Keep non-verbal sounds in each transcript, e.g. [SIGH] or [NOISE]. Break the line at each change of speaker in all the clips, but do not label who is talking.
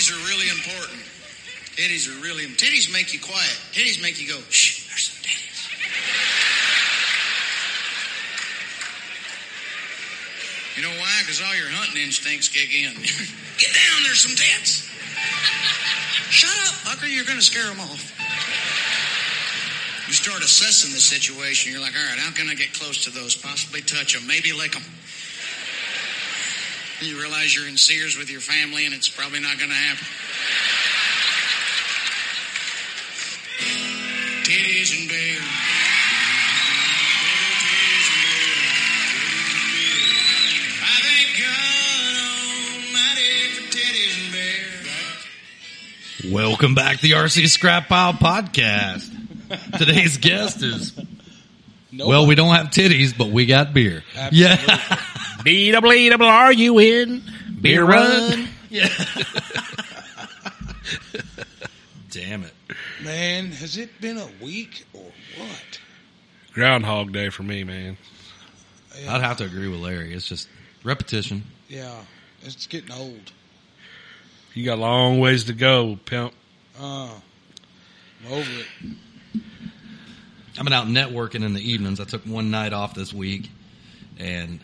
are really important. Titties are really important. Titties make you quiet. Titties make you go, shh, there's some titties. You know why? Because all your hunting instincts kick in. [LAUGHS] Get down, there's some tits. Shut up, Bucker, you're going to scare them off. You start assessing the situation. You're like, all right, how can I get close to those? Possibly touch them, maybe lick them. You realize you're in Sears with your family, and it's probably not going to happen. Titties and beer. I thank God Almighty for titties and beer.
Welcome back to the RC Scrap Pile Podcast. Today's guest is
No,
well, we don't have titties, but we got beer. Yeah,
B double E double R you in beer run.
[LAUGHS] damn it.
man, has it been a week or what?
Groundhog Day for me, man.
Yeah,
I'd have to agree with Larry. It's just repetition.
yeah, it's getting old.
You got a long ways to go, pimp. [LAUGHS]
Uh, I'm over it.
I've been out networking in the evenings. I took one night off this week and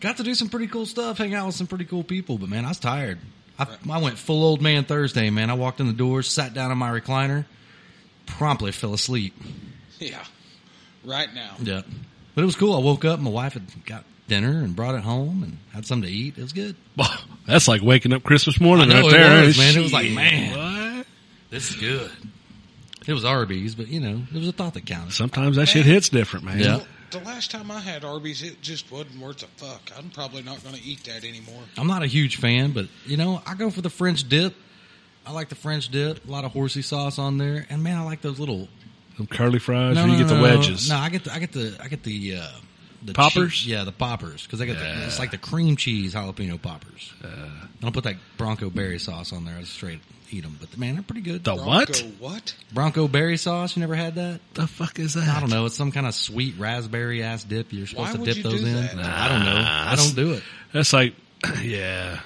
got to do some pretty cool stuff, hang out with some pretty cool people. But man, I was tired. I, I went full old man Thursday. Man, I walked in the door, sat down in my recliner, promptly fell asleep.
Yeah, right now.
Yeah. But it was cool. I woke up. My wife had got dinner and brought it home and had something to eat. It was good.
That's like waking up Christmas morning
I know
right
it
there.
was, man. It was
Shit.
like, man.
What?
This is good. It was Arby's, but you know, it was a thought that counted.
Sometimes that shit hits different, man.
Yeah.
The last time I had Arby's, it just wasn't worth a fuck. I'm probably not going to eat that anymore.
I'm not a huge fan, but you know, I go for the French dip. I like the French dip. A lot of horsey sauce on there, and man, I like those little.
Them curly fries, where you get the wedges.
No, I get the, I get the, I get the. Uh, the
Poppers?
cheese- yeah, the poppers because I get the, it's like the cream cheese jalapeno poppers. Uh, I don't put that Bronco berry sauce on there. I just straight eat them. But man, they're pretty good.
The
Bronco,
what?
What?
Bronco berry sauce. You never had that?
The fuck is that?
I don't know. It's some kind of sweet raspberry ass dip. You're supposed
Why
to
would
dip
you
those
do
in.
that?
I don't know. I don't do it.
That's like, [CLEARS THROAT] yeah.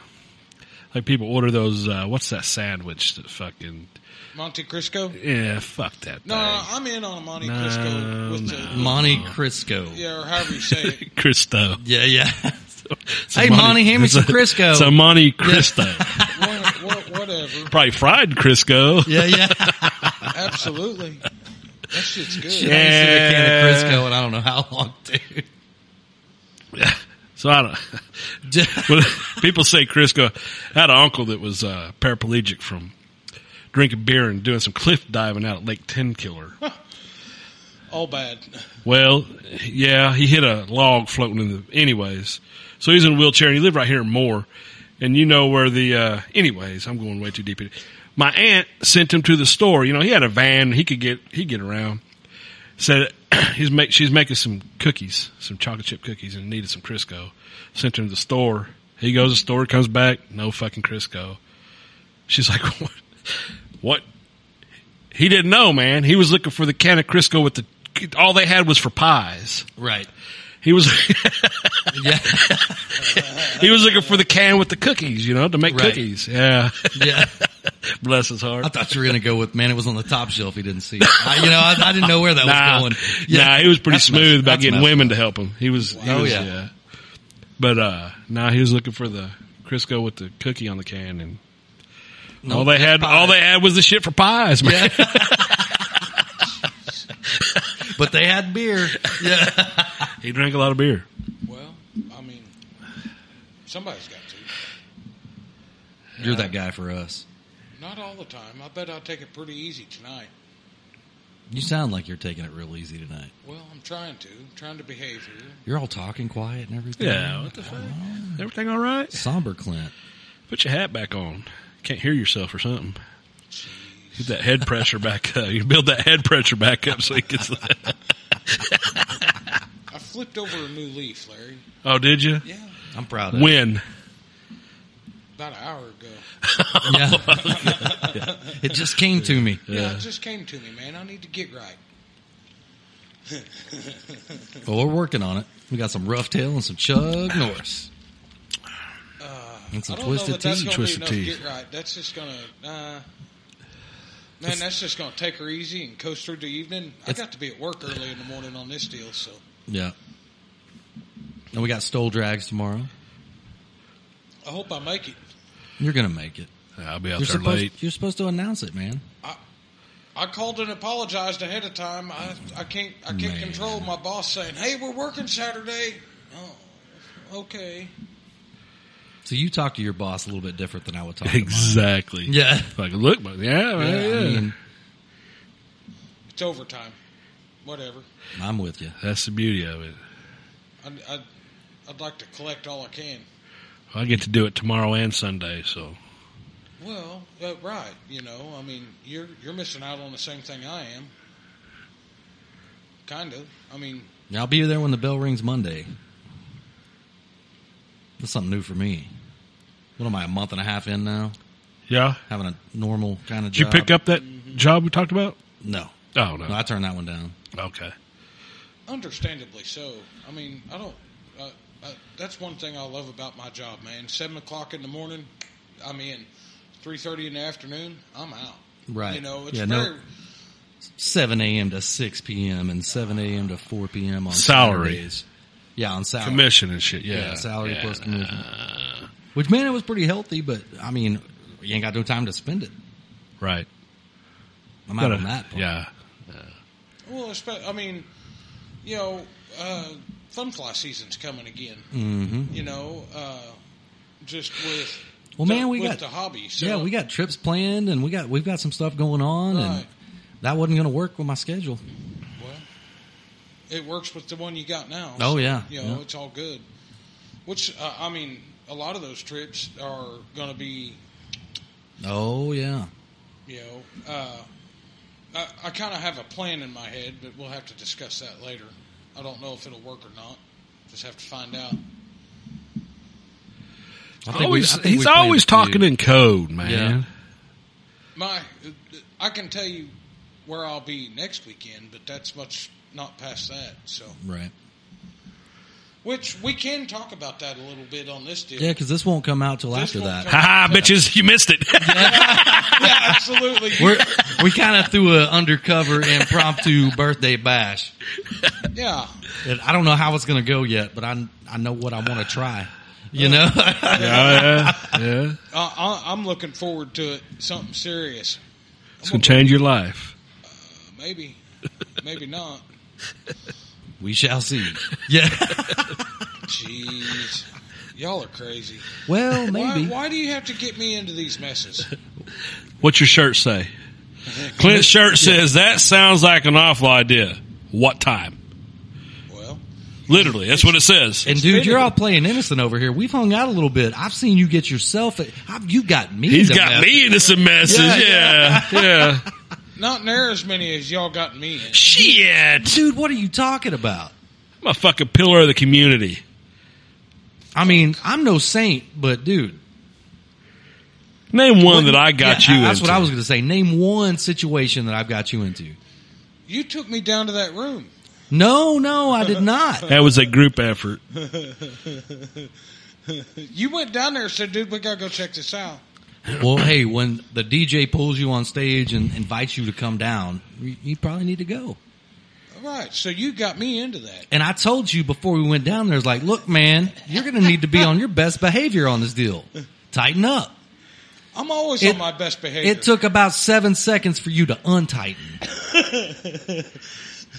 Like people order those. Uh, what's that sandwich? That fucking
Monte Crisco?
yeah. Fuck that.
No, I'm in on a Monte Crisco with the
Monte Crisco.
yeah, or however you say it.
[LAUGHS]
thing. Cristo.
Yeah,
[LAUGHS]
yeah.
It's a
hey, Monty, hand me
it's
some
a-
Crisco.
It's a Monte Cristo.
[LAUGHS]
What- what- whatever.
Probably fried Crisco.
yeah, yeah.
Absolutely. That shit's good.
yeah. [LAUGHS] I ain't seen a can of Crisco, and I don't know how long, [LAUGHS] dude.
So I don't.
[LAUGHS]
[LAUGHS] When people say Crisco, I had an uncle that was uh, paraplegic from drinking beer and doing some cliff diving out at Lake Tenkiller.
All Oh, bad.
Well, yeah, he hit a log floating in the. Anyways, so he's in a wheelchair and he lived right here in Moore, and you know where the. Uh, anyways, I'm going way too deep. in it. My aunt sent him to the store. You know, he had a van. He could get he get around. Said [CLEARS THROAT] he's make she's making some cookies, some chocolate chip cookies, and needed some Crisco. Sent him to the store. He goes to the store, comes back, no fucking Crisco. She's like, [LAUGHS] what? What? He didn't know, man. He was looking for the can of Crisco with the. All they had was for pies.
Right.
He was [LAUGHS]
Yeah.
he was looking for the can with the cookies, you know, to make
Right.
cookies. Yeah,
Yeah.
[LAUGHS] bless his heart.
I thought you were going to go with, man, it was on the top shelf. He didn't see it. I, you know, I, I didn't know where that was
nah,
going. Yeah.
nah, he was pretty
That's
smooth
messed-
about
that's
getting
messed
women to help him. He was, he
Oh,
was
yeah.
yeah. But uh, nah, he was looking for the Crisco with the cookie on the can, and
No,
all they had,
pies.
all they had was the shit for pies, man.
[LAUGHS]
But they had beer. Yeah.
he drank a lot of beer.
Well, I mean, somebody's got to.
You're that guy for us.
Not all the time. I bet I'll take it pretty easy tonight.
You sound like you're taking it real easy tonight.
Well, I'm trying to. I'm trying to behave here.
You're all talking quiet and everything.
Yeah, what the fuck? Everything all right?
Somber Clint.
Put your hat back on. Can't hear yourself or something. Get that head pressure back up. You build that head pressure back up so he gets.
I flipped over a new leaf, Larry.
oh, did you?
Yeah,
I'm proud of
[LAUGHS]
it.
When?
about an hour ago.
Yeah. it just came to me.
Yeah, it just came to me, man. I need to get right.
Well, we're working on it. We got some Rough Tail and some Chug Norris. And some
I don't
twisted
know that that's
tea.
gonna
Twisted
be enough
tea.
to get right. That's just gonna. Uh, Man, that's just gonna take her easy and coast through the evening. I
It's-
got to be at work early in the morning on this deal, so
Yeah. And we got stole drags tomorrow.
I hope I make it.
You're gonna make it.
I'll be out
You're
there
supposed,
late.
you're supposed to announce it, man.
I called and apologized ahead of time. I I can't I can't
Man.
control my boss saying, "Hey, we're working Saturday." Oh, okay.
So you talk to your boss a little bit different than I would talk to
Exactly.
mine. Yeah.
Like, look, but yeah,
Yeah,
yeah.
I mean,
It's overtime. Whatever.
I'm with you.
That's the beauty of it.
I, I I'd like to collect all I can.
I get to do it tomorrow and Sunday, so
Well, uh, right. You know, I mean, you're you're missing out on the same thing I am. Kind of. I mean,
Yeah, I'll be there when the bell rings Monday. That's something new for me. What am I, a month and a half in now?
yeah.
Having a normal kind of
Did you
job?
pick up that job we talked about?
No.
Oh no.
No, I turned that one down.
okay.
understandably so. I mean, I don't. Uh, uh, that's one thing I love about my job, man. Seven o'clock in the morning, I'm in. Three thirty in the afternoon, I'm out.
Right.
You know, it's
Yeah, no-
very.
7 a.m. to 6 p.m. and 7 a.m. to 4 p.m. on
Salary.
Saturdays. Yeah, on salary.
Commission and shit. Yeah.
Yeah, salary
Yeah.
plus commission. Which, man, it was pretty healthy, but I mean, you ain't got no time to spend it.
Right.
I'm out
Gotta-
on that part.
Yeah.
Well, espe- I mean, you know, uh, funfly season's coming again.
Mm-hmm.
You know, uh, just with.
Well, man, we
with
got-
the hobby. So,
yeah, we got trips planned, and we got we've got some stuff going on, and
Right.
that wasn't going to work with my schedule.
Well, it works with the one you got now.
Oh, yeah,
you know
yeah.
it's all good. Which uh, I mean, a lot of those trips are going to be,
Oh yeah,
you know, uh, I, I kind of have a plan in my head, but we'll have to discuss that later. I don't know if it'll work or not. Just have to find out.
I think we- I
Always,
think we
he's
planned
always
a few.
talking in code, man.
My, I can tell you where I'll be next weekend, but that's much not past that. So,
right?
which we can talk about that a little bit on this deal.
Yeah, because this won't come out till
This
after
won't
that.
come
Ha ha, bitches, you missed it.
Yeah, absolutely.
We're, we kind of threw an undercover impromptu birthday bash.
yeah.
And I don't know how it's going to go yet, but I I know what I want to try. You know,
[LAUGHS]
[LAUGHS]
yeah, yeah, yeah.
Uh, I, I'm looking forward to it. Something serious.
It's gonna change your life.
Maybe. Maybe not.
we shall see. Yeah.
Jeez. Y'all are crazy.
[LAUGHS] Well, maybe.
Why, why do you have to get me into these
[LAUGHS]
messes?
What's your shirt say? Clint's shirt says that sounds like an awful idea. What time?
Well,
Literally, that's what it says.
And dude, you're
fitting.
all playing innocent over here. We've hung out a little bit. I've seen you get yourself. I've, you got me.
He's
to
got
mess-
me into some messes.
Yeah,
Yeah, yeah.
not near as many as y'all got me in.
Shit,
dude. What are you talking about?
I'm a fucking pillar of the community.
I mean, I'm no saint, but dude,
Name one that I got
Yeah,
you.
That's
into.
what I was going to say. Name one situation that I've got you into.
You took me down to that room.
No, no, I did
[LAUGHS]
not.
That was a group effort.
You went down there and said, dude, we got to go check this out.
well, hey, when the DJ pulls you on stage and invites you to come down, you, you probably need to go.
All right. So you got me into that.
And I told you before we went down there, it's like, look, man, you're going to need to be on your best behavior on this deal. Tighten up.
I'm always
It-
on my best behavior.
It took about seven seconds for you to untighten.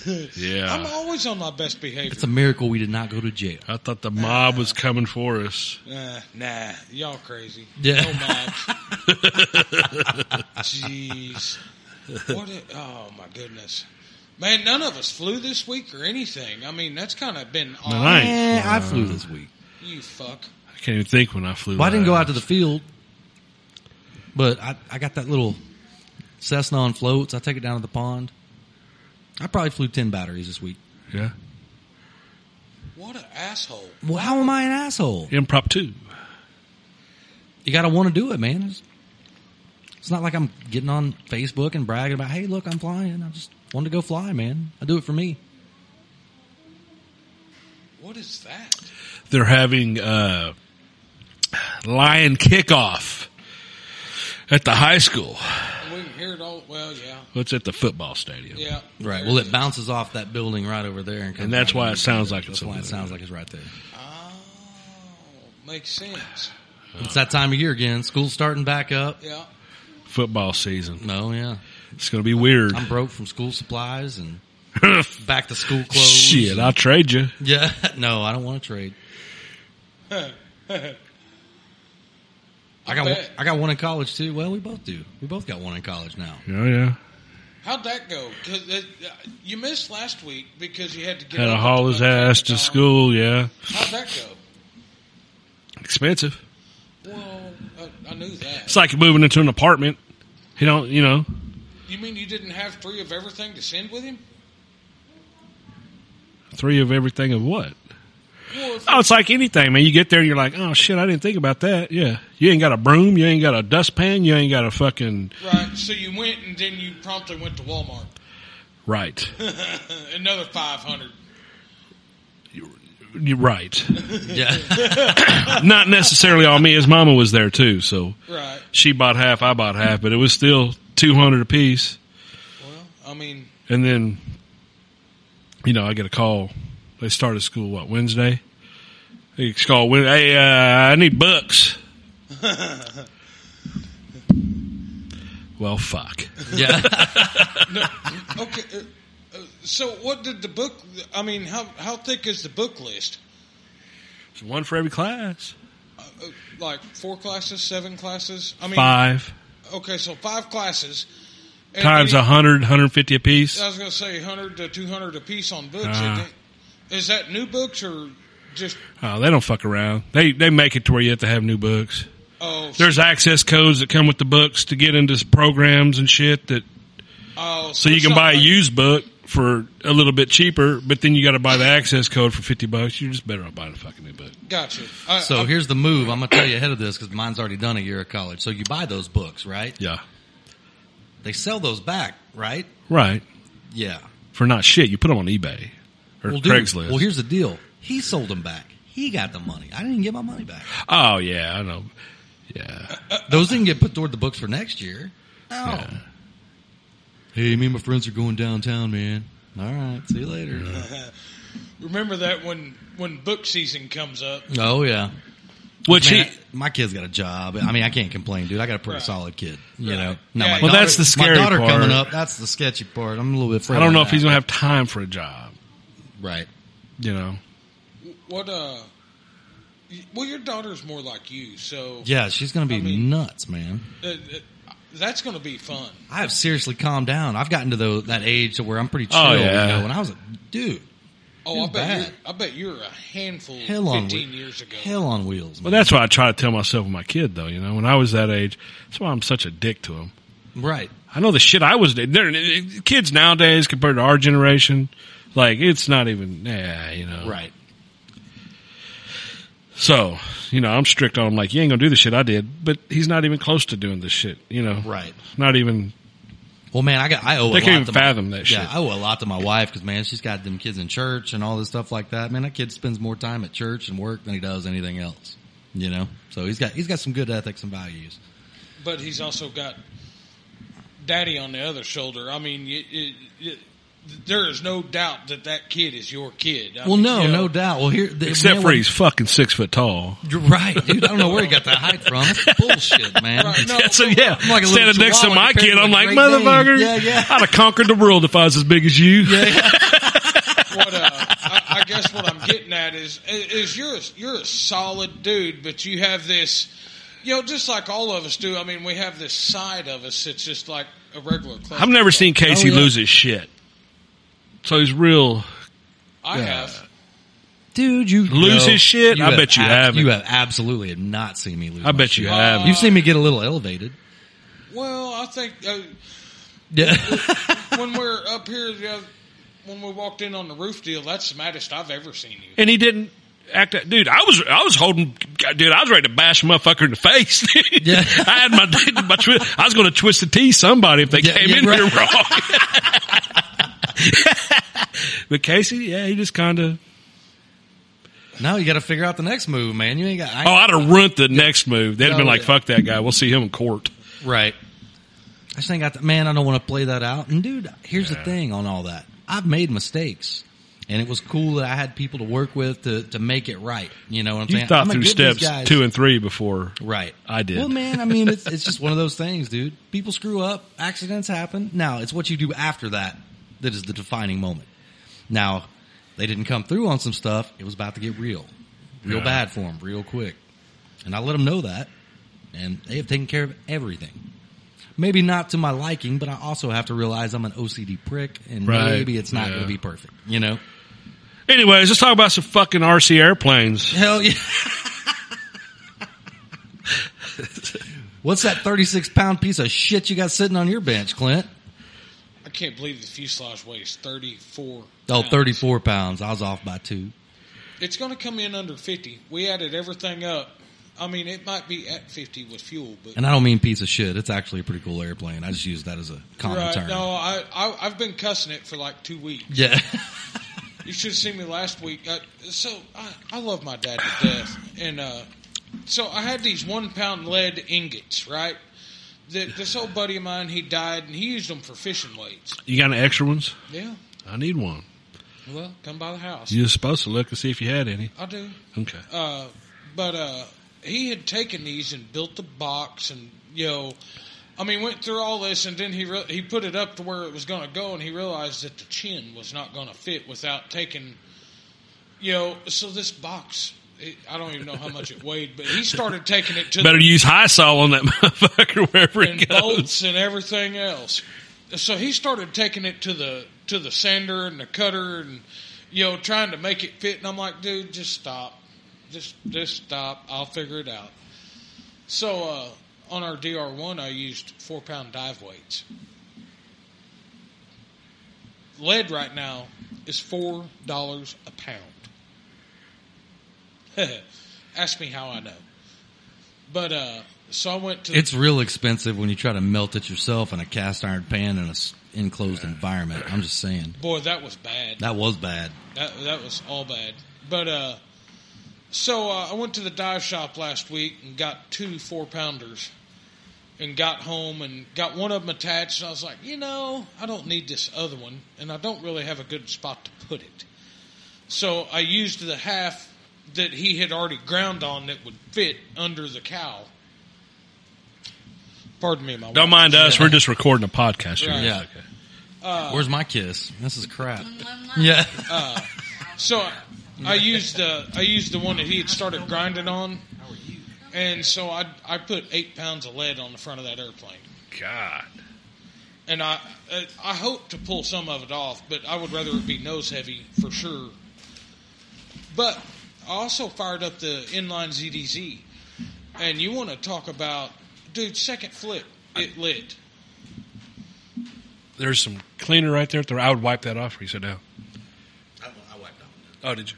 I'm
Yeah,
always on my best behavior.
It's a miracle we did not go to jail.
I thought the mob was coming for us.
Uh, nah, y'all crazy.
Yeah.
No
[LAUGHS]
much. Jeez. What? A, oh my goodness, man! None of us flew this week or anything. I mean, that's kind of been odd.
I ain't-
Eh, I flew this week.
You fuck.
I can't even think when I flew.
Well, I didn't go
last.
out to the field, but I, I got that little Cessna on floats. I take it down to the pond. I probably flew 10 batteries this week.
Yeah,
What an asshole.
Well, how am I an asshole?
impromptu.
You got to want to do it, man. It's, it's not like I'm getting on Facebook and bragging about, hey, look, I'm flying. I just wanted to go fly, man. I do it for me.
What is that?
they're having uh lion kickoff at the high school.
And we can hear it all. Well, yeah,
It's at the football stadium.
yeah.
Right. Well, it bounces off that building right over there, and, comes
And that's
back
why
over
it
there.
sounds like
that's
it's
why
over
it
there.
sounds like it's right there.
Oh, makes sense.
It's that time of year again. School's starting back up.
Yeah.
Football season.
No, yeah.
It's going to be weird.
I'm broke from school supplies and
[LAUGHS]
back to school clothes.
Shit, I'll trade you.
Yeah. [LAUGHS] No, I don't want to trade. I got one,
bet.
I got one in college too. Well, we both do. We both got one in college now.
Oh, yeah.
How'd that go? 'Cause it- you missed last week because you had to get
Had
up
to
at
haul his
the
ass to
time.
school, yeah.
How'd that go?
Expensive.
Well, I, I knew that.
It's like moving into an apartment. He don't, you know.
You mean you didn't have three of everything to send with him?
three of everything of what?
Well, if
Oh, it's like anything, man. You get there and you're like, oh shit, I didn't think about that. Yeah, you ain't got a broom, you ain't got a dustpan, you ain't got a fucking
Right. So you went and then you promptly went to Walmart. [LAUGHS]
right. [LAUGHS]
Another 500.
You're right.
Yeah.
Not necessarily on me. His mama was there too, so
Right.
she bought half, I bought half, but it was still two hundred apiece.
Well, I mean,
And then, you know, I get a call. They started school what Wednesday. They call Wed- Hey, uh, I need bucks. well, fuck.
yeah.
okay. Uh, uh, so what did the book, I mean, how, how thick is the book list?
It's one for every class.
Uh, like four classes, seven classes? I mean,
Five
okay, so five classes. And
times
then-
a hundred, hundred fifty a piece.
I was going to say 100 to 200 a piece on books.
Uh-huh.
Is that new books or just,
Oh, they don't fuck around. They they make it to where you have to have new books.
oh,
There's access codes that come with the books to get into s- programs and shit. That
oh
so you
it's
can
not
buy a
like-
used book for a little bit cheaper, but then you got to buy the access code for fifty bucks. You're just better off buying a fucking new book.
Gotcha. I,
So
I-
here's the move. I'm gonna tell you ahead of this because mine's already done a year of college. So you buy those books, right?
Yeah,
They sell those back, right?
right.
Yeah.
For not shit, you put them on eBay or
Well, dude,
Craigslist.
Well, here's the deal. He sold them back. He got the money. I didn't even get my money back.
oh yeah, I know. Yeah,
Those didn't get put toward the books for next year.
Oh.
No.
Yeah.
Hey, me and my friends are going downtown, man. All right. See you later.
remember that when, when book season comes up.
Oh yeah.
which
Man,
he,
I- my kid's got a job. I mean, I can't complain, dude. I got a pretty
Right.
solid kid. You
Right.
know. Now, my
Yeah, Well,
daughter-
that's the scary
My daughter
part.
coming up. That's the sketchy part. I'm a little bit. Afraid
I don't
of
know if
that.
he's gonna have time for a job.
Right.
You know.
What, uh, y- well, your daughter's more like you, so
Yeah, she's gonna be
I mean-
nuts, man.
uh, uh, that's going to be fun.
I have seriously calmed down. I've gotten to the, that age to where I'm pretty chill.
Oh, yeah.
You know, when I was a dude,
Oh, I
It's
bet, you're,
bad.
I bet you're a handful
hell on
15
wheels.
years ago.
Hell on wheels.
Well,
man.
that's what I try to tell myself and my kid, though. You know, when I was that age, that's why I'm such a dick to them.
right.
I know the shit I was. They're, kids nowadays compared to our generation, like it's not even. Yeah, you know.
Right.
So, you know, I'm strict on him. Like, you ain't gonna do the shit I did. But he's not even close to doing this shit. You know.
Right.
Not even.
Well, man, I got I owe.
They
a
can't
lot
even
to
fathom
my,
that
Yeah,
shit.
I owe a lot to my wife because man, she's got them kids in church and all this stuff like that. Man, that kid spends more time at church and work than he does anything else. You know, so he's got he's got some good ethics and values.
But he's also got daddy on the other shoulder. I mean, y y y there is no doubt that that kid is your kid. I
Well,
mean,
no,
you know,
no doubt. Well, here the-
Except
man,
for
when-
he's fucking six foot tall.
You're right, dude. I don't know where he got that height from.
[LAUGHS]
That's bullshit, man. [LAUGHS]
Right, no.
That's a, yeah.
I'm like a little
Standing next to
chihuahua
my
compared
kid,
to a
I'm like,
Great Dane.
motherfucker.
Yeah, yeah.
[LAUGHS] I'd have conquered the world if I was as big as you. [LAUGHS]
What, uh, I, I guess what I'm getting at is, is you're a, you're a solid dude, but you have this, you know, just like all of us do. I mean, we have this side of us that's just like a regular.
I've never seen Casey
Oh, yeah.
lose his shit. So he's real.
I have.
dude, you
Lose
no,
his shit? I bet you haven't.
You have absolutely have not seen me lose.
I
my
bet you
shit.
have.
You've seen me get a little elevated.
Well, I think uh,
[LAUGHS] Yeah,
when we're up here, the other- when we walked in on the roof deal, that's the maddest I've ever seen you.
and he didn't act. That, dude, I was I was holding. Dude, I was ready to bash a motherfucker in the face. [LAUGHS]
Yeah.
I had my my. Twi- I was going to twist the T somebody if they
Yeah,
came
yeah,
in
right.
here wrong. [LAUGHS] but Casey, yeah, he just kind of.
No, you got to figure out the next move, man. You ain't got. I ain't-
Oh, I'd have runt the next move. They'd have been
No,
like,
Oh, yeah.
"Fuck that guy. We'll see him in court."
Right. I just ain't got that. Man, I don't want to play that out. And dude, here's the thing on all that. I've made mistakes. And it was cool that I had people to work with to, to make it right. You know what I'm
You
saying?
thought
I'ma
through
give these
steps
guys-
two and three before.
Right.
I did.
Well, man, I mean, it's, it's just one of those things, dude. People screw up. Accidents happen. Now, it's what you do after that that is the defining moment. Now, they didn't come through on some stuff. It was about to get real. Real
Yeah.
bad for them, real quick. And I let them know that. And they have taken care of everything. Maybe not to my liking, but I also have to realize I'm an OCD prick and
Right.
maybe it's not
Yeah.
going to be perfect, you know?
Anyways, let's talk about some fucking RC airplanes.
Hell yeah. What's that 36 pound piece of shit you got sitting on your bench, Clint?
I can't believe the fuselage weighs 34.
Oh,
pounds.
34 pounds. I was off by two.
It's going to come in under 50. We added everything up. I mean, it might be at 50 with fuel, but.
And I don't mean piece of shit. It's actually a pretty cool airplane. I just use that as a common
Right,
term.
no, I, I, I've been cussing it for like two weeks.
Yeah. [LAUGHS]
You should have seen me last week. I, so I, I love my dad to death, and uh, so I had these one pound lead ingots, right? That this old buddy of mine, he died, and he used them for fishing weights.
You got any extra ones?
Yeah,
I need one.
well, come by the house.
You're supposed to look and see if you had any.
I do.
Okay.
Uh, but uh, he had taken these and built the box, and you know, I mean, went through all this, and then he re- he put it up to where it was going to go, and he realized that the chin was not going to fit without taking, you know. So this box, it, I don't even know how much it weighed, but he started taking it to
[LAUGHS] Better
the
use high saw on that [LAUGHS] motherfucker wherever
and [LAUGHS]
it goes.
bolts and everything else. So he started taking it to the to the sander and the cutter and you know trying to make it fit. And I'm like, dude, just stop, just just stop. I'll figure it out. So uh, on our DR one, I used four pound dive weights. Lead right now is four dollars a pound. [LAUGHS] Ask me how I know. But uh, so I went to
it's real expensive when you try to melt it yourself in a cast iron pan in an enclosed environment. I'm just saying.
Boy, that was bad.
That was bad.
That that was all bad. But uh, so uh, I went to the dive shop last week and got two four pounders, and got home and got one of them attached. And I was like, you know, I don't need this other one, and I don't really have a good spot to put it. So I used the half that he had already ground on that would fit under the cow. Pardon me, my wife.
Don't mind us. We're just recording a podcast here.
Right.
Yeah.
Uh,
Where's my kiss? This is crap. Yeah.
So I, I used the I used the one that he had started grinding on, and so I I put eight pounds of lead on the front of that airplane,
God.
and I uh, I hope to pull some of it off, but I would rather it be nose heavy for sure. But I also fired up the inline ZDZ, and you want to talk about dude second flip it lit.
There's some cleaner right there. I would wipe that off for you sit down. I, wiped off. Oh, did you?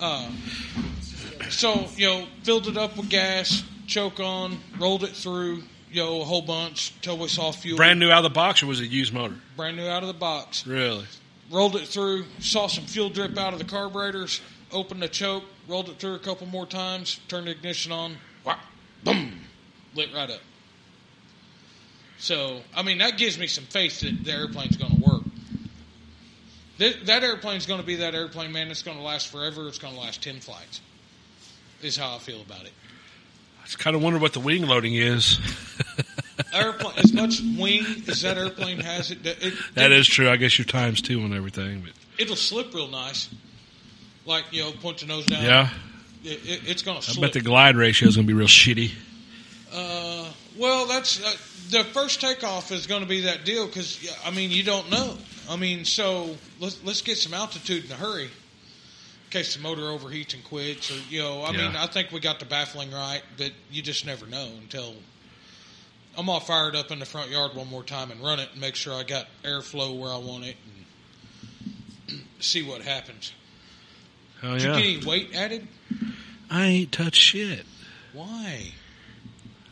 Okay.
So, you know, filled it up with gas, choke on, rolled it through, you know, a whole bunch till we saw fuel.
Brand new out of the box or was it used motor?
brand new out of the box.
Really?
Rolled it through, saw some fuel drip out of the carburetors, opened the choke, rolled it through a couple more times, turned the ignition on, whack, boom, lit right up. So, I mean, that gives me some faith that the airplane's going to work. Th- that airplane's going to be that airplane, man. It's going to last forever. It's going to last 10 flights, is how I feel about it.
I just kind of wonder what the wing loading is.
[LAUGHS] Airplane, as much wing as that airplane has, it, it
[LAUGHS] That is true. I guess your times two on everything. But
it'll slip real nice. Like, you know, point your nose down.
yeah,
It, it, it's going to
I
slip.
bet the glide ratio is going to be real shitty.
Uh, well, that's uh, the first takeoff is going to be that deal because I mean you don't know. I mean, so let's let's get some altitude in a hurry in case the motor overheats and quits, or you know, I mean,
Yeah.
I think we got the baffling right, but you just never know until. I'm all fired up in the front yard one more time and run it and make sure I got airflow where I want it and see what happens.
Oh
Did you get
yeah,
any weight added?
I ain't touched shit.
Why?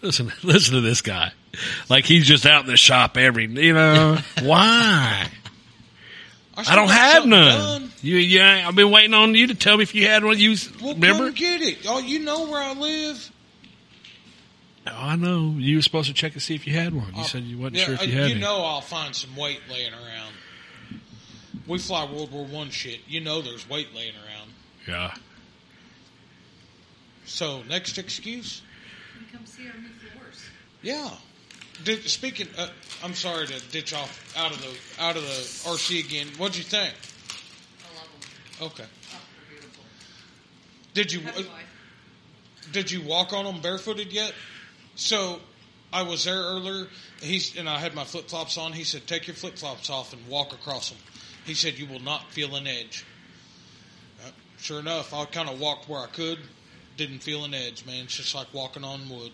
Listen, [LAUGHS] listen to this guy.
[LAUGHS]
Like he's just out in the shop every, you know. Why? I
still
don't
got
have
something
none.
done.
You, yeah, I've been waiting on you to tell me if you had one. You s-
Well,
remember?
come get it. Oh, you know where I live.
Oh, I know. You were supposed to check and see if you had one. You
I'll-
said you wasn't
yeah,
sure if
uh,
you had any.
know, I'll find some weight laying around. We fly World War One shit. You know, there's weight laying around.
Yeah.
So next excuse,
and come see our new floors.
yeah. Did, speaking, uh, I'm sorry to ditch off out of the out of the RC again. What'd you think?
I love them.
Okay.
Oh, they're beautiful.
Did you uh,
Happy life.
did you walk on them barefooted yet? So I was there earlier. He's and I had my flip flops on. He said, "Take your flip flops off and walk across them." He said, "You will not feel an edge." Uh, sure enough, I kind of walked where I could. Didn't feel an edge, man. It's just like walking on wood.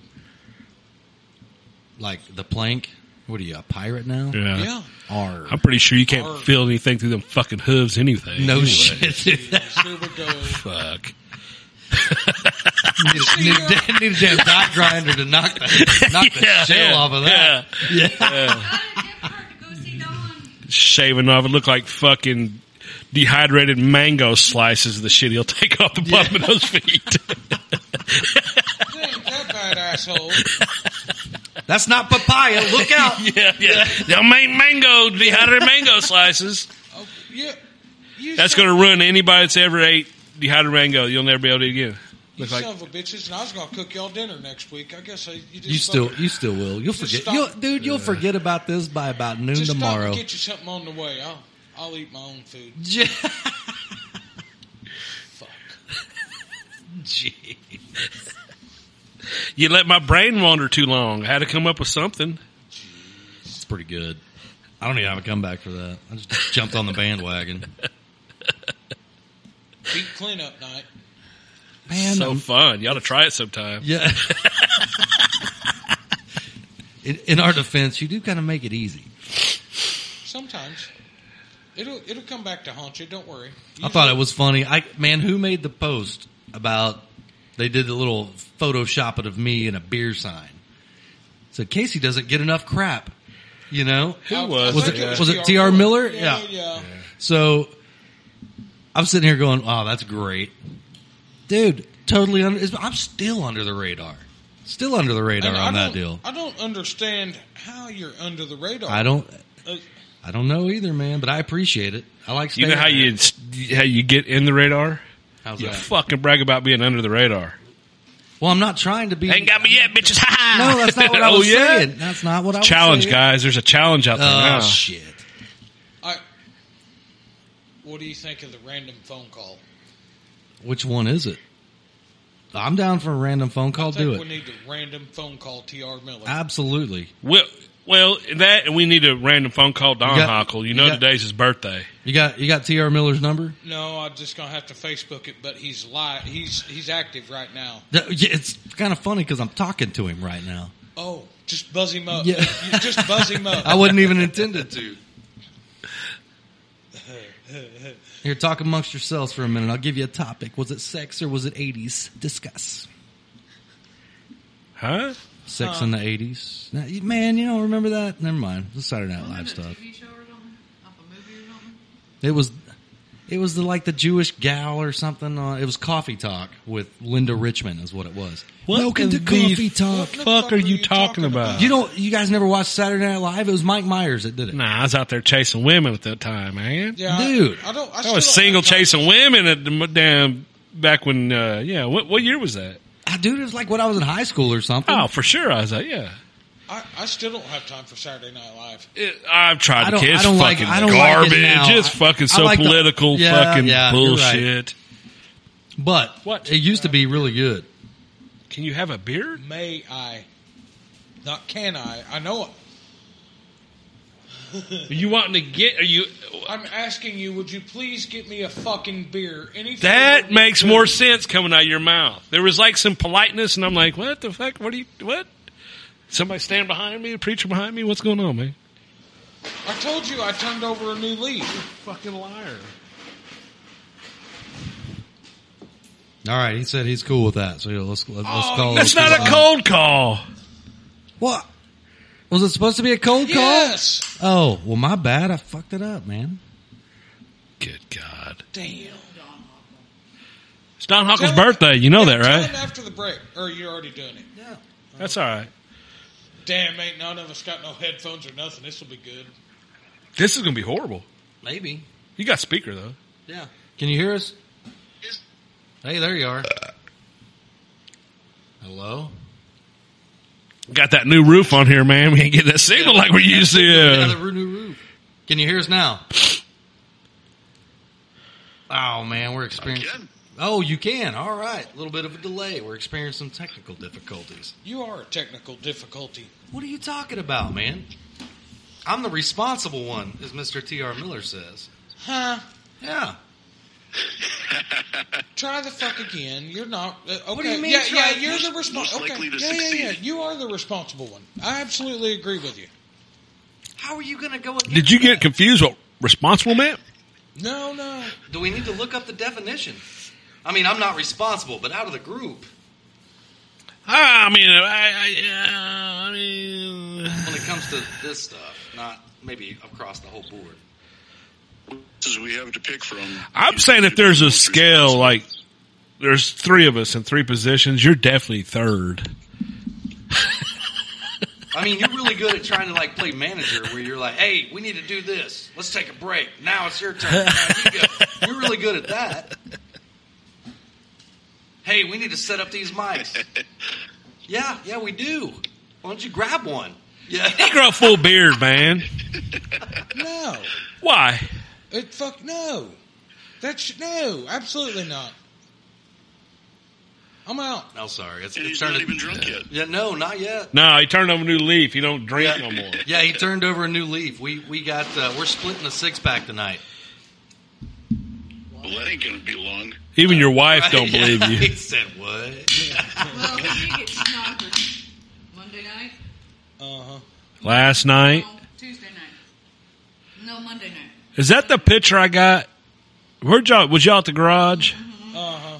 Like the plank. What are you, a pirate now?
Yeah.
Yeah,
Arr.
I'm pretty sure you can't
Or-
feel anything through them fucking hooves, anything.
No
Anyway.
shit. dude.
here we go. [LAUGHS]
Fuck.
[LAUGHS] need, need, need a damn dot grinder to knock the, [LAUGHS] knock the
Yeah,
shell
yeah,
off of that. Yeah.
I had Oh, a gift card to go see Dawn.
Shaving off. It looked like fucking dehydrated mango slices of the shit he'll take off the bottom of
[LAUGHS]
those feet.
Ain't that bad, asshole?
That's not papaya. [LAUGHS] Look out.
yeah, [LAUGHS] yeah. They'll make mango, dehydrated mango slices.
Oh, yeah, you
That's
son,
going to ruin anybody that's ever ate dehydrated mango. You'll never be able to eat again.
You
Look like-
son of a bitches, and I was gonna cook y'all dinner next week. I guess I, you just
You still,
fucking-
you still will. You'll
Just
forget,
stop.
you'll, dude. You'll forget about this by about noon
just
tomorrow.
Stop and get you something on the way. I'll I'll eat my own food.
[LAUGHS]
Fuck.
Gee.
You let my brain wander too long. I had to come up with something.
It's pretty good. I don't even have a comeback for that. I just jumped on the bandwagon.
Beat cleanup night.
[LAUGHS] Man,
so
I'm-
fun. You ought to try it sometime.
[LAUGHS] yeah. in, in our defense, you do kind of make it easy.
Sometimes it'll it'll come back to haunt you. Don't worry.
I thought it was funny. I man, who made the post about they did a little photoshopping of me and a beer sign? So Casey doesn't get enough crap, you know.
Who was
Was
it?
it- was it T.R. Miller?
Yeah,
Yeah.
yeah.
So I'm sitting here going, "Oh, that's great, dude! Totally under. it's- I'm still under the radar. Still under the radar
And I
on that
don't-
deal.
I don't understand how you're under the radar.
I don't.
Uh,
I don't know either, man. But I appreciate it. I like.
You know
staying
how
there.
you how you get in the radar?
How's
You
that?
fucking brag about being under the radar.
well, I'm not trying to be.
Ain't got me yet, bitches. Ha ha.
[LAUGHS] no, that's not
[LAUGHS]
what I
Oh,
was
yeah?
saying. That's not what I was
Challenge,
saying.
guys. There's a challenge out there
Oh
now.
shit!
I, what do you think of the random phone call?
Which one is it? I'm down for a random phone call.
I think
Do
we
it.
need a random phone call, T.R. Miller.
Absolutely.
Well, well, that and we need a random phone call. Don
You got-
Hockle. You
you
know
got-
today's his birthday.
You got you got T.R. Miller's number.
no, I'm just gonna have to Facebook it, but he's live. He's he's active right now.
That- yeah, It's kind of funny because I'm talking to him right now.
Oh, just buzz him up.
Yeah.
You just buzz him up.
[LAUGHS] I wasn't even intended to. Here, talk amongst yourselves for a minute. I'll give you a topic. Was it sex or was it 80s? Discuss.
Huh?
Sex in the 80s? Now, you- man, you don't remember that? Never mind. It's Saturday Night
Wasn't
Live
it
stuff.
a TV show or something? Off a movie or something?
It was, it was the, like the Jewish gal or something. Uh, it was Coffee Talk with Linda Richmond is what it was. Welcome to
the
Coffee Talk.
Fuck, are you talking about?
You don't, you guys never watched Saturday Night Live? It was Mike Myers that did it.
Nah, I was out there chasing women at that time, man.
Yeah,
Dude.
I, I don't. I,
I
still
was
don't
single
have time.
chasing women at the m- damn back when. Uh, yeah, what what year was that?
I, Ah, dude, it was like when I was in high school or something.
Oh, for sure. I was like, yeah.
I, I still don't have time for Saturday Night Live.
It, I've tried
I
to
don't-
kiss
I don't like-
fucking
I don't like
garbage.
it now.
It's
I-
fucking
I
so
like the-
political,
Yeah,
fucking
yeah, you're right.
bullshit.
But
What?
it used to be really good.
Can you have a beer?
May I? Not can I? I know.
Are you wanting to get? Are you?
I'm asking you. Would you please get me a fucking beer? Any flavor
That
you
makes
do.
more sense coming out of your mouth. There was like some politeness, and I'm like, what the fuck? What are you? What? Somebody standing behind me, a preacher behind me. What's going on, man?
I told you I turned over a new leaf.
Fucking liar.
All right, he said he's cool with that. So yeah, let's let's
Oh,
call.
That's
let's call.
not a cold call.
What was it supposed to be a cold
Yes.
call? Oh well, my bad. I fucked it up, man.
Good God.
Damn.
It's Don Hockle's
Tell-
birthday. You know
Yeah,
that,
tell
right?
him after the break, or you're already doing it.
That's all right.
Damn, ain't none of us got no headphones or nothing. This will be good.
This is going to be horrible.
Maybe.
You got speaker, though.
Yeah. Can you hear us? Hey, there you are. Hello.
Got that new roof on here, man. We ain't getting that signal like we used to.
Yeah, the roo- new roof. Can you hear us now? Oh man, we're experiencing.
can.
Oh, you can. All right. A little bit of a delay. We're experiencing technical difficulties.
You are a technical difficulty.
What are you talking about, man? I'm the responsible one, as Mr. T.R. Miller says.
Huh?
Yeah.
Try the fuck again. You're not. Uh, okay.
do you mean
Yeah,
try-
yeah. You're
Most-
the
most
responsible. Okay.
likely to
Yeah, yeah, yeah.
succeed.
You are the responsible one. I absolutely agree with you.
How are you going to go against
Did you
that?
get confused what responsible meant?
No, no.
Do we need to look up the definition? I mean, I'm not responsible, but out of the group,
I mean, I, I, uh, I mean,
when it comes to this stuff, not maybe across the whole board.
As we have to pick from.
I'm saying if there's a scale, like there's three of us in three positions, you're definitely third.
I mean, you're really good at trying to like play manager, where you're like, "Hey, we need to do this. Let's take a break. Now it's your turn. Now you go." You're really good at that. Hey, we need to set up these mics. Yeah, yeah, we do. Why don't you grab one?
You
Yeah,
grow a full beard, man.
No.
Why?
It fuck no. That's no. Absolutely not. I'm out.
[LAUGHS] no, sorry, it's,
And
it
he's not
turned.
even drunk yet.
yeah, no, not yet.
No, he turned over a new leaf. He don't drink no [LAUGHS] more.
Yeah, he turned over a new leaf. We we got uh, we're splitting a six pack tonight.
Well, that ain't going to be long.
Even your wife don't
[LAUGHS] Yeah,
believe you. [LAUGHS]
He said what?
Well, when you get snockered Monday night,
Uh huh.
Last night,
no, Tuesday night, no Monday night.
is that the picture I got? Where'd y'all? Was y'all at the garage?
Uh huh.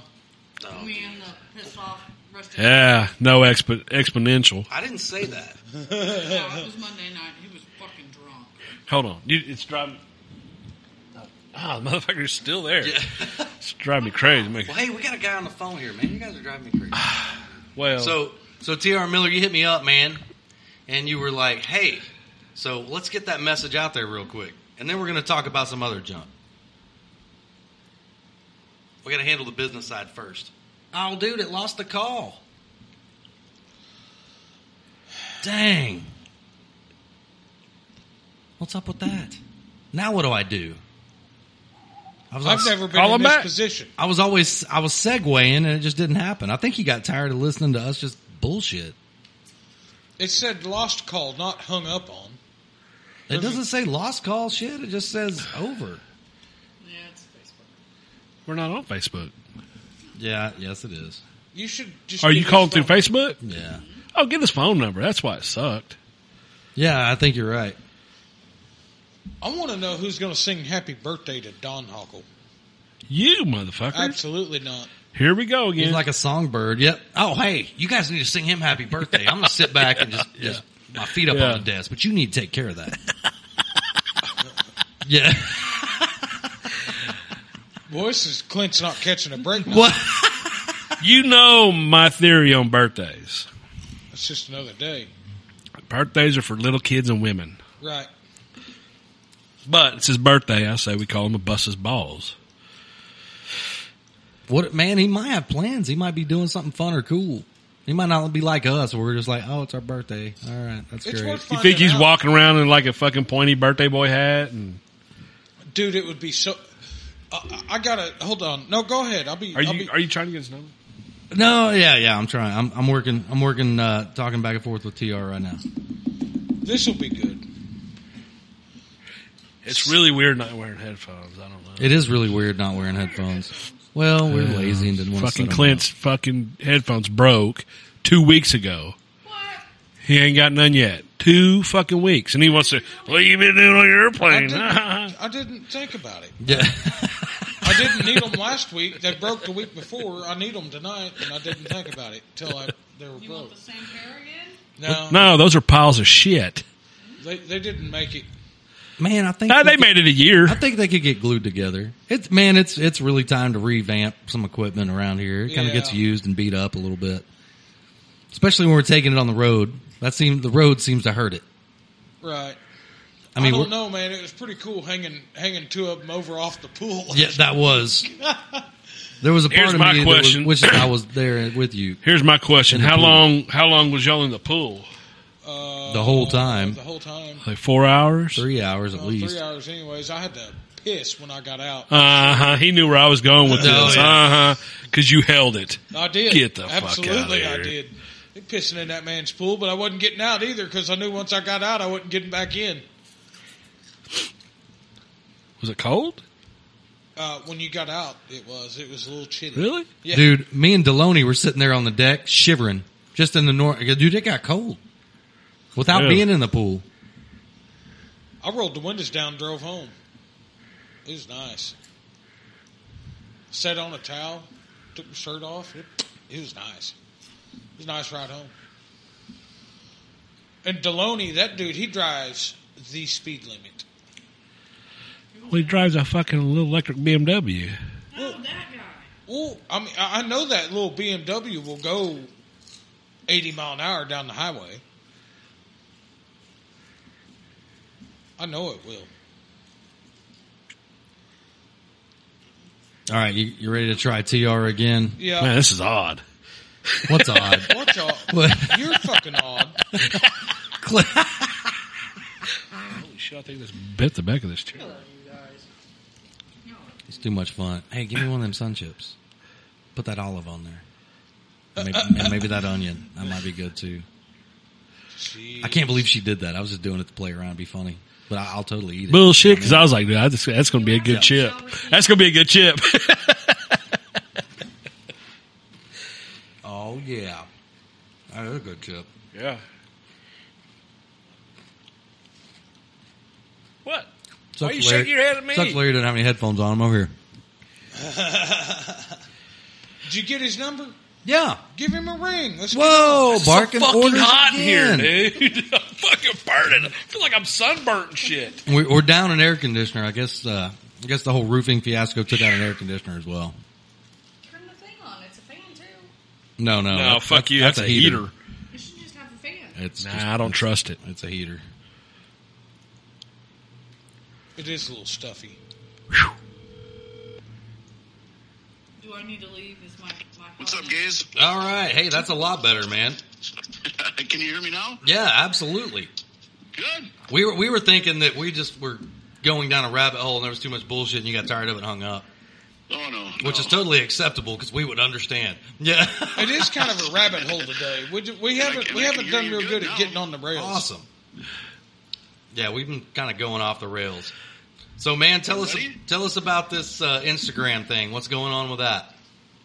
Me and the pissed off rusty.
Oh. Yeah, no expo- exponential.
I didn't say that.
No, it was Monday night. He was fucking drunk.
Hold on, you, it's driving. Ah, the motherfucker's still there.
Yeah.
It's driving me crazy. man.
Well, hey, we got a guy on the phone here, man. You guys are driving me crazy.
Well,
Ah, So, so T.R. Miller, you hit me up, man, and you were like, "Hey, so let's get that message out there real quick, and then we're going to talk about some other junk. We got to handle the business side first. Oh, dude, it lost the call. Dang. What's up with that? Now what do I do? I was
I've
like-
never been
Call
in
him
this
back.
position.
I was always I was segueing and it just didn't happen. I think he got tired of listening to us just bullshit.
It said lost call, not hung up on.
It doesn't say lost call shit. It just says over.
Yeah, it's Facebook.
we're not on Facebook.
Yeah, yes, it is.
You should just.
Are
give
Oh, you
us
calling through
phone.
Facebook?
Yeah,
Oh, get his phone number. That's why it sucked.
yeah. I think you're right.
I want to know who's going to sing "Happy Birthday" to Don Hockle.
You motherfucker.
Absolutely not.
Here we go
He's
again.
like a songbird. Yep. Oh, hey, you guys need to sing him happy birthday. I'm gonna sit back and just, just my feet up on
Yeah.
the desk, but you need to take care of that. [LAUGHS] yeah.
Boy, this is Clint's not catching a break. Now.
What?
you know my theory on birthdays.
It's just another day,
Birthdays are for little kids and women.
right?
But it's his birthday. I say we call him a bus's balls.
What? Man, he might have plans. He might be doing something fun or cool. He might not be like us. Where we're just like, oh, it's our birthday. All right, that's
It's
great.
worth
You
finding
think he's
out.
walking around in like a fucking pointy birthday boy hat? And
dude. It would be so. I, I gotta hold on. No, go ahead. I'll be.
are
I'll
you
be,
are you trying to get his number?
No, yeah, yeah, I'm trying. I'm, I'm working. I'm working. Uh, talking back and forth with Tr right now.
this will be good.
It's really weird not wearing headphones. I don't know.
It is really weird not wearing headphones. Well, we're lazy and didn't want to.
fucking Clint's fucking headphones broke two weeks ago.
What?
He ain't got none yet. Two fucking weeks, and he wants to. What you been doing on your
I
airplane? [LAUGHS]
didn't, I didn't think about it.
Yeah. [LAUGHS]
I didn't need them last week. They broke the week before. I need them tonight, and I didn't think about it till I they were
You
broke.
want the same pair again?
No,
no, those are piles of shit.
they they didn't make it.
man, I think
Uh,
we
they
could-
made it a year.
I think they could get glued together. It's man, it's it's really time to revamp some equipment around here. It kind of
Yeah.
gets used and beat up a little bit, especially when we're taking it on the road. That seems the road seems to hurt it.
Right.
I
I,
mean,
don't
we're-
know, man. It was pretty cool hanging hanging two of them over off the pool.
yeah, that
[LAUGHS]
was. There was a part
Here's
of
my
me that was-
question.
which I was there with you
Here's my question:
In the
How
pool.
long? How long was y'all in the pool?
Uh,
The whole time.
The whole time.
Like four hours.
three hours at
Well,
least.
Oh, three hours, anyways. I had to piss when I got out.
Uh huh. He knew where I was going with
Oh,
this.
yeah.
Uh huh. Because you held it.
I did.
Get the fuck
Absolutely,
outta
I
here.
did. Been Pissing in that man's pool, but I wasn't getting out either because I knew once I got out, I wasn't getting back in.
Was it cold?
Uh, when you got out, it was it was a little chilly.
Really?
Yeah.
Dude, me and Deloney were sitting there on the deck shivering, just in the north. Dude, it got cold without
Yeah.
being in the pool.
I rolled the windows down, and drove home. It was nice. Sat on a towel, took my shirt off. It, it was nice. It was a nice ride home. And Deloney, that dude, he drives the speed limit.
Well, he drives a fucking little electric BMW.
Oh, that guy.
Well, I mean, I I know that little BMW will go 80 mile an hour down the highway. I know it will.
All right, you, you ready to try TR again?
Yeah.
Man, this is odd.
What's
[LAUGHS]
odd? [LAUGHS]
What y'all?
What?
You're fucking odd.
Cl-
Holy shit! I think this bit the back of this chair.
it's too much fun. Hey, give me one of them sun chips. Put that olive on there. Maybe, and maybe that onion. That might be good too. I can't believe she did that. I was just doing it to play around, it'd be funny. But I, I'll totally eat it.
Bullshit. Because I was like, dude, I just, that's going to be a good
Yeah.
chip. That's going to be a good chip. [LAUGHS]
Oh yeah, that is a good chip.
yeah. What?
Suck
Why you shaking your head at me?
Suck Larry doesn't have any headphones on. I'm over here.
Did you get his number?
Yeah.
Give him a ring. Let's
Whoa,
It's
barking
so fucking
orders
hot
again.
in here, dude. [LAUGHS] I'm fucking burning. I feel like I'm sunburnt and shit.
We- We're down an air conditioner. I guess. Uh, I guess the whole roofing fiasco took out an air conditioner as well.
Turn the thing on. It's a fan too.
No, no,
No,
that-
fuck
that-
you. That's, a heater.
You should just have a fan.
It's just-
Nah, I don't trust it.
It's a heater.
It is a little stuffy.
Do I need to leave? Is my my
What's up,
phone-
guys?
All right, hey, that's a lot better, man.
[LAUGHS] Can you hear me now?
Yeah, absolutely.
Good.
We were we were thinking that we just were going down a rabbit hole and there was too much bullshit and you got tired of it and hung up,
Oh no.
which
no.
is totally acceptable because we would understand.
[LAUGHS]
Yeah,
It is kind of a rabbit hole today. We, ju- we haven't we haven't done real good at getting on the rails.
awesome. Yeah, we've been kind of going off the rails. So, man, tell us
Ready?
tell us about this uh, Instagram thing. What's going on with that?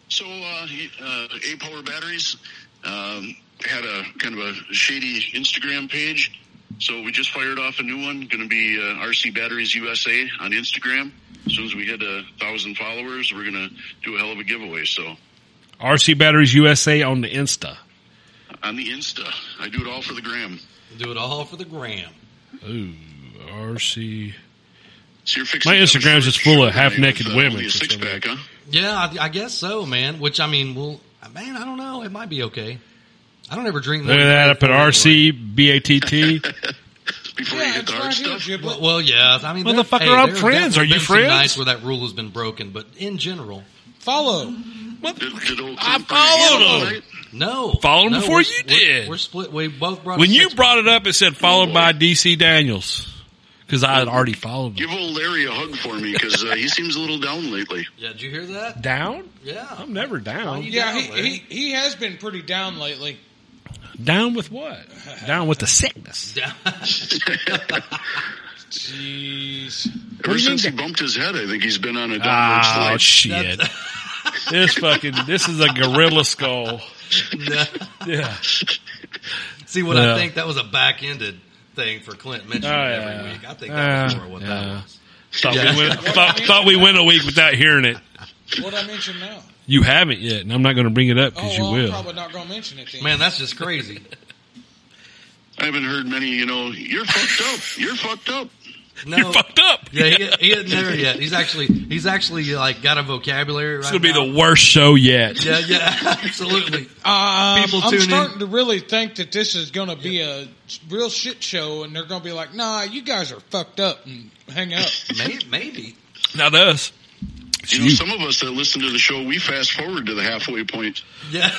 So, uh, he- uh, A Power Batteries um, had a kind of a shady Instagram page. So we just fired off a new one, going to be uh, RC Batteries USA on Instagram. As soon as we hit a thousand followers, we're going to do a hell of a giveaway. So
RC Batteries USA on the Insta.
on the Insta, I do it all for the gram.
Do it all for the gram.
Ooh, RC.
So you're fixing
My
to have a
Instagram's
short
just full of
shirt
half-naked
with,
women
uh, only a
for some
Six pack, huh?
Yeah, I, I guess so, man. Which I mean, well, man, I don't know. It might be okay. I don't ever drink. more
Look at
than
that
three
up at
or four anyway.
RC [LAUGHS] BATT.
Before you
Yeah,
hit
it's
the hard
right here,
stuff.
Well,
Giblet.
well, yeah. I mean, there-
Motherfucker,
hey,
I'm
there have
friends.
definitely
Are you
been some
friends?
Nights where that rule has been broken, but in general,
Follow.
Did- did old
I
Clinton
followed
Ferguson,
him.
right?
no.
Followed him
no,
before
we're-
you
we're-
did.
We're split. We both brought.
when
a
you
six-
brought it up, it said followed by DC Daniels because I had already followed him.
Give old Larry a hug for me because uh, he seems a little down lately.
yeah, did you hear that?
Down?
Yeah,
I'm never down.
Yeah,
down,
he,
Larry.
he he has been pretty down lately.
Down with what? Down with the sickness.
Jeez.
What do
Ever
you
since he
mean
bumped his head, I think he's been on a downward
Oh
slide.
[LAUGHS]
shit! this fucking this is a gorilla skull.
[LAUGHS] No.
Yeah.
See what
Yeah.
I think? That was a back-ended thing for Clint mentioning
Oh,
it
yeah.
every week. I think that was
Uh,
more what
yeah.
that was.
Thought
Yeah.
we went thought, thought we went a week without hearing it.
What I mention now?
You haven't yet, and I'm not going to bring it up
Oh,
because
well, I'm
you will.
probably not gonna mention it then.
Man, that's just crazy.
I haven't heard many, you know, you're fucked up. You're fucked up.
No.
[LAUGHS] You fucked up.
Yeah, he, he isn't there yet. He's actually he's actually like got a vocabulary right
It's gonna be
now.
the worst show yet.
yeah, yeah, [LAUGHS] absolutely.
Um,
People
I'm
tune in.
starting to really think that this is going to be a real shit show, and they're going to be like, "Nah, you guys are fucked up and hang up."
Maybe, maybe.
Not us.
You know, some of us that listen to the show, we fast forward to the
[LAUGHS]
halfway point.
[LAUGHS]
Yeah.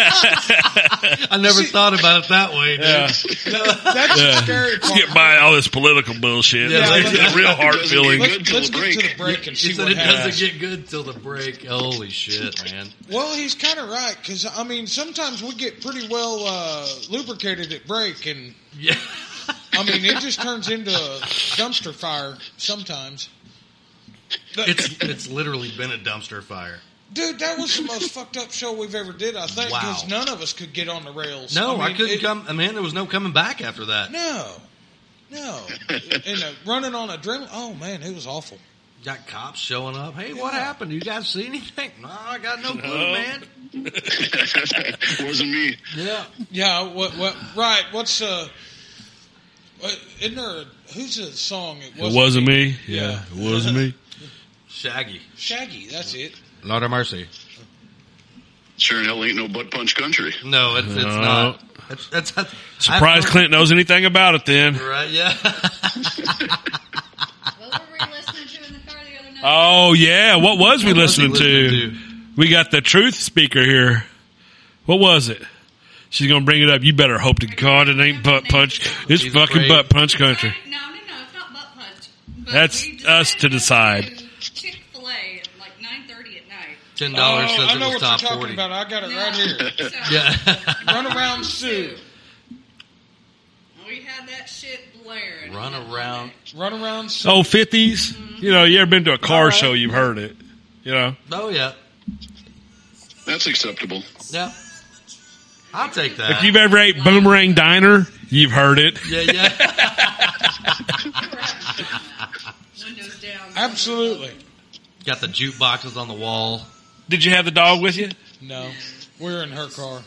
I never thought about it that way. Dude.
Yeah.
[LAUGHS] That's the
Yeah.
scary
Let's
part.
get by all this political bullshit.
Yeah,
Let's get
let's-
the [LAUGHS] real hard
let's-
feeling.
let's-
It
good
Let's,
till
let's
the
get to
break.
the break and
She
see
said
what
it
happens.
doesn't get good till the break. Holy shit, man.
Well, he's kind of right because I mean, sometimes we get pretty well uh, lubricated at break, and
Yeah.
I mean, it just turns into a dumpster fire sometimes. But-
It's it's literally been a dumpster fire.
Dude, that was the most [LAUGHS] fucked up show we've ever did. I think
Wow.
because none of us could get on the rails.
No, I,
mean,
couldn't
it-
come. I mean, there was no coming back after that.
No, no, and uh, running on adrenaline. Oh man, it was awful.
Got cops showing up. Hey, what
Yeah.
happened? You guys see [LAUGHS] anything? No, I got no clue,
No.
man.
Wasn't me.
Yeah.
Yeah, what? What? Right? What's uh? what- Isn't there? A, who's the song? It wasn't,
wasn't me. Yeah, it wasn't [LAUGHS] me.
Shaggy.
Shaggy. That's it.
Lord of mercy.
Sure in hell ain't no butt punch
[LAUGHS]
country.
No, it's, it's
No.
not. That's, that's, that's,
Surprised
I-
Clint knows anything about it then.
Right, yeah. [LAUGHS]
What were we listening to in the car the other night?
Oh, yeah. What was we
What was he
listening, to? We got the truth speaker here. What was it? She's going to bring it up. You better hope to God it ain't butt punch. It's
She's
fucking
afraid.
butt punch country.
No, no, no, it's not butt punch. But
That's
we
us to decide.
Chick Fil A at like nine thirty at night.
Ten
Oh,
dollars says
I
it
know
was
what
top
you're talking
forty.
about. I got it right here.
So,
[LAUGHS] Yeah.
Run around Sue.
We had that shit blaring.
Run
[LAUGHS]
around.
Run around Sue.
Oh, 50s? You know, you ever been to a car
Alright.
show, you've heard it. You know?
Oh yeah.
That's acceptable.
Yeah. I'll take
If
that.
you've ever ate Boomerang Diner, you've heard it.
yeah, yeah.
Windows down.
Absolutely.
Got the jukeboxes on the wall.
Did you have the dog with you?
No, we're in her car.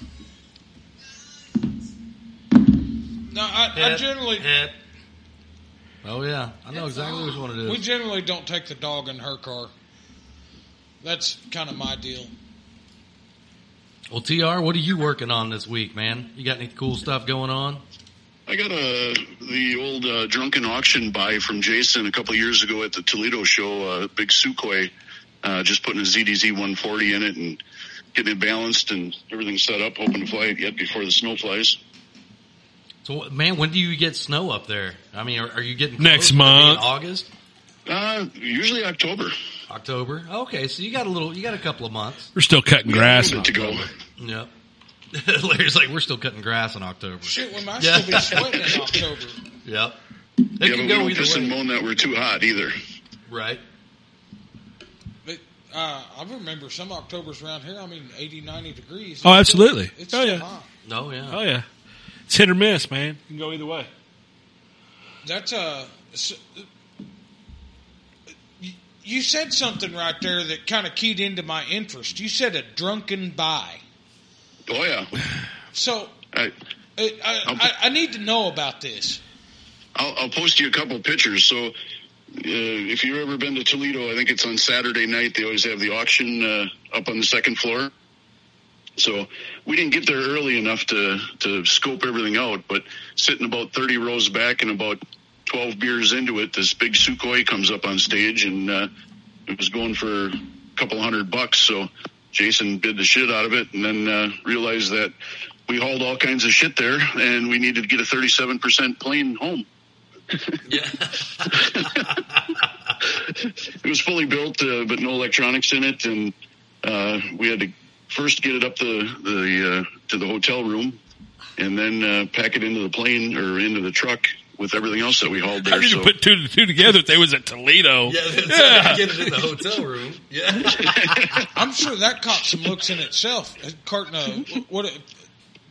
No, I, I
Hip,
generally
hip. Oh yeah. I know exactly which one it
we
is.
generally don't take the dog in her car. That's kind of my deal.
Well, TR, what are you working on this week, man? You got any cool stuff going on?
I got a the old uh, drunken auction buy from Jason a couple years ago at the Toledo show. Uh, big Sukhoi, uh, just putting a ZDZ 140 in it and getting it balanced and everything set up, hoping to fly it yet before the snow flies.
So, what- man, when do you get snow up there? I mean, are, are you getting
Next
close? Maybe in
month.
August,
Uh, usually October.
October? Okay, so you got a little, you got a couple of months.
We're still cutting grass.
A little bit to go.
Yep. [LAUGHS] Larry's like, we're still cutting grass in October.
Shit, we might
Yeah.
still be sweating
[LAUGHS]
in October.
Yep. It
Yeah, but
can
we
go
don't
either
piss
way,
and moan that we're too hot either.
right?
But, uh, I remember some Octobers around here. I mean, 80, 90 degrees.
Oh, absolutely.
It's
Oh,
still
yeah.
hot.
No, yeah. [LAUGHS]
Oh, yeah. It's hit or miss, man. You can go either way.
That's uh, s- you- You said something right there that kind of keyed into my interest. You said a drunken buy.
Oh yeah.
So
I,
uh, I, I, I need to know about this.
I'll, I'll post you a couple pictures. So, uh, if you've ever been to Toledo, I think it's on Saturday night. They always have the auction uh, up on the second floor. So we didn't get there early enough to to scope everything out. But sitting about thirty rows back and about twelve beers into it, this big Sukhoi comes up on stage, and uh, it was going for a couple hundred bucks. So Jason bid the shit out of it, and then uh, realized that we hauled all kinds of shit there, and we needed to get a thirty-seven percent plane home.
Yeah.
it was fully built, uh, but no electronics in it, and uh, we had to first get it up the the uh, to the hotel room, and then uh, pack it into the plane or into the truck with everything else that we hauled
I
there.
need
So
to put two to two together if they was at Toledo.
Yeah, that's get it in the hotel
[LAUGHS]
room. Yeah.
I'm sure that caught some looks in itself. A Carton of what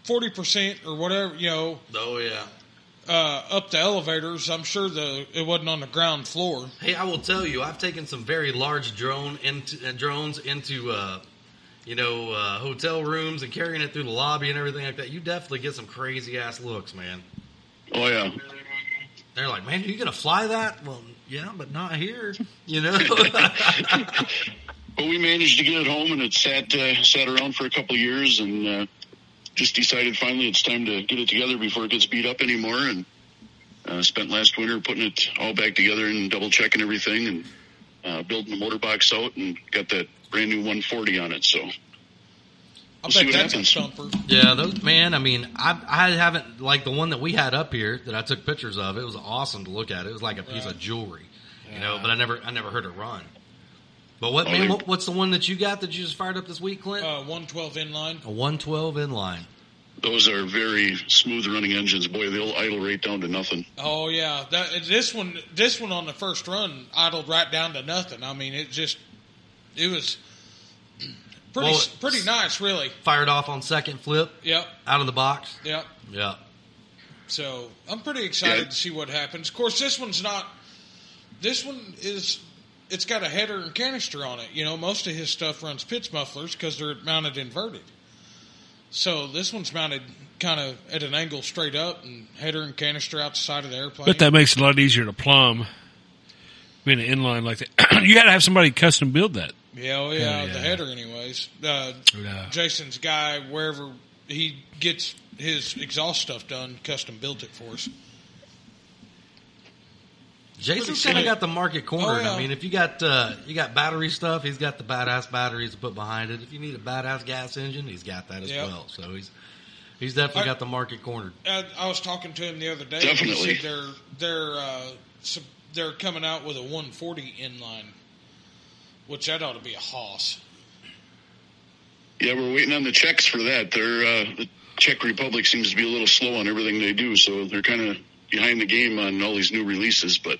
forty percent or whatever you know
Oh yeah.
uh, up the elevators. I'm sure the it wasn't on the ground floor.
Hey, I will tell you, I've taken some very large drone into, uh, drones into, uh, you know, uh, hotel rooms and carrying it through the lobby and everything like that. You definitely get some crazy ass looks, man.
oh yeah,
They're like, man, you gonna fly that? Well, yeah, but not here. [LAUGHS] You know,
But we managed to get it home, and it sat uh, sat around for a couple of years, and uh, just decided finally it's time to get it together before it gets beat up anymore. And uh, spent last winter putting it all back together and double checking everything, and uh, building the motor box out, and got that brand new 140 on it. So
I
see
bet
what
that's
happens.
a thumper.
yeah, those man. I mean, I I haven't like the one that we had up here that I took pictures of. It was awesome to look at. It was like a piece of jewelry, you know. But I never I never heard it run. But what
Oh,
man?
they-
What, what's the one that you got that you just fired up this week, Clint?
Uh, 112 inline.
a one twelve inline.
those are very smooth running engines. Boy, they'll idle right down to nothing.
Oh yeah, that, this one, this one on the first run idled right down to nothing. I mean, it just, it was [CLEARS THROAT] pretty,
Well,
pretty nice, really.
Fired off on second flip
Yep,
out of the box.
yep.
Yeah.
So I'm pretty excited
Yeah.
to see what happens. Of course, this one's not. This one is. It's got a header and canister on it. You know, most of his stuff runs pitch mufflers because they're mounted inverted. So this one's mounted kind of at an angle straight up and header and canister out the side of the airplane.
But that makes it a lot easier to plumb being an inline like that. [CLEARS THROAT] you had to have somebody custom build that.
yeah, oh yeah,
Hell yeah.
the header, anyways. Uh,
Yeah.
Jason's guy, wherever he gets his exhaust stuff done, custom built it for us.
Jason's kind of got the market cornered.
Oh, yeah.
I mean, if you got uh, you got battery stuff, he's got the badass batteries to put behind it. If you need a badass gas engine, he's got that as
Yep.
well. So he's he's definitely
I-
got the market cornered.
I, I was talking to him the other day. He
Definitely.
said they're they're uh, sup- they're coming out with a 140 inline, which that ought to be a hoss.
Yeah, we're waiting on the checks for that. They're uh, the Czech Republic seems to be a little slow on everything they do, so they're kind of behind the game on all these new releases. But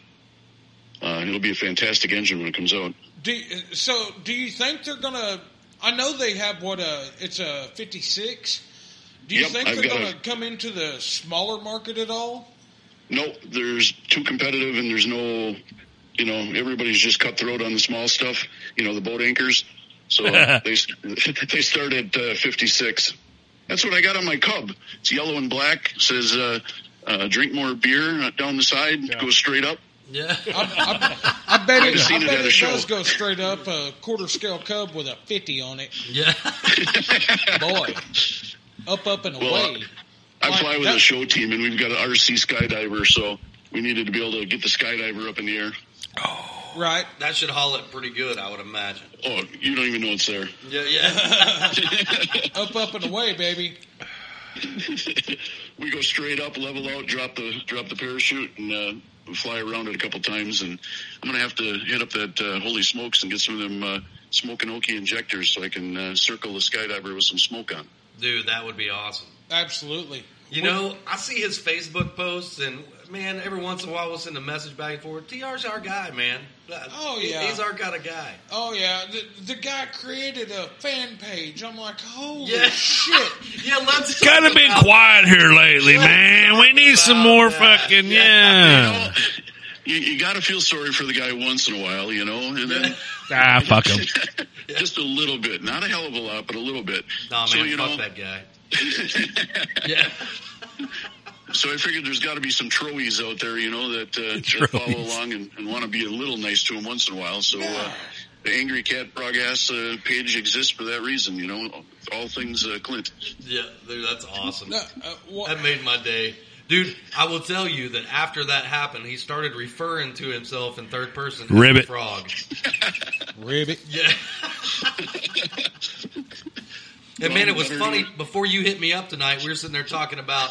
uh, it'll be a fantastic engine when it comes out.
Do you- so? Do you think they're gonna? I know they have what a it's a 56. Do you
Yep,
think
I've
they're
got a-
gonna come into the smaller market at all?
No, there's too competitive, and there's no, you know, everybody's just cutthroat on the small stuff. You know, the boat anchors. So uh, they [LAUGHS] they start at uh, 56. That's what I got on my Cub. It's yellow and black. Says uh, uh, drink more beer uh, down the side. Goes straight up.
Yeah.
I,
[LAUGHS]
I, I bet
I'd have
it, I
seen it
bet
at a
it
show.
does go straight up a quarter scale cub with a 50 on it.
[LAUGHS] yeah.
Boy, up up and away.
Well, I
Like,
fly with
that-
a show team, and we've got an RC skydiver, so we needed to be able to get the skydiver up in the air.
right.
[LAUGHS] That should haul it pretty good, I would imagine.
Oh, you don't even know it's there.
Yeah, yeah.
Up up and away, baby.
We go straight up, level out, drop the drop the parachute, and uh, fly around it a couple times. And I'm gonna have to hit up that uh, holy smokes and get some of them uh, smoke and okie injectors so I can uh, circle the skydiver with some smoke on.
[LAUGHS] Dude, that would be awesome.
Absolutely.
You know, I see his Facebook posts, and man, every once in a while we'll send a message back and forth. TR's our guy, man.
Oh, yeah.
He's our kind of guy.
Oh yeah, the, the guy created a fan page. I'm like, holy
Yeah. [LAUGHS]
shit!
Yeah, let's.
Kind of been quiet here lately, man. We need some more fucking
Oh.
yeah.
You, you got to feel sorry for the guy once in a while, you know, and then
Ah, fuck him.
[LAUGHS] just a little bit, not a hell of a lot, but a little bit.
Nah, man,
so you
fuck
know,
that
[LAUGHS]
guy. yeah.
So I figured there's got to be some troeys out there, you know,
[LAUGHS]
that, uh, that follow along and, and want to be a little nice to him once in a while. So uh, the Angry Cat Frog Ass uh, page exists for that reason, you know, all things uh, Clint.
Yeah, dude, that's awesome.
No, uh, wha-
That made my day. Dude, I will tell you that after that happened, he started referring to himself in third person as
Ribbit.
the
[LAUGHS]
frog.
Ribbit.
Yeah. and man, it was
Well,
funny. Before you hit me up tonight, we were sitting there talking about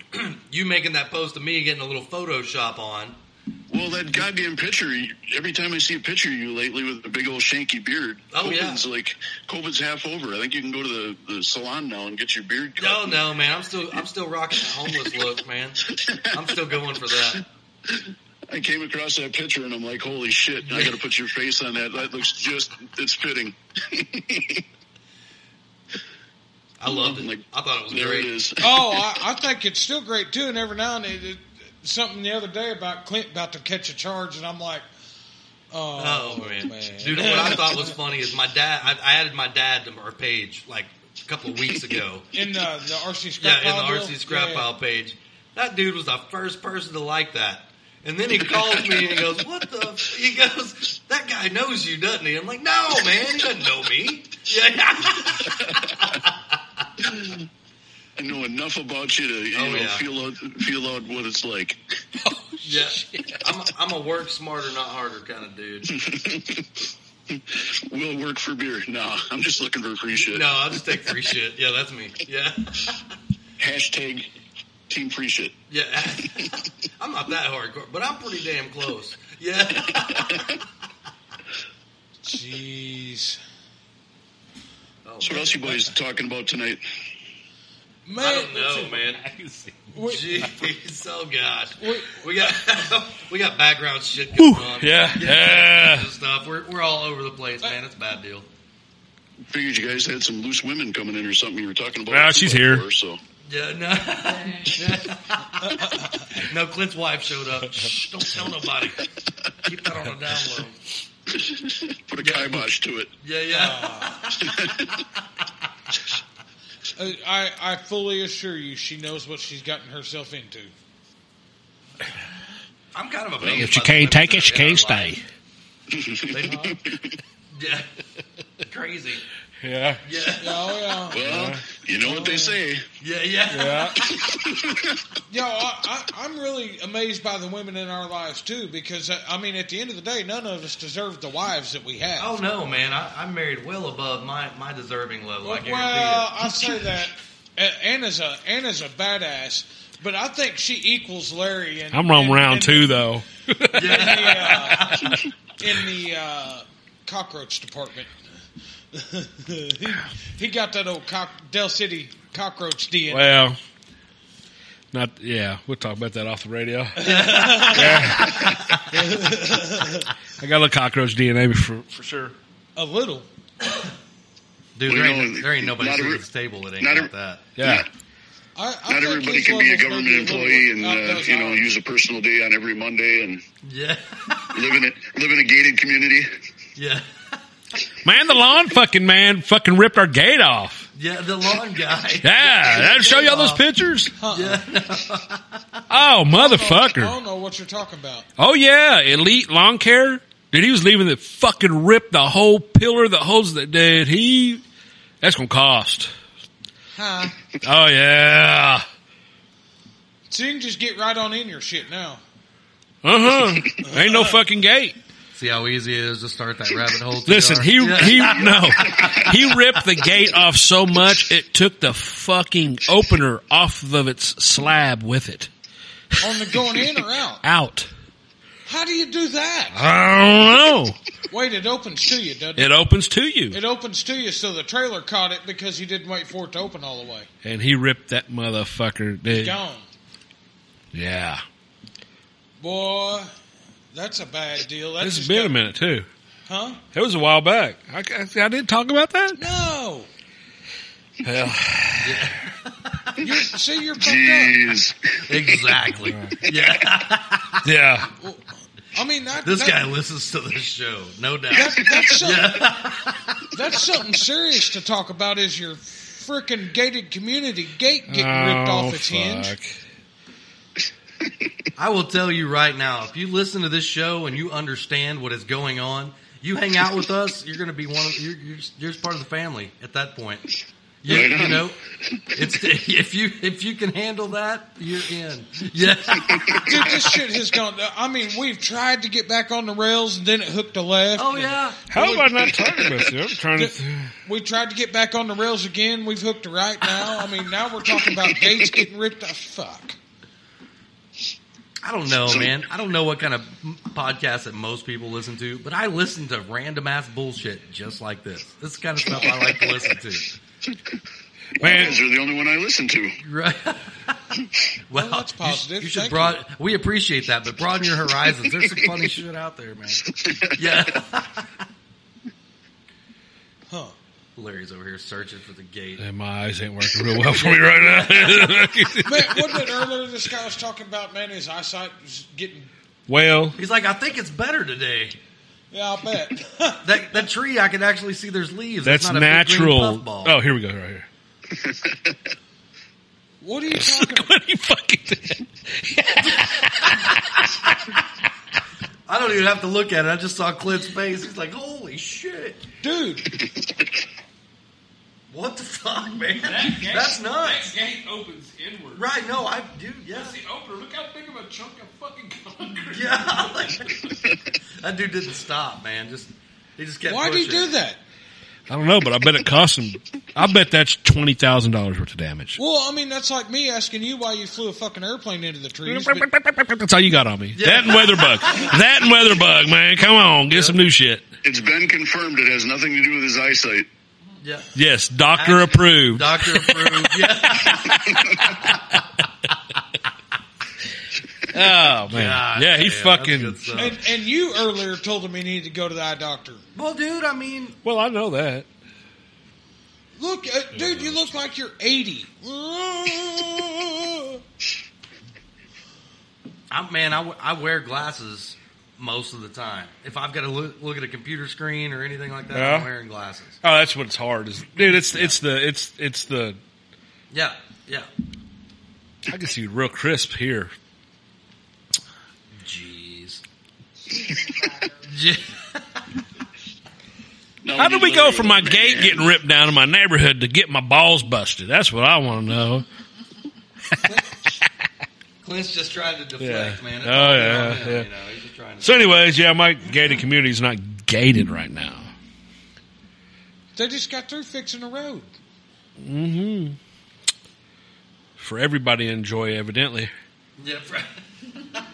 [CLEARS THROAT] you making that post of me getting a little Photoshop on.
Well, that goddamn picture, you- every time I see a picture of you lately with the big old shanky beard,
Oh, yeah.
COVID's like, COVID's half over. I think you can go to the, the salon now and get your beard cut.
No, Oh, no, man, I'm still I'm still rocking that homeless look, man. I'm still going for that.
I came across that picture and I'm like, holy shit, I got to put your face on that. That looks just, it's fitting. [LAUGHS]
I loved it. I thought it was
There it
great.
is.
Oh, I, I think it's still great too. And every now and then, it, something the other day about Clint about to catch a charge, and I'm like, oh,
Oh man.
man.
dude! What I thought was funny is my dad. I, I added my dad to our page like a couple of weeks
[LAUGHS]
ago.
in the the RC
yeah,
scrap
in
pile
the
deal?
RC scrap
Yeah.
pile page. That dude was the first person to like that. And then he calls me and he goes, "What the?" F-? He goes, "That guy knows you, doesn't he?" I'm like, "No, man, he doesn't know me." [LAUGHS] Yeah.
[LAUGHS] I know enough about you to you
Oh,
know,
yeah.
feel out feel out what it's like.
Yeah,
[LAUGHS]
I'm a, I'm a work smarter, not harder kind of dude.
Will work for beer. [LAUGHS] No, I'm just looking for free shit.
No, I'll just take free shit. Yeah, that's me. Yeah,
Hashtag team free shit.
yeah. [LAUGHS] I'm not that hardcore, but I'm pretty damn close. Yeah.
Jeez.
Oh,
So what
man.
else you boys talking about tonight?
Man,
I don't know, man.
we-
[LAUGHS] Jeez, oh god,
we-
we got [LAUGHS] we got background shit going on.
yeah, yeah.
[LAUGHS] stuff. We're we're all over the place, man. It's a bad deal.
Figured you guys had some loose women coming in or something. You were talking about.
Ah, she's here.
Before, so
Yeah, no. [LAUGHS] no, Clint's wife showed up. Shh, don't tell nobody. Keep that on the down low.
put a kibosh to it.
Yeah, yeah.
uh, I, I fully assure you she knows what she's gotten herself into.
I'm kind of amazed.
If she
by the women
can't take
that
it, she
are in
can't
our life.
stay.
[LAUGHS]
Yeah. [LAUGHS] Crazy.
Yeah.
Yeah.
Oh, yeah.
Well, you know what they say.
Yeah, yeah.
Yeah.
Yo, I, I, I'm really amazed by the women in our lives too, because uh, I mean, at the end of the day, none of us deserve the wives that we have.
Oh no, man! I, I'm married well above my, my deserving level. I
well,
guarantee
well,
you.
I say that uh, Anna's a Anna's a badass, but I think she equals Larry. In,
I'm on
in-
round
in
two though.
the- in the, uh, in the uh, cockroach department. [LAUGHS] he, he got that old cock, Del City cockroach DNA.
Well, not yeah. We'll talk about that off the radio. [LAUGHS] Yeah. I got a little cockroach DNA for for sure.
a little.
Dude,
Well,
there
you
ain't,
know,
there ain't nobody
not
sitting
every-
at this table that ain't
not
got
every-
that.
Yeah.
I, I
Not
think
everybody
his
can be a
levels may
government
little
employee
bit
and
out
uh,
those
you know
hours.
use a personal day on every Monday and
Yeah, [LAUGHS]
live in it, live in a gated community.
yeah,
Man, the lawn fucking man fucking ripped our gate off.
yeah. The lawn [LAUGHS] guy.
Yeah, that'll show y'all those
Off.
pictures.
Yeah.
Oh,
I
motherfucker.
don't know what you're talking about.
Oh yeah, elite lawn care. Dude, he was leaving the fucking rip the whole pillar that holds the dude. He that's gonna cost.
Huh?
Oh yeah.
So you can just get right on in your shit now.
Uh huh. Ain't no fucking gate.
See how easy it is to start that rabbit hole.
[LAUGHS] Listen,
TR?
he
Yeah.
he no, he ripped the gate off so much it took the fucking opener off of its slab with it
On the going in or out.
out.
How do you do that?
I don't know.
Wait, it opens to you, doesn't it?
It opens to you,
It opens to you, so the trailer caught it because you didn't wait for it to open all the way.
and he ripped that motherfucker. Dude.
Gone.
Yeah,
Boy, that's a bad deal. That's
this has
just
been a
got-
minute too.
Huh?
It was a while back. I, I, I didn't talk
[LAUGHS]
about that.
No.
Hell,
You're, see, you're fucked up.
Jeez,
exactly. Yeah, [LAUGHS]
yeah.
I mean, that,
this
that,
guy listens to this show, no doubt.
That,
[LAUGHS]
that's, something, that's something serious to talk about is your freaking gated community gate getting ripped
Oh,
off its hinge.
fuck.
I will tell you right now, if you listen to this show and you understand what is going on, you hang out with us, you're going to be one of you're, you're, just- you're just part of the family at that point. You,
Right
you
on.
know, it's [LAUGHS] if you if you can handle that, you're in.
[LAUGHS]
Yeah,
Dude, this shit has gone. I mean, we've tried to get back on the rails and then it hooked a left.
oh yeah,
How am I
[LAUGHS]
not talking about this? I'm trying to.
We tried to get back on the rails again. We've hooked a right now. I mean, now we're talking
[LAUGHS]
about gates getting ripped off. Fuck.
I don't know, man. I don't know what kind of podcast that most people listen to, but I listen to random ass bullshit just like this. This is the kind of stuff I like to listen to.
you
Man,
guys are the only one I listen to.
[LAUGHS] Right. [LAUGHS] well,
that's
you sh-
positive.
You should
Thank
broad. We appreciate that, but broaden your horizons. There's some [LAUGHS] funny shit out there, man. Yeah.
Huh.
Larry's over here searching for the gate.
And my eyes ain't working real well for me right now. [LAUGHS]
Man, wasn't it earlier this guy was talking about, man, his eyesight was getting.
well,
He's like, I think it's better today.
Yeah, I'll bet. [LAUGHS]
That that tree, I can actually see there's leaves. It's
that's Oh,
not a big green
natural.
puffball.
Oh, here we go, right here.
What are you talking about?
[LAUGHS] What are you fucking doing?
I don't even have to look at it. I just saw Clint's face. He's like, "Holy shit!
Dude,
What the fuck, man?
That gate,
That's nuts."
That gate opens inward.
Right? No, I do.
That's
Yes.
the opener. Look how big of a chunk of fucking concrete.
Yeah. [LAUGHS] that dude didn't stop, man. Just he just kept.
why'd he
pushing.
do that?
I don't know, but I bet it cost him. I bet that's twenty thousand dollars worth of damage.
Well, I mean, that's like me asking you why you flew a fucking airplane into the trees.
[LAUGHS]
but-
That's all you got on me. That and
[LAUGHS]
Weatherbug. that and Weatherbug, man. Come on, get some new shit.
It's been confirmed it has nothing to do with his eyesight.
Yeah.
Yes, doctor
Act-
approved.
Doctor approved. Yeah.
oh man,
God
yeah, he
damn, that's
fucking.
good stuff.
and, and you earlier told him he needed to go to the eye doctor.
Well, dude, I mean,
Well, I know that.
Look, uh, dude, you look like you're 80. Well,
I, man, I, w- I wear glasses most of the time. If I've got to look, look at a computer screen or anything like that,
Yeah.
I'm wearing glasses.
Oh, that's what's hard is, dude. It's it's the it's it's the.
Yeah, yeah.
I can see real crisp here.
Jeez. [LAUGHS]
Now,
How
when
did
you
we go
look-
from
Oh,
my gate getting ripped down in my neighborhood to get my balls busted? That's what I want to know.
Clint's just trying to deflect,
Yeah.
man.
Oh,
all
yeah,
him,
yeah.
You know, he's just trying to.
So, anyways, yeah, my gated community is not gated right now.
[LAUGHS] they just got through fixing the road.
For everybody to enjoy, evidently.
[LAUGHS] yeah, right.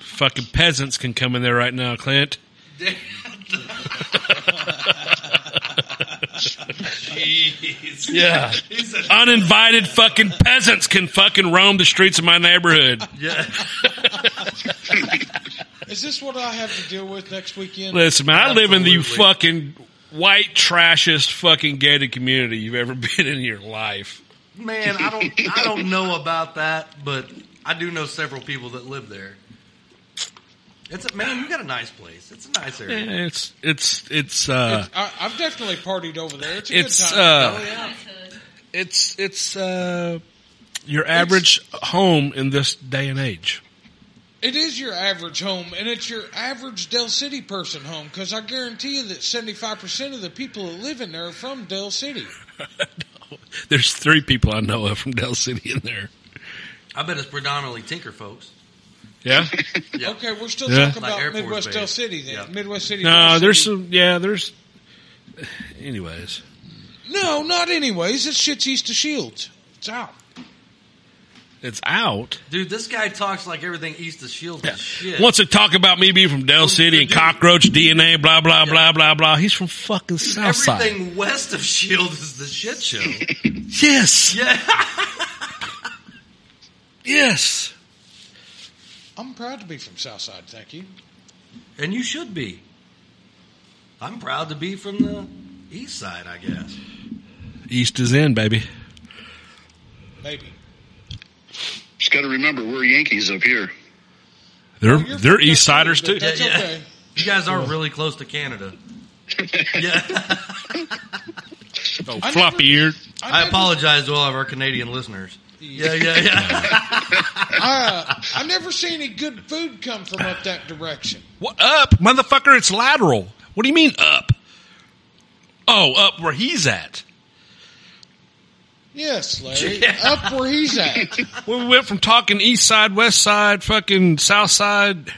Fucking peasants can come in there right now, Clint. [LAUGHS]
Jeez.
[LAUGHS] Yeah.
He said,
Uninvited fucking peasants can fucking roam the streets of my neighborhood.
yeah.
Is this what I have to deal with next weekend?
Listen, man, I live in the
Absolutely.
fucking white trashest fucking gated community you've ever [LAUGHS] been in your life.
[LAUGHS] Man, I don't, I don't know about that, but I do know several people that live there. It's a, man, you got a nice place. It's a nice area.
Yeah, Eh, It's it's it's uh
I, I've definitely partied over there. It's a
it's
good time. Oh,
uh it's it's uh your average home in this day and age.
it is your average home, and it's your average Dell City person home, because I guarantee you that 75% of the people that live in there are from Dell City.
There's three people I know of from Dell City in there.
I bet it's predominantly Tinker folks.
Yeah.
Yeah.
Okay, we're still
Yeah.
talking
Like Air
about
Force
Midwest
Base.
Dell City then.
Yeah.
Midwest City.
[LAUGHS] no,
Dell
there's
City.
some. Yeah, there's. Anyways,
No, not anyways. It's shit's east of Shields. It's out.
it's out.
Dude, this guy talks like everything east of Shields is shit.
Wants to talk about me being from Dell City and cockroach DNA, blah blah blah blah blah. He's from fucking Southside.
everything west of Shield is the shit show.
[LAUGHS]
Yes,
yeah.
yes.
I'm proud to be from Southside, thank you.
And you should be. I'm proud to be from the east side, I guess.
East is in, baby.
Maybe.
Just got to remember, we're Yankees up here.
They're
You're
they're
from Dell
East
City,
Siders
but
too.
That's
Yeah, yeah. [LAUGHS]
okay.
You guys are really close to Canada. Yeah.
Oh,
never-
floppy eared.
I
never-
apologize to all of our Canadian listeners. Yeah, yeah,
[LAUGHS]
yeah.
I, uh, I never see any good food come from up that direction.
What up, motherfucker? It's lateral. What do you mean up? Oh, up where he's at.
[LAUGHS]
Yes, Larry. Up where he's at.
We went from talking East Side, West Side, fucking South Side.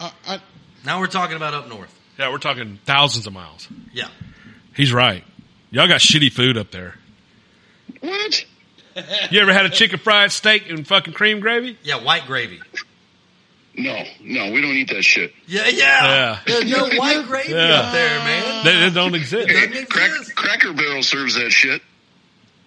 I, Uh, I,
now we're talking about up north.
Yeah, we're talking thousands of miles.
Yeah.
He's right. Y'all got shitty food up there.
What?
You ever had a chicken fried steak and fucking cream gravy?
Yeah, white gravy.
No, no, we don't eat that shit.
Yeah, yeah.
Yeah.
There's no white gravy
Yeah.
up there, man.
They, they don't exist.
Doesn't
Crack,
exist.
Cracker Barrel serves that shit.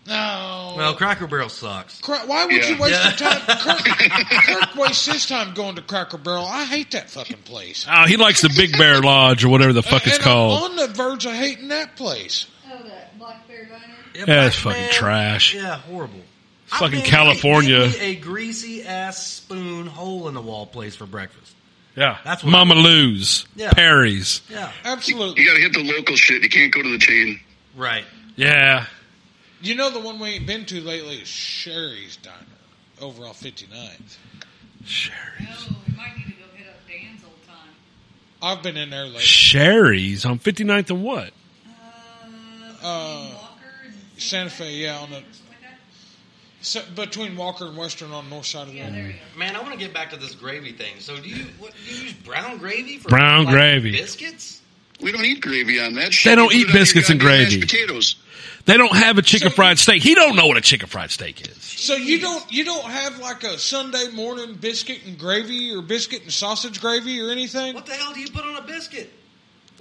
no.
Well, Cracker Barrel sucks.
Cra- why would you
Yeah.
waste
Yeah.
your time?
[LAUGHS]
Kirk, Kirk wastes his time going to Cracker Barrel. I hate that fucking place.
Oh, he likes the Big Bear Lodge or whatever the fuck it's
And I'm
called.
on the verge of hating that place.
Oh, that black bear diner.
Yeah, it's
Black
fucking
man.
trash.
Yeah, horrible.
Fucking
I mean,
California.
give me A greasy ass spoon hole in the wall place for breakfast.
Yeah,
That's what-
Mama Lou's,
Yeah.
Perry's.
Yeah,
You
Absolutely.
got to hit the local shit. You can't go to the chain.
right.
Yeah,
You know the one we ain't been to lately is Sherry's Diner over off 59th.
Sherry.
No, Oh, we might need to go hit up Dan's old time.
I've been in there lately.
Sherry's on 59th and what?
Uh,
Uh,
Walker and
Santa Fe, yeah, on the
or something like that.
so between Walker and Western on the north side of the
Yeah, there you go.
Man, I want to get back to this gravy thing. So, do you what, do you use brown gravy for
Brown gravy.
biscuits?
We don't eat gravy on that shit.
don't
You
eat
put it on your
biscuits and
goddamn mashed
gravy.
Potatoes.
They don't have a chicken fried steak. He don't know what a chicken fried steak is.
So you don't you don't have like a Sunday morning biscuit and gravy or biscuit and sausage gravy or anything?
What the hell do you put on a biscuit?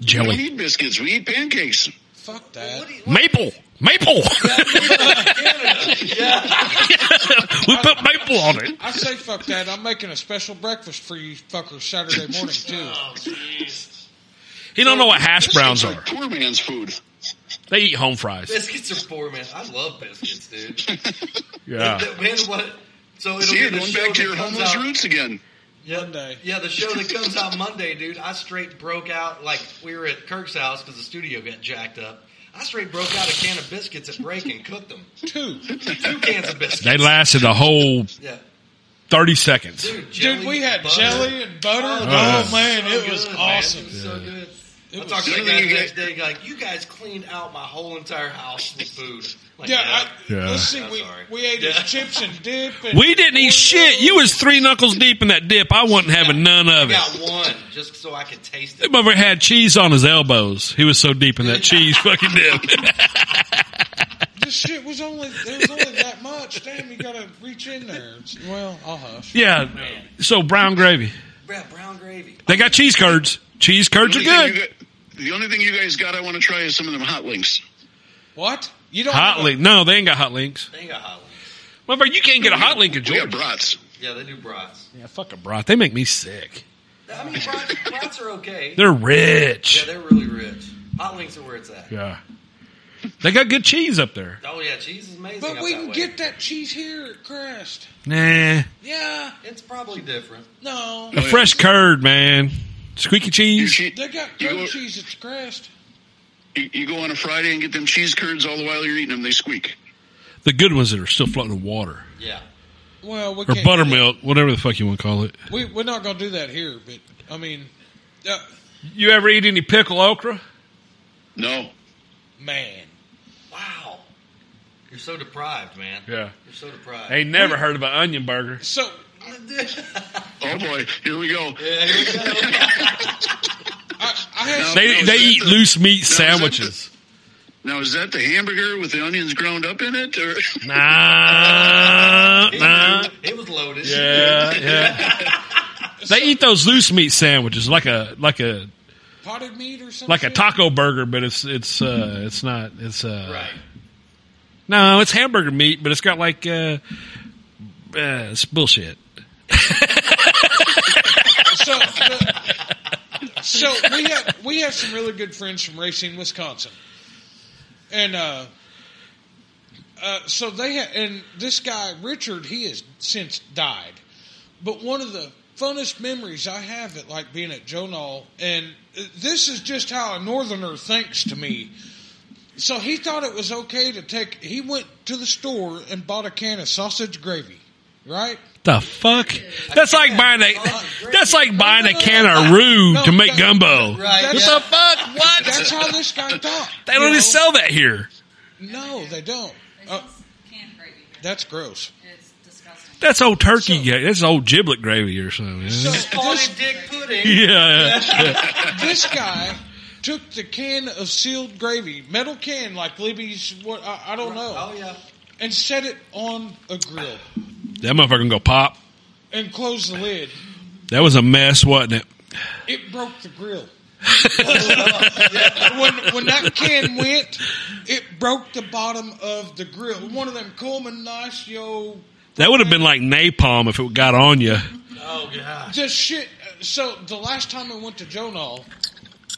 We don't
Jelly.
eat biscuits. We eat pancakes.
Fuck
Uh,
that.
What do you, what, [LAUGHS]
Maple. Maple. [LAUGHS] we put maple on it.
I say fuck that. I'm making a special breakfast for you fuckers Saturday morning
[LAUGHS]
too.
Oh.
He don't know what hash browns
Biscuits
are.
Poor man's food. [LAUGHS]
They eat home fries.
biscuits are poor, man. I love biscuits, dude.
Yeah.
And the- [LAUGHS] man, what? So it'll
See,
be
you're
the
going
show
back to
that
your
comes
homeless
out-
roots again.
Yeah,
Monday.
Yeah, the show that comes out Monday, dude. I straight broke out like we were at Kirk's house because the studio got jacked up. I straight broke out a can of biscuits at break and cooked them.
Two.
Two cans of biscuits.
They lasted a whole
Yeah.
30 seconds.
Dude,
Dude,
jelly,
we had
butter.
jelly and butter.
Oh,
Oh,
yeah.
man,
So
it was
good, man.
awesome.
It was so good.
It
I
was-
talked to the
The other
guy
thing
the
you
next day, like, you guys cleaned out my whole entire house with food. Like,
Yeah, I,
Yeah.
let's see.
I'm
We,
sorry.
we ate
Yeah.
his chips and dip. And
We didn't eat shit. You was three knuckles deep in that dip. I wasn't having none
I
of it.
got one just so I could taste
That
it.
mother had cheese on his elbows. He was so deep in that cheese fucking dip.
this shit was only there was only that much. Damn, you gotta reach in there. It's- Well, I'll hush.
yeah. So brown gravy.
Yeah, brown gravy.
They got cheese curds. Cheese curds are
The only thing
good.
you got- The only thing you guys got I want to try is some of them hot links.
What? You don't have
Hot
a-
link. No, they ain't got hot links.
They ain't got hot ones.
Motherfucker, you can't get a hot link in
We have
Georgia.
brats.
Yeah, they do brats.
Yeah, fuck a broth. They make me sick.
I mean, brats, brats are okay.
They're
Yeah,
rich.
they're really rich. Hot links are where it's at.
Yeah. They got good cheese up there.
Oh yeah, cheese is amazing.
But
up
we
that
can
way.
get that cheese here at Crest.
Nah.
Yeah.
It's probably different.
No.
A fresh curd, man. Squeaky
You,
cheese.
che-
They got
You
goat
go-
cheese at Crest.
you, you go on a Friday and get them cheese curds. All the while you're eating them, they squeak.
The good ones that are still floating in water.
Yeah.
Well, we
Or
can't
buttermilk, whatever the fuck you want to call it.
We we're not gonna do that here. But I mean, uh,
You ever eat any pickle okra?
No,
man,
Wow. You're so deprived, man.
Yeah.
You're so deprived.
I ain't never heard of an onion burger.
so
oh boy, here we go.
Yeah, here we go.
I, I had
No.
They they eat loose meat
that the-
sandwiches.
Now is that the hamburger with the onions ground up in it?
[LAUGHS]
Or
Nah,
He
nah.
knew. It was loaded.
Yeah, yeah. They eat those loose meat sandwiches like a like a
potted meat or something.
like a taco burger, but it's it's uh it's not it's uh
Right.
no it's hamburger meat, but it's got like uh, uh it's bullshit. [LAUGHS]
So, the- so we have we have some really good friends from Racine, Wisconsin, and uh, uh, so they ha- and this guy Richard, he has since died, but one of the funnest memories I have at like being at Jonal, and uh, this is just how a northerner thinks to me. So he thought it was okay to take. He went to the store and bought a can of sausage gravy, right?
The fuck? That's like buying a that's like buying a can of roux to make gumbo.
Right.
What
yeah.
the fuck? What?
That's how this guy thought.
They don't
you
even
know?
sell that here.
No, they don't.
There's
Uh,
this canned gravy here.
that's [LAUGHS] gross.
It's disgusting.
That's old turkey.
So-
ga- that's old giblet gravy or something. yeah.
So
Spotted
this,
dick pudding.
yeah, [LAUGHS] yeah.
this guy took the can of sealed gravy, metal can like Libby's, what I, I don't
Oh
know,
yeah.
and set it on a grill
that motherfucker gonna go pop.
and closed the lid.
That was a mess, wasn't it?
It broke the [LAUGHS] grill. when when that can went, it broke the bottom of the grill. One of them Coleman knives, yo,
That would have been like napalm if it got on you.
Oh gosh.
just shit. So the last time I went to Jonal,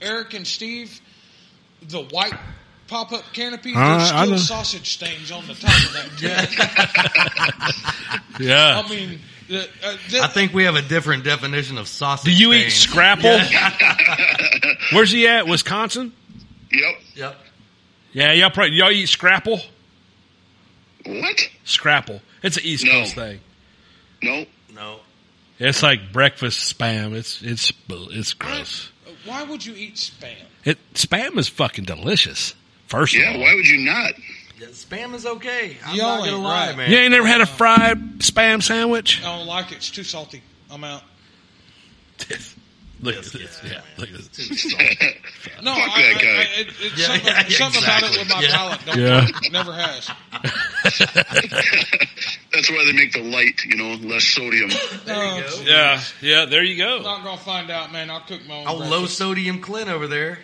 Eric and Steve, the white pop-up canopy,
I-
there's
I
still
know.
sausage stains on the top of that.
Yeah.
I mean, the, uh, the,
I think we have a different definition of sausage.
Do you eat
stains.
scrapple? [LAUGHS] Where's he at? Wisconsin?
yep,
Yep.
Yeah, y'all probably y'all eat scrapple.
What?
Scrapple. It's an East
No.
Coast thing.
No.
No.
It's like breakfast spam. It's it's it's gross.
Why would you eat spam?
It spam is fucking delicious. First of
Yeah,
all,
why would you not? [LAUGHS]
Yeah, Spam is okay. I'm
Y'all
not
ain't
gonna lie,
right.
man.
you ain't never had a fried spam sandwich.
I don't like it. It's too salty. I'm out.
[LAUGHS] Look at this. Yeah, look at this.
No,
Fuck
I,
that
I-
guy.
I- it- it's
Yeah,
something,
yeah,
something about it
exactly.
with my
Yeah.
palate. Don't
Yeah.
work. Never has.
That's why they make the light, you know,
[COUGHS]
less sodium.
There you
go.
Yeah, yeah. There you
Uh, I'm
go.
not gonna find out, man. I'll cook my own.
Oh, low
breakfast.
sodium Clint over there.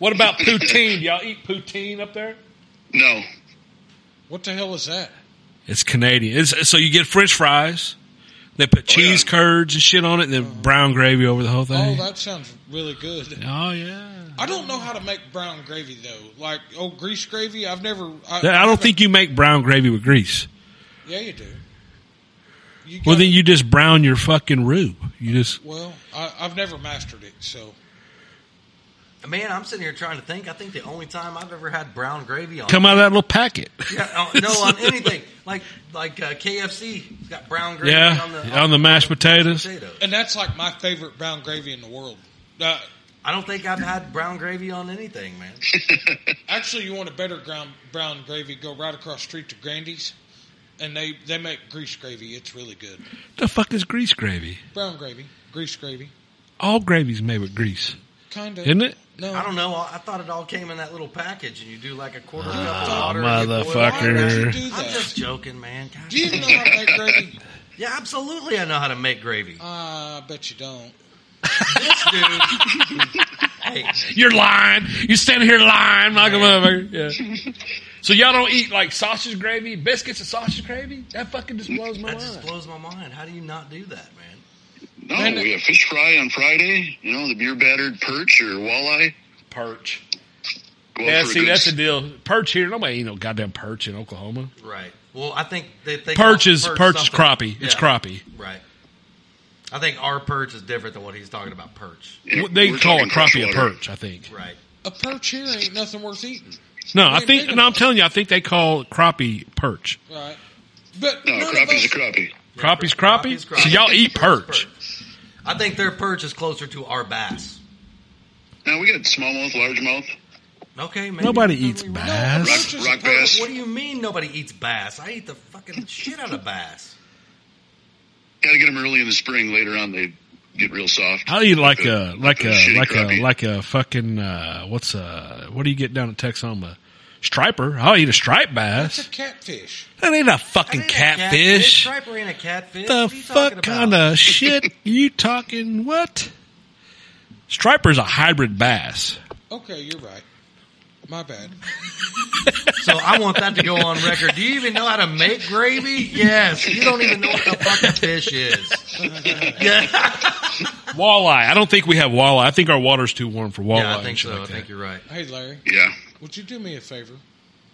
What about poutine? Do y'all eat poutine up there?
No. [LAUGHS]
What the hell is that?
It's Canadian. It's, so you get French fries. They put cheese
yeah.
curds and shit on it, and then brown gravy over the whole
Oh,
thing.
that sounds really good.
Oh, yeah.
I don't know how to make brown gravy though. Like old grease gravy, I've never. I,
I don't think you make brown gravy with grease.
Yeah, you do. You
Well,
gotta-
then you just brown your fucking roux. You just
Well, I, I've never mastered it, so
Man, I'm sitting here trying to think. I think the only time I've ever had brown gravy on
come out of that little packet.
[LAUGHS] Yeah, on- no, on anything like like uh, KFC it's got brown gravy
Yeah,
on the
on the mashed potatoes.
potatoes.
and that's like my favorite brown gravy in the world. Uh,
I don't think I've had brown gravy on anything, man.
actually, you want a better ground, brown gravy? Go right across the street to Grandy's, and they they make grease gravy. It's really good.
the fuck is grease gravy?
Brown gravy, grease gravy,
All gravy's made with grease,
kind of.
isn't it?
No,
I don't know. I I thought it all came in that little package, and you do like a quarter
Ah,
cup of
Oh,
water. and you boil it.
Why would you
Fucker.
do
I'm
that?
just joking, man. God.
do you even know how to make gravy?
Yeah, absolutely. I know how to make gravy.
Uh, I bet you don't.
This dude, [LAUGHS] hey,
You're lying. You standing here lying like a motherfucker. Yeah. So y'all don't eat like sausage gravy, biscuits and sausage gravy? That fucking just blows my
that just
mind.
blows my mind. How do you not do that, man?
No, we have fish fry on Friday, you know, the beer battered perch or walleye.
Perch.
Go out
Yeah,
for a
see,
good-
that's the deal. Perch here. Nobody eat no goddamn perch in Oklahoma.
Right. Well, I think they, they
Perch
call
is perch is
something.
crappie. It's
Yeah,
crappie.
Right. I think our perch is different than what he's talking about. Perch.
Yeah,
They
we're
call
talking
it crappie a
freshwater.
perch, I think.
Right.
A perch here ain't nothing worth eating,
No, I
Wait,
think.
think
No, I'm
about it.
telling you, I think they call crappie perch.
right? But
No,
none of
crappie's a
us-
crappie.
Crappie's crappie.
Crappie's
So y'all eat perch.
I think their perch is closer to our bass.
Now we got smallmouth, largemouth.
Okay, man.
Nobody eats
Rock,
bass.
rock bass.
What do you mean nobody eats bass? I eat the fucking shit out of
[LAUGHS]
bass.
Got to get them early in the spring. Later on, they get real soft.
I'll eat like a like a
Shitty
like a
crappie.
like a fucking uh, what's uh what do you get down in Texoma? Striper. I'll eat a striped
That's a
[LAUGHS]
bass.
catfish.
That ain't a fucking
That ain't a
catfish.
Striper ain't a catfish.
The
What are you talking
fuck
about? [LAUGHS]
kind of shit you talking? What? Striper's a hybrid bass.
Okay, you're right. My bad.
So I want that to go on record. Do you even know how to make gravy? Yes. You don't even know what the fucking fish
[LAUGHS]
is. Yeah.
Walleye. I don't think we have walleye. I think our water's too warm for walleye.
Yeah, I
and
think
shit
so. I
like that.
think you're right.
Hey, Larry,
Yeah.
would you do me a favor,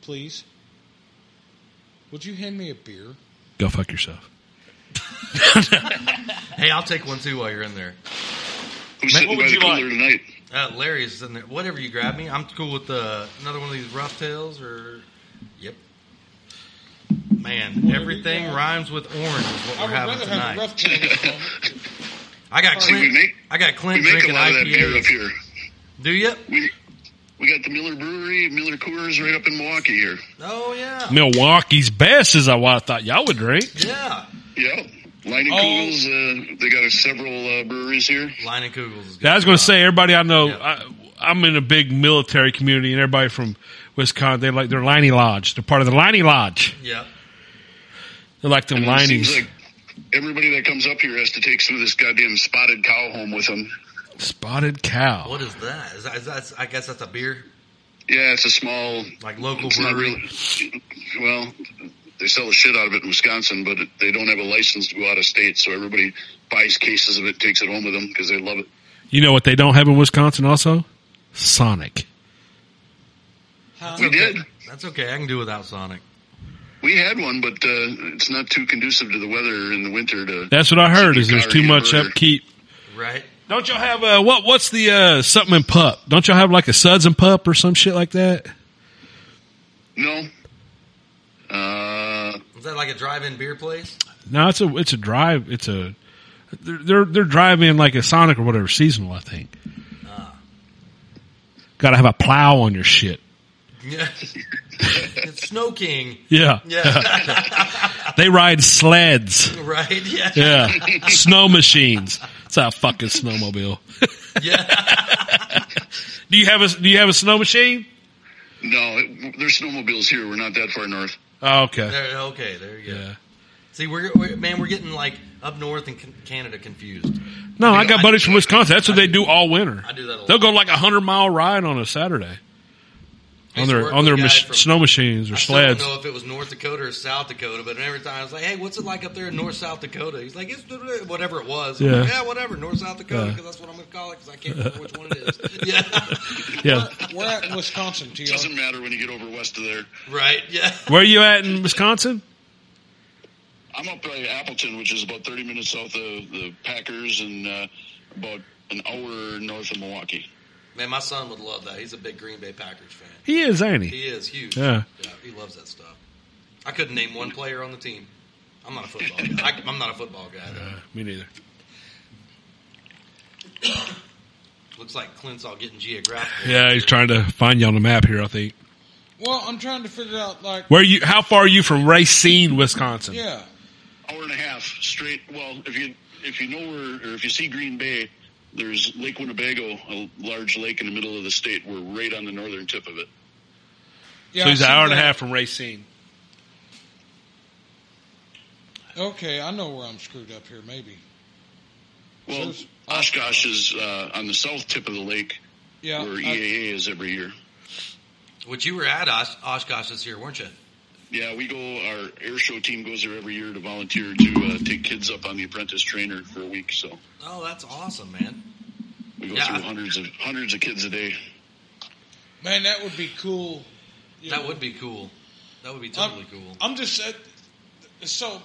please? Would you hand me a beer?
Go fuck yourself.
Hey, I'll take one too while you're in there.
Who's
Man,
sitting
what
by
would
the
you
cooler
like?
tonight?
Uh, Larry's in there. Whatever you grab me, I'm cool with uh, another one of these rough tails or. Yep. Man, everything rhymes with orange is what
I
we're
would
having
rather have a
tonight.
rough time. at the moment.
I got
See, we
Clint.
Oh, make-
I got
We
Clint
make a
drinking
lot of that beer up
IPA.
here.
Do you?
We we got the Miller Brewery, Miller Coors, right up in Milwaukee here.
Oh yeah,
Milwaukee's best is what I thought y'all would drink.
yeah.
Yeah. Line and
Oh.
Kugels, uh, they got a several uh, breweries here.
Line and Kugels is good.
Yeah, I was going to say everybody I know.
Yeah.
I, I'm in a big military community, and everybody from Wisconsin, they like their Liney Lodge. They're part of the Liney Lodge.
Yeah.
They like them
And it
Lineys.
seems like everybody that comes up here has to take some of this goddamn spotted cow home with them.
Spotted cow.
What is that? Is that, is that? I guess that's a beer,
Yeah, it's a small.
like local
It's not
brewery.
really. Well, they sell the shit out of it in Wisconsin, but it, they don't have a license to go out of state, so everybody buys cases of it, takes it home with them because they love it.
You know what they don't have in Wisconsin? Also, Sonic.
Huh?
We did.
That's okay. I can do without Sonic.
We had one, but uh, it's not too conducive to the weather in the winter. To
That's what I heard. Is
Chicken
there's
cow
too
or
much
hamburger.
upkeep.
Right?
Don't y'all have uh, what? What's the uh, something and pup? Don't y'all have like a suds and pup or some shit like that?
no. Uh,
that like a drive-in beer place?
No, it's a it's a drive. It's a they're they're, they're driving like a Sonic or whatever seasonal. I think.
Ah.
Got to have a plow on your shit.
[LAUGHS]
Yeah. it's Snow King.
Yeah,
Yeah.
they ride sleds.
[LAUGHS] right? Yeah. [LAUGHS]
Yeah, snow machines. It's a fucking snowmobile. [LAUGHS]
Yeah.
Do you have a Do you have a snow machine?
No, it, there's snowmobiles here. We're not that far north.
Oh, okay.
There, okay, there you go.
Yeah.
See, we're, we're man, we're getting like up north and con- Canada confused.
No, I got buddies from Wisconsin. That's what they do all winter.
I do that a lot.
They'll go like a hundred mile ride on a Saturday
I
on
used to
their
work
on
with a
their
guy
mach-
from-
snow machines or
I still don't
sleds.
know if it was North Dakota or South Dakota, but every time I was like, "Hey, what's it like up there in North South Dakota?" He's like, "It's whatever it was." I'm
Yeah.
like, yeah, whatever North South Dakota,
Yeah.
because that's what I'm gonna call it, because I can't remember which one it is. [LAUGHS] Yeah,
Yeah.
We're out in Wisconsin, TR.
Doesn't matter when you get over west of there.
right. Yeah,
Where you at in Wisconsin?
I'm up by Appleton, which is about 30 minutes south of the Packers and uh, about an hour north of Milwaukee.
man, my son would love that. He's a big Green Bay Packers fan.
He is, ain't he?
He is huge.
Yeah.
he loves that stuff. I couldn't name one player on the team. I'm not a football. guy. I, I'm not a football guy. Though.
Uh, Me neither.
Looks like Clint's all getting geographical.
Yeah, he's trying to find you on the map here. I think.
Well, I'm trying to figure out, like,
Where you? How far are you from Racine, Wisconsin?
yeah.
Hour and a half straight. Well, if you if you know where or if you see Green Bay, there's Lake Winnebago, a large lake in the middle of the state. We're right on the northern tip of it.
yeah
so he's
I
an
see
hour and a
that.
half from Racine.
Okay, I know where I'm screwed up here, maybe.
Well,
Sure.
Oshkosh is uh, on the south tip of the lake,
Yeah. uh,
where
I,
EAA is every year.
Which you were at Osh- Oshkosh this year, weren't you?
Yeah, we go. Our air show team goes there every year to volunteer to uh, take kids up on the apprentice trainer for a week. So
Oh, that's awesome, man.
we go
Yeah.
through hundreds of hundreds of kids a day.
man, that would be cool. you
That
know.
would be cool. That would be
I'm-
totally cool.
I'm just uh, so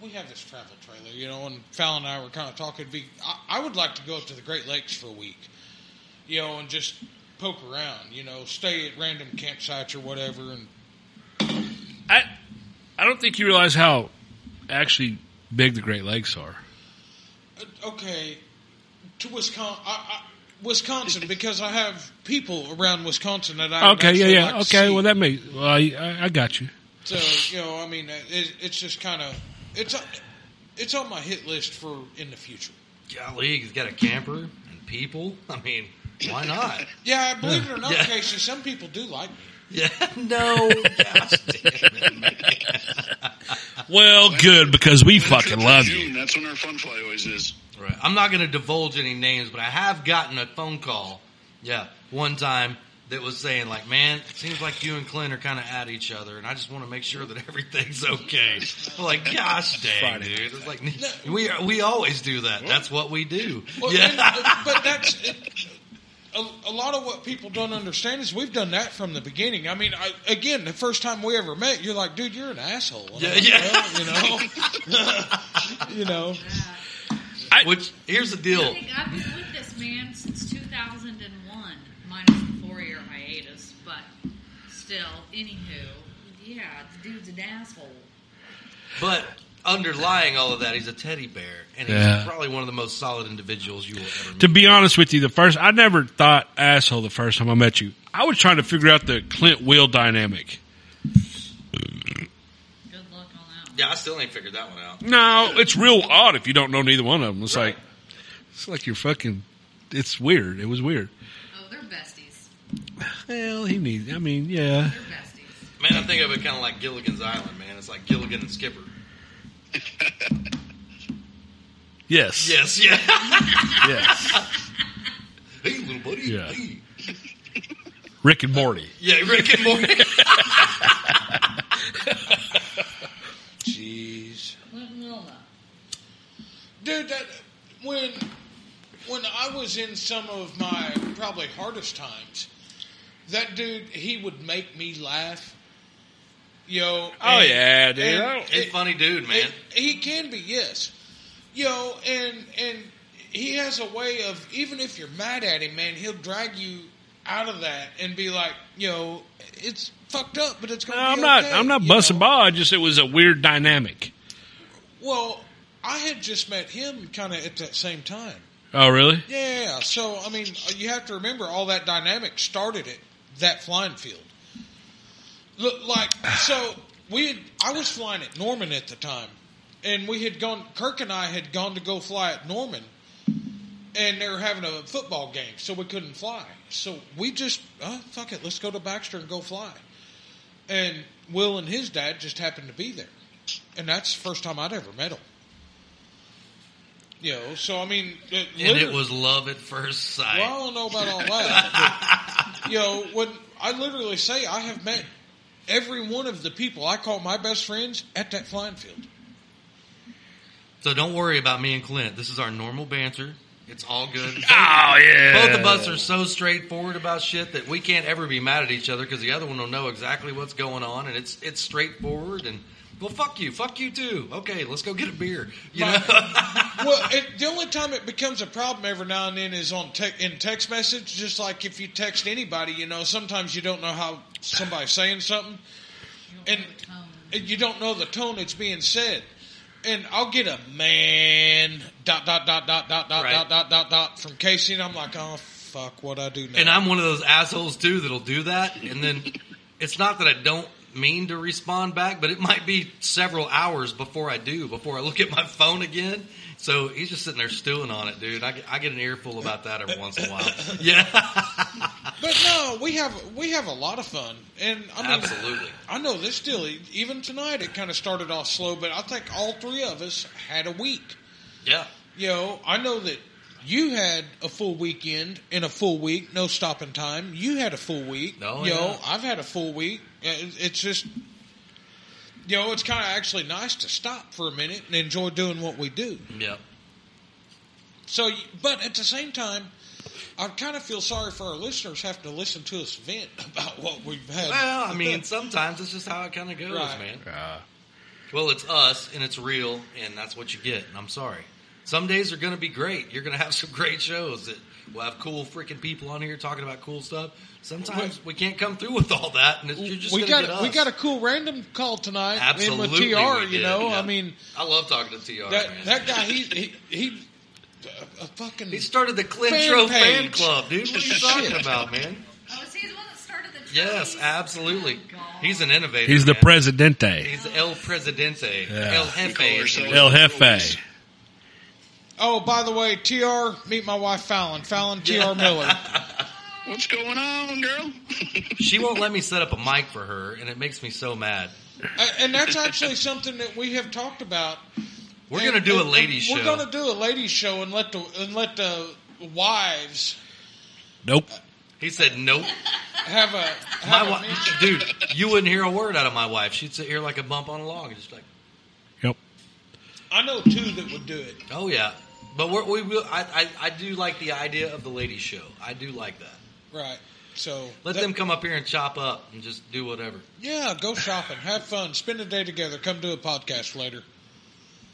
we have this travel trailer, you know, and Fallon and I were kind of talking. Be I, I would like to go up to the Great Lakes for a week, you know, and just poke around, you know, stay at random campsites or whatever, and
I I don't think you realize how actually big the Great Lakes are.
Uh, okay, to Wisconsin. I, I, Wisconsin, because I have people around Wisconsin that I would
okay, yeah,
actually
yeah.
like to
okay,
see.
well that makes. Well, I, I, I got you.
so you know, I mean, uh, it, it's just kind of it's on- it's on my hit list for in the future.
Golly, he's got a camper and people. I mean, why not?
Yeah, believe it or not,
Yeah.
Casey, some people do like me.
yeah, [LAUGHS] no. Gosh, damn it, man.
Well, good because we
When it's
fucking
up in
love
June,
you.
That's when our fun fly always is.
Right. I'm not going to divulge any names, but I have gotten a phone call. Yeah, one time that was saying like, "Man, it seems like you and Clint are kind of at each other, and I just want to make sure that [LAUGHS] everything's okay." I'm like, gosh, dang,
Friday.
dude. It's like we we always do that. That's what we do.
Well,
yeah.
and- uh, but that's a, a lot of what people don't understand is we've done that from the beginning. I mean, I, again, the first time we ever met, you're like, dude, you're an asshole. And I'm
[LAUGHS] Yeah,
like,
yeah.
"Well," you know, you know.
[LAUGHS] Which here's the deal.
I think I've been with this man since 2001, minus the four-year hiatus, but still, anywho, yeah, the dude's an asshole.
But underlying all of that, he's a teddy bear, and he's
Yeah.
probably one of the most solid individuals you will ever meet.
To be honest with you, the first I never thought asshole the first time I met you. I was trying to figure out the Clint Will dynamic.
Good luck on that. One.
yeah, I still ain't figured that one out.
No, it's real odd if you don't know neither one of them. It's like it's like you're fucking. It's weird. It was weird.
Oh, they're besties.
Well, he needs. I mean, yeah.
They're besties.
Man, I think of it kind of like Gilligan's Island, man. It's like Gilligan and Skipper.
Yes.
[LAUGHS] Yes, yeah.
Yes.
hey, little buddy.
Yeah.
Hey.
Rick and Morty.
Yeah, Rick and Morty. [LAUGHS]
Jeez.
Clint and Wilma.
dude that when when i was in some of my probably hardest times that dude he would make me laugh yo
Oh, yeah, dude.
and
He's a funny dude, man.
and he can be yes you know and and he has a way of even if you're mad at him man he'll drag you out of that and be like you know it's fucked up, but it's going
No,
to
I'm not. I'm not busting
know?
ball. I just it was a weird dynamic.
Well, I had just met him kind of at that same time.
Oh, really?
Yeah, so I mean, you have to remember all that dynamic started at that flying field. Look, like so we had, I was flying at Norman at the time, and we had gone. Kirk and I had gone to go fly at Norman, and they were having a football game, so we couldn't fly. So we just oh, fuck it, let's go to Baxter and go fly. And Will and his dad just happened to be there, and that's the first time I'd ever met him. You know, so I mean, it,
And it
literally-
was love at first sight.
well, I don't know about all that. but, you know, when I literally say I have met every one of the people I call my best friends at that flying field.
so don't worry about me and Clint. This is our normal banter. It's all [LAUGHS] good.
Oh yeah.
Both of us are so straightforward about shit that we can't ever be mad at each other because the other one will know exactly what's going on, and it's it's straightforward. And well, fuck you, fuck you too. Okay, let's go get a beer. You know,
[LAUGHS] Well, it, the only time it becomes a problem every now and then is on te- in text message. Just like if you text anybody, you know, sometimes you don't know how somebody's saying something. And- and you don't know the tone that's being said. And I'll get a man dot dot dot dot dot dot
Right.
dot dot dot dot from Casey, and I'm like, oh fuck, what I do now?
and I'm one of those assholes too that'll do that, and then it's not that I don't mean to respond back, but it might be several hours before I do, before I look at my phone again. So he's just sitting there stewing on it, dude. I get, I get an earful about that every once in a while. Yeah,
But no, we have we have a lot of fun, and I mean,
absolutely.
I know this deal. Even tonight, it kind of started off slow, but I think all three of us had a week.
Yeah.
You know, I know that you had a full weekend and a full week, no stopping time. You had a full week.
Oh,
you
yeah.
know, I've had a full week. It- It's just, you know, it's kind of actually nice to stop for a minute and enjoy doing what we do.
Yep.
So, but at the same time, I kind of feel sorry for our listeners having to listen to us vent [LAUGHS] about what we've had.
Well, I mean, sometimes it's just how it kind of goes,
Right.
man.
Uh,
Well, it's us, and it's real, and that's what you get. And I'm sorry. Some days are going to be great. You're going to have [LAUGHS] some great shows that will have cool freaking people on here talking about cool stuff. Sometimes we can't come through with all that, and it's, you're just
we
going to
got
get us.
we got a cool random call tonight.
Absolutely,
in with TR,
we
you
did,
know.
yeah.
I mean,
I love talking to Tr.
that
man.
that guy, he he, he a fucking
he started the
Fan
Clintro fan
page.
club, dude.
[LAUGHS]
What are you talking about, man?
Oh, is he the one that started the
Yes,
trolleys?
absolutely.
Oh, God.
He's an innovator.
he's the
man.
presidente,
He's El Presidente,
Yeah.
El
We call
Jefe.
ourselves
El
the
Jefe.
Trolleys.
oh, by the way, Tr, meet my wife Fallon, Fallon Tr Miller.
[LAUGHS]
What's going on, girl? [LAUGHS]
She won't let me set up a mic for her, and it makes me so mad.
Uh, and that's actually something that we have talked about.
We're
And-
gonna do a
and-
ladies
and
show.
We're gonna do a ladies show and let the and let the wives
Nope.
He said, "Nope."
have a have
My
a
wife,
meeting.
dude, you wouldn't hear a word out of my wife. She'd sit here like a bump on a log, and just like,
Yep.
I know two that would do it.
"Oh yeah." But we're, we will. I, I I do like the idea of the ladies' show. I do like that.
Right. So
Let
that-
them come up here and chop up and just do whatever.
Yeah, go shopping, have fun, spend a day together. Come do a podcast later.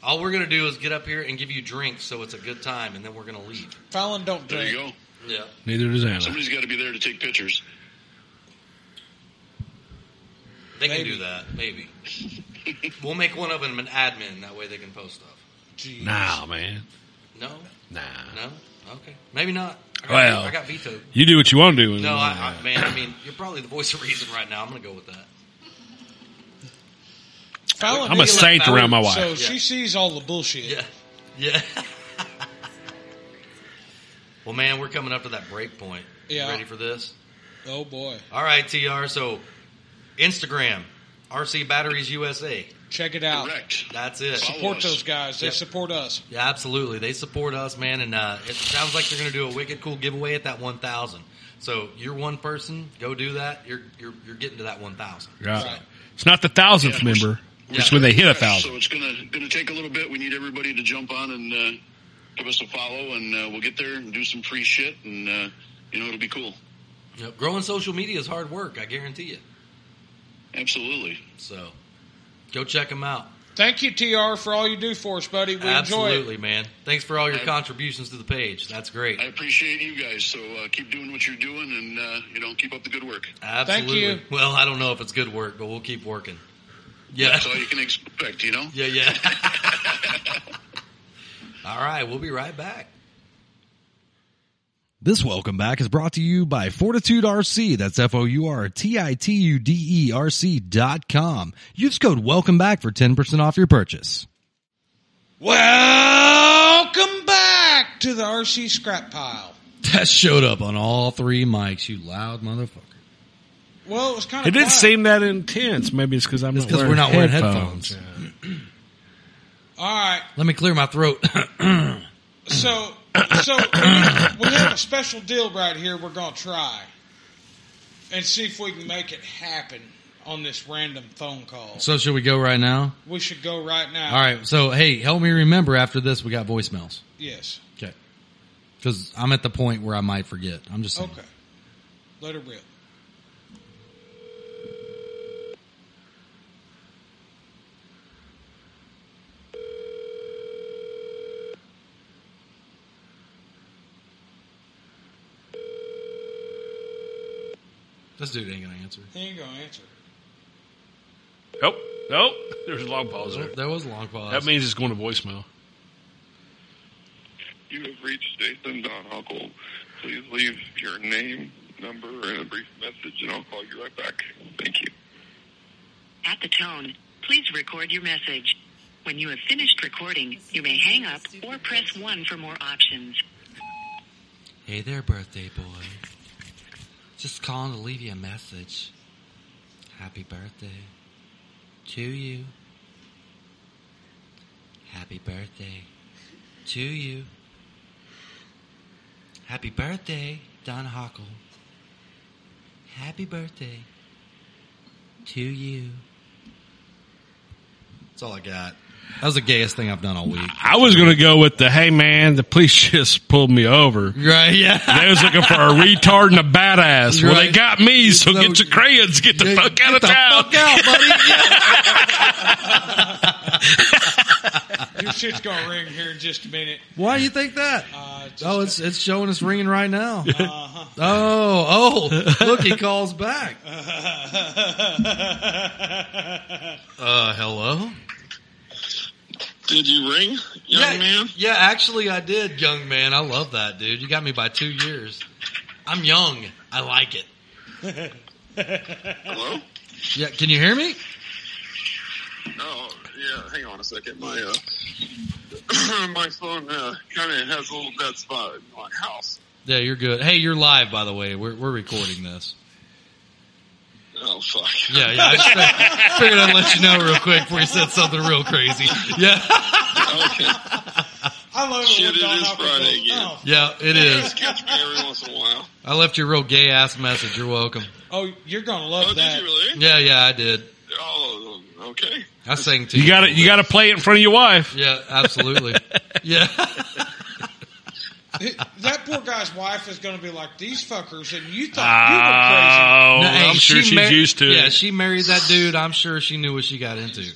All we're gonna do is get up here and give you drinks, so it's a good time, and then we're gonna leave.
Fallon, don't
There you
drink.
go.
Yeah.
Neither does Anna.
Somebody's got to be there to take pictures.
They
Maybe.
can do that, maybe. we'll make one of them an admin. That way they can post stuff.
Jeez.
Nah, man.
No,
Nah.
no, okay, maybe not. I got,
Well.
I got vetoed.
You do what you want to do.
No,
Mm.
I, I, man. I mean, you're probably the voice of reason right now. I'm gonna go with that.
Fallon
I'm a
is like
saint around my
Fallon,
wife.
So she sees all the bullshit.
Yeah. Yeah. [LAUGHS] well, man, we're coming up to that break point. You
Yeah.
Ready for this?
Oh boy,
All right, TR. So, Instagram, RC Batteries USA.
check it out.
Correct.
That's it.
Support those guys. They
Yep.
support us.
Yeah, absolutely. They support us, man. And uh, it sounds like they're going to do a wicked cool giveaway at that 1,000. So, you're one person. Go do that. You're you're, you're getting to that 1,000.
Right. It's not the thousandth
Yeah.
member.
Yeah.
It's when they hit a
So
thousand.
it's gonna gonna take a little bit. We need everybody to jump on and uh, give us a follow, and uh, we'll get there and do some free shit, and uh, you know it'll be cool.
Yep. Growing social media is hard work. I guarantee you.
Absolutely.
So, go check them out.
Thank you, TR, for all you do for us, buddy. We enjoy it.
Absolutely, man. Thanks for all your
I-
contributions to the page. That's great.
I appreciate you guys. So uh, keep doing what you're doing, and uh, you know, keep up the good work.
Thank
Absolutely.
you.
Well, I don't know if it's good work, but we'll keep working. Yeah.
That's all you can expect, you know.
[LAUGHS]
Yeah, yeah. all right, we'll be right back.
This welcome back is brought to you by Fortitude RC. That's F O U R T I T U D E R C dot com. Use code welcome back for 10% off your purchase.
Welcome back to the RC scrap pile.
That showed up on all three mics, you loud motherfucker.
Well, it was kind of.
It didn't seem that intense. Maybe it's because I'm
It's
not
'cause
wearing
we're not wearing
headphones.
headphones.
Yeah.
All right,
Let me clear my throat. [LAUGHS] [COUGHS]
so so we we have a special deal right here. We're gonna try and see if we can make it happen on this random phone call.
so should we go right now?
We should go right now.
All right. So, hey, help me remember after this, we got voicemails.
Yes.
Okay. Cause I'm at the point where I might forget. I'm just saying.
Okay. Let her rip.
This dude ain't gonna answer.
He ain't gonna answer.
Nope. Nope. There's a long pause there.
That was a long pause.
That means it's going to voicemail.
You have reached Jason Don Huckle. Please leave your name, number, and a brief message, and I'll call you right back. Thank you.
At the tone, please record your message. When you have finished recording, you may hang up or press 1 for more options.
Hey there, birthday boy. Just calling to leave you a message. Happy birthday to you. Happy birthday to you. Happy birthday, Don Hockle. Happy birthday to you.
That's all I got. That was the gayest thing I've done all week. [LAUGHS]
I was going to go with the hey man, the police [LAUGHS] just pulled me over.
Right? Yeah.
They was looking for [LAUGHS] a retard and a badass. Well, they
Right.
got me, so,
So-
get your crayons, get the fuck out of
the
town.
fuck out, [LAUGHS] buddy.
Your shit's gonna [LAUGHS] ring here in just a minute.
Why do you think that?
Uh, just,
Oh, it's it's showing us ringing right now.
uh-huh. [LAUGHS]
Oh, oh, look, he calls back. Uh, hello.
Did you ring, young
yeah,
man?
Yeah, actually, I did, young man. I love that, dude. You got me by two years. I'm young. I like it.
Hello?
Yeah, can you hear me?
Oh, yeah. Hang on a second. My uh, my phone uh, [CLEARS THROAT] kind of has a little dead spot in my house.
Yeah, you're good. Hey, you're live, by the way. We're we're recording this.
Oh fuck. [LAUGHS]
Yeah, yeah. I just figured I'd let you know real quick before you said something real crazy. Yeah,
Okay.
I love it
Shit,
when
it
Don
is
Hopper
Friday
goes,
again.
yeah, it is.
Just catch me every once in a
[LAUGHS]
while.
I left your real gay ass message. You're welcome.
Oh, you're gonna
Oh,
love
did
that.
you really?
Yeah, yeah, I did.
Oh, okay.
I sang to
[LAUGHS] You got to You got to play it in front of your wife.
Yeah, [LAUGHS] absolutely. yeah.
that poor guy's wife is gonna be like these fuckers, and you
Oh,
Ah,
thought
No, hey,
I'm sure
she
she's
mar-
used to
Yeah,
it.
she married that dude. I'm sure she knew what she got into.
you were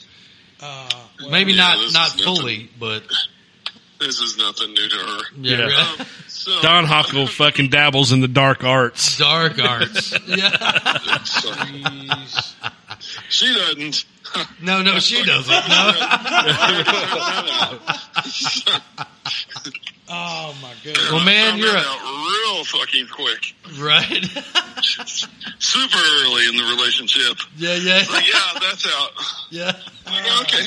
crazy. Uh, well,
Maybe
Yeah,
not
this
not
is nothing.
fully, but
This is nothing new to her.
yeah.
Yeah.
really.
Um, so
Don Hockle fucking dabbles in the dark arts.
Dark arts. Yeah.
Sorry.
[LAUGHS]
Jeez.
She doesn't.
No, no, she doesn't. No.
Oh my goodness.
Well, man,
Found
you're
that
a-
out real fucking quick,
Right.
super early in the relationship.
Yeah, yeah,
Like, yeah, that's out.
[LAUGHS] yeah,
Yeah, okay,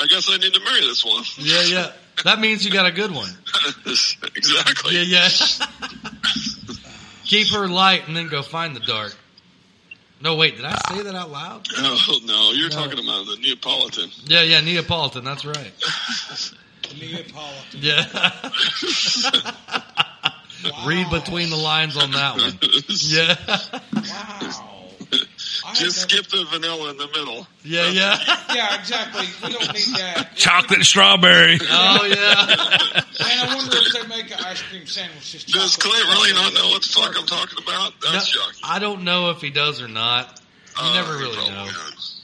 I guess I need to marry this one.
yeah, yeah. That means you got a good one.
[LAUGHS] exactly.
Yeah, yeah. Keep her light and then go find the dark. No, wait, did I say that out loud?
Oh no, you're talking about the Neapolitan.
Yeah, yeah, Neapolitan, that's right.
Neapolitan. [LAUGHS]
Yeah. Read between the lines on that
[LAUGHS]
one. [LAUGHS] Yeah.
Wow. I
Just
had never-
skip the vanilla in the middle.
Yeah, yeah.
Yeah, exactly. We don't need that.
Chocolate and strawberry.
Oh, yeah.
And I wonder if they make an ice cream sandwich. Just
Does Clay
chocolate.
really not know what the fuck I'm talking about? That's
No,
shocking.
I don't know if he does or not. You
Uh,
never
he
really
probably
know.
knows.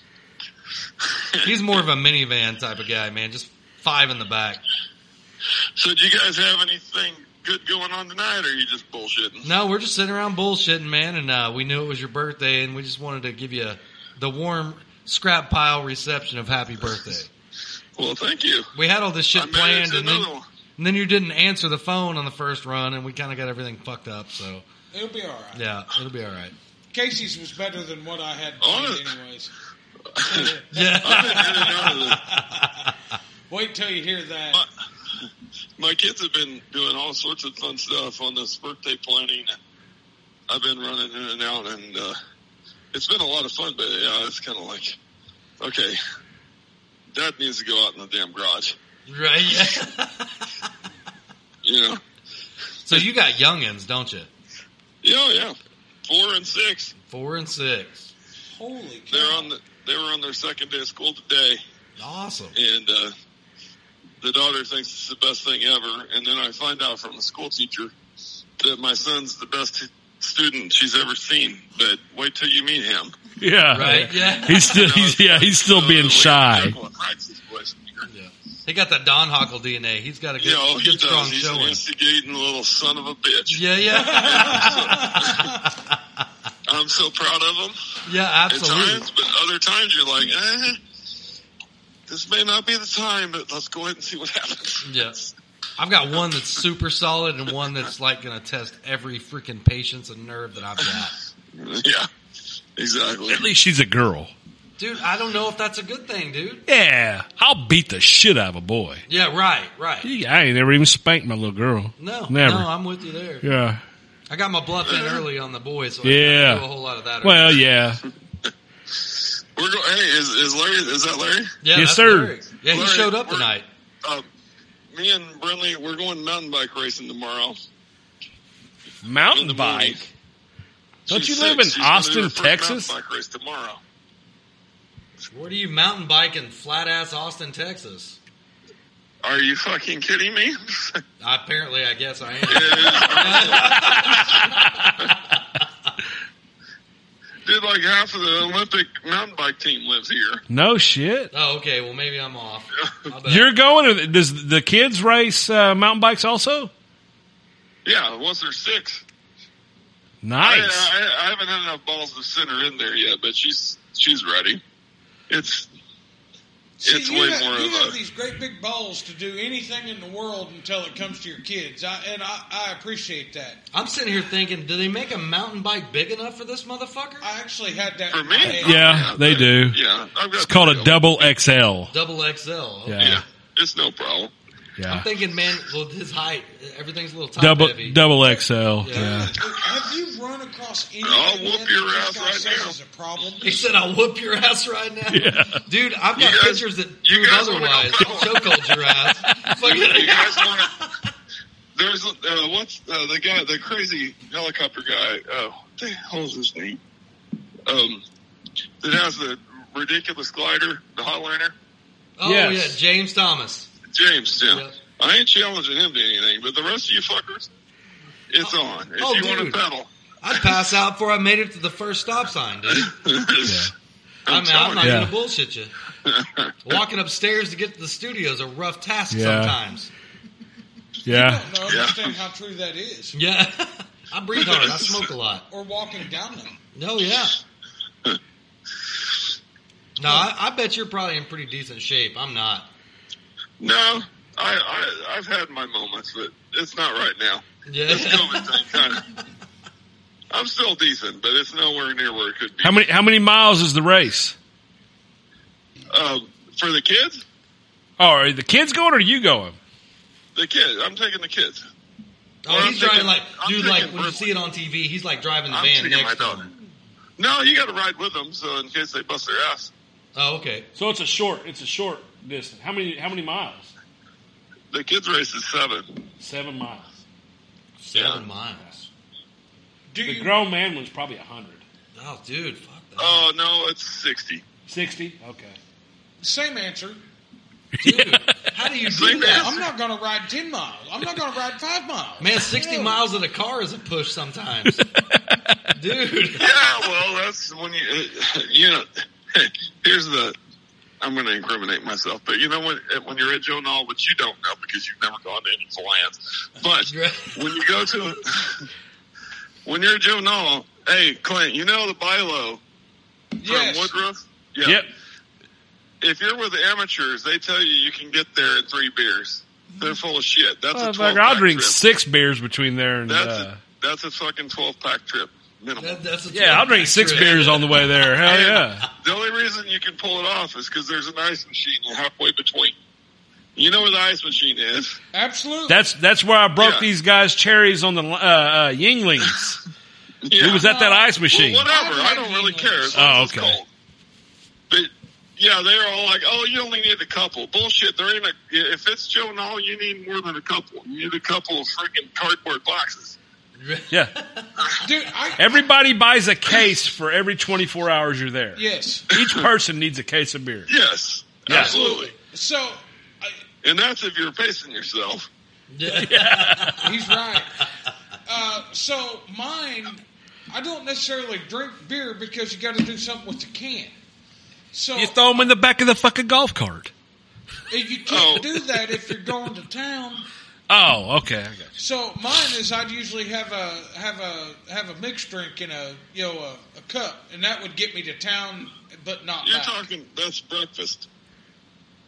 He's more of a minivan type of guy, man. Just five in the back.
So, do you guys have anything good going on tonight, or are you just bullshitting?
No, we're just sitting around bullshitting, man. And uh, we knew it was your birthday, and we just wanted to give you the warm scrap pile reception of happy birthday.
Well, thank you.
We had all this shit
I'm married
planned,
to
and then,
another one.
and then you didn't answer the phone on the first run, and we kind of got everything fucked up. So
It'll be all right.
yeah, it'll be all right.
Casey's was better than what I had
Oh.
planned, anyways.
I've been in and out of the-
Wait till you hear that.
my, my kids have been doing all sorts of fun stuff on this birthday planning. I've been running in and out, and uh, it's been a lot of fun. But yeah, it's kind of like, okay, that needs to go out in the damn garage,
[LAUGHS] Right? Yeah.
you know.
so you got youngins, don't you?
Yeah, oh, yeah. Four and six.
Four and six.
Holy cow.
They're on the, they were on their second day of school today,
Awesome.
and uh, the daughter thinks it's the best thing ever. And then I find out from a school teacher that my son's the best student she's ever seen. But wait till you meet him.
[LAUGHS] Yeah,
Right? Yeah.
He's still, [LAUGHS] he's, yeah, he's still being shy.
Yeah. He got that Don Hockle DNA. He's got a good,
You know, oh, he
good strong
does. He's an
showing.
instigating little son of a bitch. [LAUGHS]
Yeah, yeah.
I'm so proud of him
Yeah,
at
absolutely.
times, but other times you're like, eh, this may not be the time, but let's go ahead and see what happens. [LAUGHS]
Yeah. I've got one that's super solid and one that's like going to test every freaking patience and nerve that I've got.
Yeah, exactly.
At least she's a girl.
Dude, I don't know if that's a good thing, dude.
Yeah, I'll beat the shit out of a boy.
Yeah, right, right.
I ain't never even spanked my little girl.
No,
never.
no, I'm with you there.
yeah,
I got my bluff in early on the boys, so I
Yeah.
didn't do a whole lot of that.
well, yeah.
We're go- hey, is, is Larry? Is that Larry?
yeah,
yes,
that's
sir.
Larry. Yeah, he
Larry,
showed up
we're-
tonight.
Um, me and Brinley, we're going mountain bike racing tomorrow.
Mountain
In the
bike.
morning.
Don't
She's
you live in
She's gonna do
Austin,
her first
Texas?
Mountain bike race tomorrow.
Where do you mountain bike in flat ass Austin, Texas?
Are you fucking kidding me? [LAUGHS]
Apparently, I guess I am.
Dude, like half of the Olympic mountain bike team lives here.
No shit.
oh, okay. Well, maybe I'm off. I'll bet.
You're going? Or does the kids race uh, mountain bikes also?
Yeah, once they're six. I,
Nice.
I, I haven't had enough balls to send her in there yet, but she's she's ready. It's
See,
it's
you
way
have,
more
you have
of a
these great big balls to do anything in the world until it comes to your kids, I, and I, I appreciate that.
I'm sitting here thinking, do they make a mountain bike big enough for this motherfucker?
I actually had that
for
in my
me.
head.
Yeah, they do.
Yeah, I've got
It's called a double XL.
Double XL.
Yeah,
Yeah,
it's no problem.
I'm
yeah.
thinking, man, well, his height, everything's a little top
Double
heavy.
double XL. Yeah.
Have you run across anything
I'll whoop
yet
your
that
ass
this guy
right
says
now.
is a problem?
He said, "I'll whoop your ass right now,
[LAUGHS]
dude." I've got
You guys-
pictures that
you
prove
guys wanna go
otherwise.
power?
Chokehold your ass.
[LAUGHS] You
Fucking-
guys
[LAUGHS]
want to? There's uh, what's uh, the guy, the crazy helicopter guy? Uh, what the hell's his name? Um, that has the ridiculous glider, the hotliner.
oh
Yes.
yeah, James Thomas.
James, yeah.
Yep.
I ain't challenging him to anything, but the rest of you fuckers, it's on. If
oh,
you want to
dude.
pedal, [LAUGHS]
I'd pass out before I made it to the first stop sign, dude. I'm, I'm
telling
not
you.
gonna
Yeah.
bullshit you. Walking upstairs to get to the studio is a rough task
Yeah.
sometimes.
Yeah.
I don't understand how true that is.
Yeah, [LAUGHS] I breathe hard. I smoke a lot.
Or walking down them.
No, yeah. No, I, I bet you're probably in pretty decent shape. I'm not.
no, I, I I've had my moments, but it's not right now.
Yeah.
This COVID thing kind
[LAUGHS]
of. I'm still decent, but it's nowhere near where it could be.
How many how many miles is the race?
Um, for the kids,
Oh, are the kids going or are you going?
the kids. I'm taking the kids.
Oh,
Well,
he's
I'm thinking-
driving like
I'm
dude.
thinking
Like when you
Brooklyn.
see it on TV, he's like driving the
I'm
van
thinking my
next to
daughter.
him.
No, you got to ride with them, so in case they bust their ass,
Oh, okay.
So it's a short it's a short distance. How many how many miles?
the kids race is seven.
Seven miles.
Seven miles.
Do you,
grown man one's probably a hundred.
Oh, dude, fuck that.
Oh no, it's sixty.
Sixty? [LAUGHS] Okay.
same answer.
dude,
[LAUGHS]
how do you do
Same
that?
I'm not going to ride 10 miles. I'm not going to ride 5 miles.
Man, sixty
No.
miles in a car is a push
[LAUGHS]
sometimes,
[LAUGHS]
dude.
Yeah, well, that's when you, you know, [LAUGHS] here's the I'm going to incriminate myself. But you know when when you're at Joe Knoll, which you don't know because you've never gone to any clients.
[LAUGHS]
But when you go to [LAUGHS] when you're at Joe Knoll, hey Clint, you know the bylaw from
Yes.
Woodruff. Yeah.
Yep.
If you're with amateurs, they tell you you can get there in three beers. They're full of shit. That's a twelve.
Motherfucker, I'll drink six beers between there and.
That's
Uh,
a, that's a fucking twelve pack trip minimum.
That, that's a
yeah, I'll drink six beers on the way there. Hell
And
yeah.
The only reason you can pull it off is because there's an ice machine halfway between. You know where the ice machine is. [LAUGHS]
Absolutely.
That's that's where I broke
Yeah.
these guys cherries on the uh, uh, Yinglings.
[LAUGHS] Yeah.
It was at that ice machine.
Well, whatever. I don't really care. As long
Oh,
as it's
okay.
cold. But yeah, they're all like, "Oh, you only need a couple." Bullshit. There ain't a. If it's Joe and all, you need more than a couple. You need a couple of freaking cardboard boxes.
yeah,
Dude, I,
everybody buys a case for every twenty four hours you're there.
yes.
Each person needs a case of beer.
Yes,
Yeah.
absolutely.
So
And that's if you're pacing yourself.
he's right. Uh, so mine, I don't necessarily drink beer because you got to do something with the can. So
You throw them in the back of the fucking golf cart.
if you can't
Oh.
do that if you're going to town.
Oh, okay. I got you.
So mine is I'd usually have a have a have a mixed drink in a you know a, a cup, and that would get me to town, but not
You're
back.
talking. That's breakfast.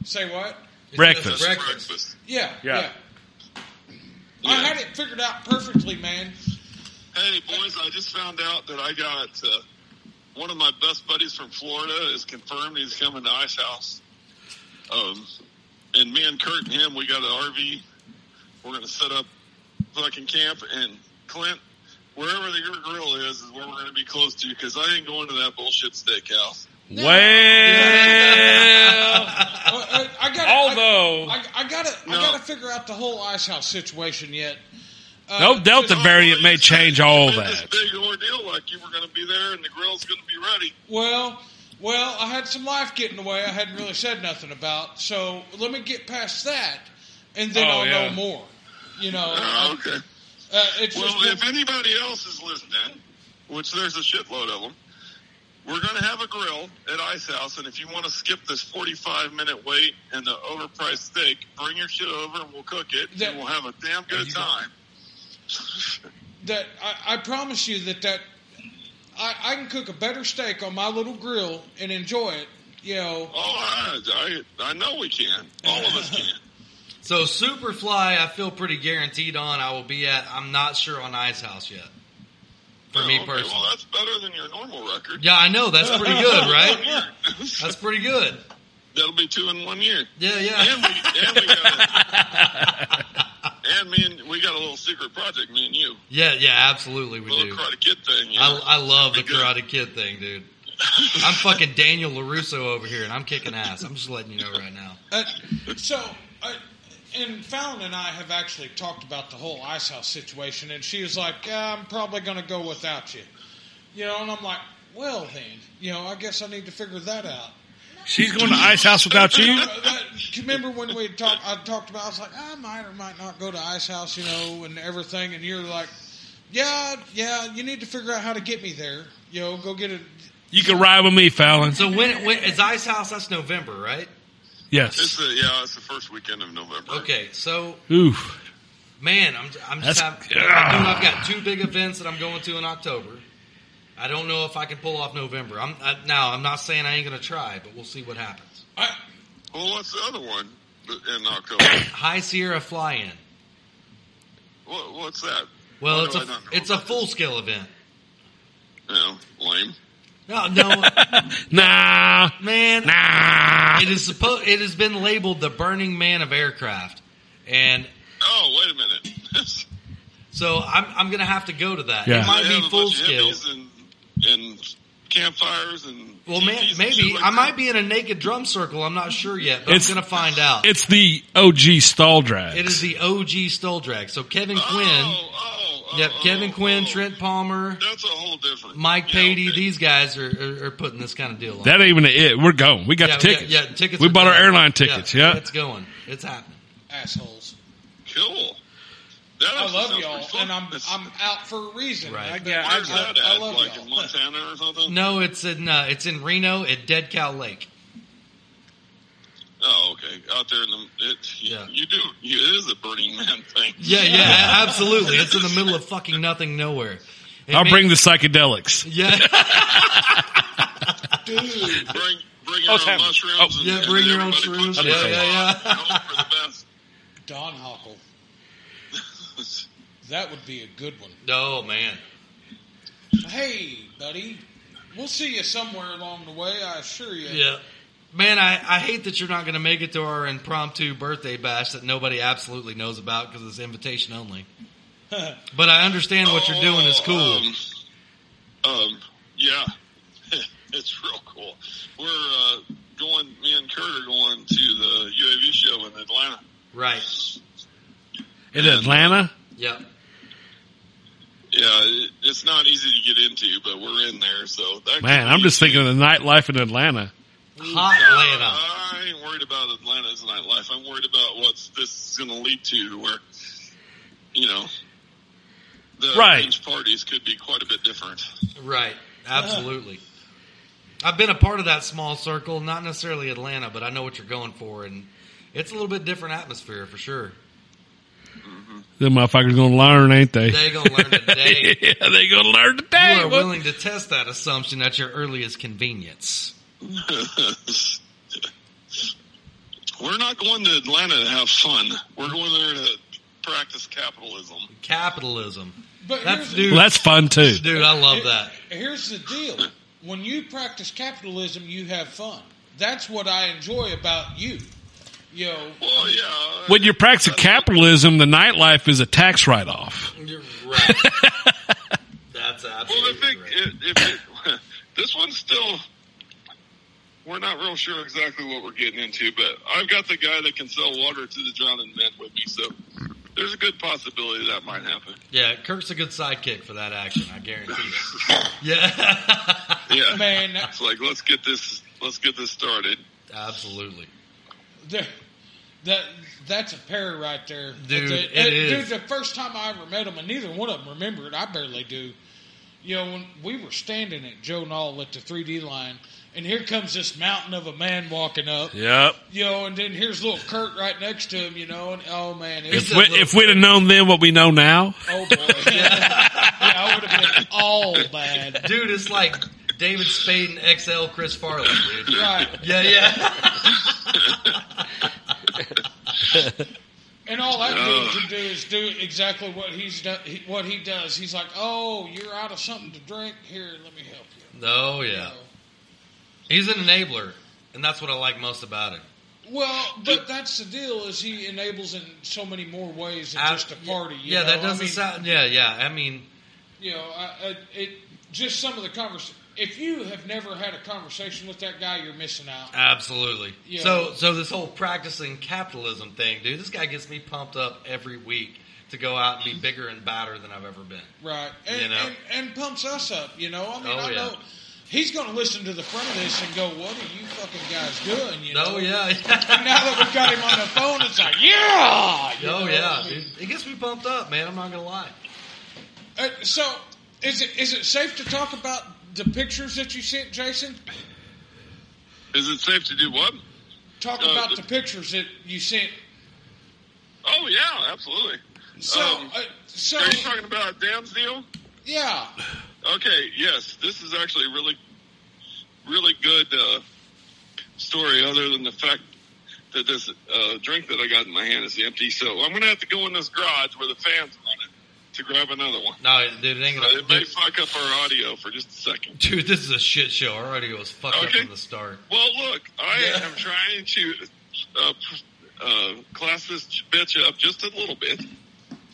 Say what?
That's
Breakfast.
breakfast.
Yeah,
Yeah.
yeah, I
Yeah.
had it figured out perfectly, man.
Hey boys, I just found out that I got uh, one of my best buddies from Florida is confirmed he's coming to Ice House. Um, and me and Kurt and him, we got an RV. We're gonna set up fucking camp and Clint, wherever the your grill is, is where we're gonna be close to because I ain't going to that bullshit steakhouse.
Well,
Uh, uh, I got
Although-
I, I got to I
No.
got to figure out the whole ice house situation yet. Uh,
no Delta
Oh,
variant may
you
change
said you
all
had
that.
This big ordeal, like you were gonna be there and the grill's gonna be ready.
Well, well, I had some life getting away. I hadn't really said nothing about. So let me get past that, and then
Oh,
I'll
yeah.
know more. You know,
Oh, okay.
uh, it's
Well,
just
if anybody else is listening, which there's a shitload of them, we're going to have a grill at Ice House, and if you want to skip this 45 minute wait and the overpriced steak, bring your shit over and we'll cook it,
That-
and we'll have a damn good time.
that I, I promise you that that I, I can cook a better steak on my little grill and enjoy it. You know,
Oh, I, I, I know we can. All of us can.
So Superfly, I feel pretty guaranteed on. I will be at. I'm not sure on Ice House yet. [LAUGHS] For me
Oh, Okay,
personally,
well, that's better than your normal record.
yeah, I know that's pretty good, right? That's pretty good.
[LAUGHS] That'll be two in one year.
Yeah, yeah.
And we, and we got a, and me and we got a little secret project, me and you,
Yeah, yeah, absolutely we
little
do.
karate kid thing. you know?
I, I love the
Pretty good.
Karate Kid thing, dude. I'm fucking Daniel LaRusso over here, and I'm kicking ass. I'm just letting you know right now.
uh, so. Uh, and Fallon and I have actually talked about the whole ice house situation, and she was like, "Yeah, "I'm probably going to go without you," you know. And I'm like, "Well, then, you know, I guess I need to figure that out."
She's going to Ice House without you.
Uh, that- do you remember when we talked? I talked about. I was like, I might or might not go to Ice House, you know, and everything. And you're like, Yeah, yeah. You need to figure out how to get me there. You know, go get it.
You can ride with me, Fallon.
So when, when is Ice House? That's November, right?
It's
Yes.
the, yeah, it's the first weekend of November.
Okay, so
Oof.
man, I'm I'm just
That's-
having, dude, I've got two big events that I'm going to in October. I don't know if I can pull off November. I'm I, now. I'm not saying I ain't gonna try, but we'll see what happens.
I,
Well, what's the other one in October?
[COUGHS] High Sierra Fly In.
what, what's that?
Well,
Why
it's
do Oh, I
a
not know
it's a
about
full scale event.
No, lame.
No, no, [LAUGHS]
Nah.
man.
Nah.
It is supposed. It has been labeled the Burning Man of aircraft, and
Oh, wait a minute.
so I'm I'm gonna have to go to that.
Yeah.
It [LAUGHS] might
They
be
have a
full
bunch of
scale.
hippies And, and campfires and
Well, man,
teepees and
maybe
shit like
I might
that.
be in a naked drum circle. I'm not sure yet, but
It's-
I'm gonna find out.
It's the OG stall drag.
It is the OG Stole Drag. So Kevin Quinn,
Oh, oh, oh,
yep,
oh,
Kevin Quinn,
oh.
Trent Palmer,
That's a whole different.
Mike
yeah,
Patey.
okay.
These guys are, are, are putting this kind of deal on.
That ain't even it. We're going. We got
yeah,
the tickets.
Yeah, yeah, tickets.
We
are
bought our
going.
airline tickets. Yeah.
it's going. It's happening.
assholes.
cool. That
I
actually
love
sounds
y'all,
pretty fun.
and I'm
That's-
I'm out for a reason.
Right.
I,
Yeah,
I,
where's that
I- I
at?
love
like in
y'all.
Montana or something.
No, it's in uh, it's in Reno at Dead Cow Lake.
Oh, okay. Out there in the it, yeah.
Yeah.
you do. You, it is a Burning Man [LAUGHS] thing.
Yeah, yeah, absolutely. It's in the middle of fucking nothing, nowhere. It
I'll
mean-
bring the psychedelics.
[LAUGHS] Yeah,
Bring bring
Oh,
your
it's
own
happening.
mushrooms.
Oh.
and,
yeah.
and
Bring your own
everybody
shrews.
puts
Yeah,
it on.
yeah, yeah.
I hope for the best.
Don Hockle.
[LAUGHS]
That would be a good one.
No man.
Hey, buddy. We'll see you somewhere along the way, I assure you.
Yeah. Man, I, I hate that you're not going to make it to our impromptu birthday bash that nobody absolutely knows about because it's invitation
[LAUGHS]
only. but I understand what you're doing is cool.
Oh, um.
Um, Oh, um, yeah, [LAUGHS] it's real cool. We're uh, going. Me and Kurt are going to the UAV show in Atlanta.
right.
In Atlanta?
Yep.
Yeah, it, it's not easy to get into, but we're in there. So that could
Man, I'm
be- Uh,
just thinking of the nightlife in Atlanta.
Hot
I ain't worried about Atlanta's nightlife. I'm worried about what's this is going to lead to, where you know the
Right.
range parties could be quite a bit different. [LAUGHS]
Atlanta. Right. Absolutely.
[LAUGHS]
I've been a part of that small circle, not necessarily Atlanta, but I know what you're going for, and it's a little bit different atmosphere for
[LAUGHS]
sure.
Them motherfuckers gonna learn, ain't they? [LAUGHS]
They gonna learn today.
yeah, they gonna learn today.
you are
What-
willing to test that assumption at your earliest convenience.
we're not going to Atlanta to have fun. We're going there to practice capitalism.
Capitalism.
But
That's
here's,
dude.
Well, that's fun too.
Dude, I love that.
here's the deal. When you practice capitalism, you have fun. That's what I enjoy about you. You know,
Well, yeah.
When you're practicing capitalism, the nightlife is a tax write-off.
You're right. That's
well, the
absolutely
thing,
right.
if, if it, [LAUGHS] this one's still, we're not real sure exactly what we're getting into, but I've got the guy that can sell water to the drowning men with me, so there's a good possibility that
[LAUGHS]
might happen.
Yeah, Kirk's a good sidekick for that action. I
[LAUGHS]
guarantee it. Yeah, [LAUGHS]
Yeah,
man, that-
it's like let's get this, let's get this started.
absolutely.
There- That that's a pair right there,
Dude,
The,
it is.
Dude, the first time I ever met him, and neither one of them remember it. I barely do. You know, when we were standing at Joe Knoll at the 3D line, and here comes this mountain of a man walking up.
Yep.
You know, and then here's little Kurt right next to him. You know, and oh man, it
If,
was,
we, if we'd have known then what we know now,
oh boy, yeah, I would have been all bad.
Dude, it's like David Spade and XL Chris Farley, dude.
Right,
Yeah, yeah. [LAUGHS]
and all that dude can do is do exactly what he's do, he- what he does. He's like, oh, you're out of something to drink. Here, let me help you.
Oh, yeah. He's an enabler, and that's what I like most about him.
Well, but that's the deal is he enables in so many more ways than
I-
just a party. you
yeah,
know?
that
I
doesn't
mean,
sound. Yeah, yeah. I mean,
You know, I, I, it just some of the convers. If you have never had a conversation with that guy, you're missing out.
Absolutely.
Yeah.
So so this whole practicing capitalism thing, dude, this guy gets me pumped up every week to go out and
Mm-hmm.
be bigger and badder than I've ever been.
Right, and,
You know.
and, and pumps us up. You know, I mean,
Oh,
I
yeah.
know he's going to listen to the front of this and go, "What are you fucking guys doing?" You know,
Oh yeah. [LAUGHS]
And now that we've got him on the phone, it's like, yeah, You
oh
know,
yeah,
I mean,
dude. It gets me pumped up, man, I'm not gonna lie.
Uh, so, is it is it safe to talk about the pictures that you sent, Jason?
Is it safe to do what?
Talk
Uh,
about
the-
the pictures that you sent.
Oh yeah, absolutely.
So,
Um,
uh, so
Are you talking about Dan's deal?
yeah,
Okay, yes, this is actually a really, really good uh, story. Other than the fact that this uh, drink that I got in my hand is empty, so I'm gonna have to go in this garage where the fans run it to grab another one.
No, dude, it ain't
Uh,
gonna
it may
dude,
fuck up our audio for just a second.
dude, this is a shit show. Our audio was fucked up
Okay.
from the start.
Well, look, I am trying to uh, uh, class this bitch up just a little bit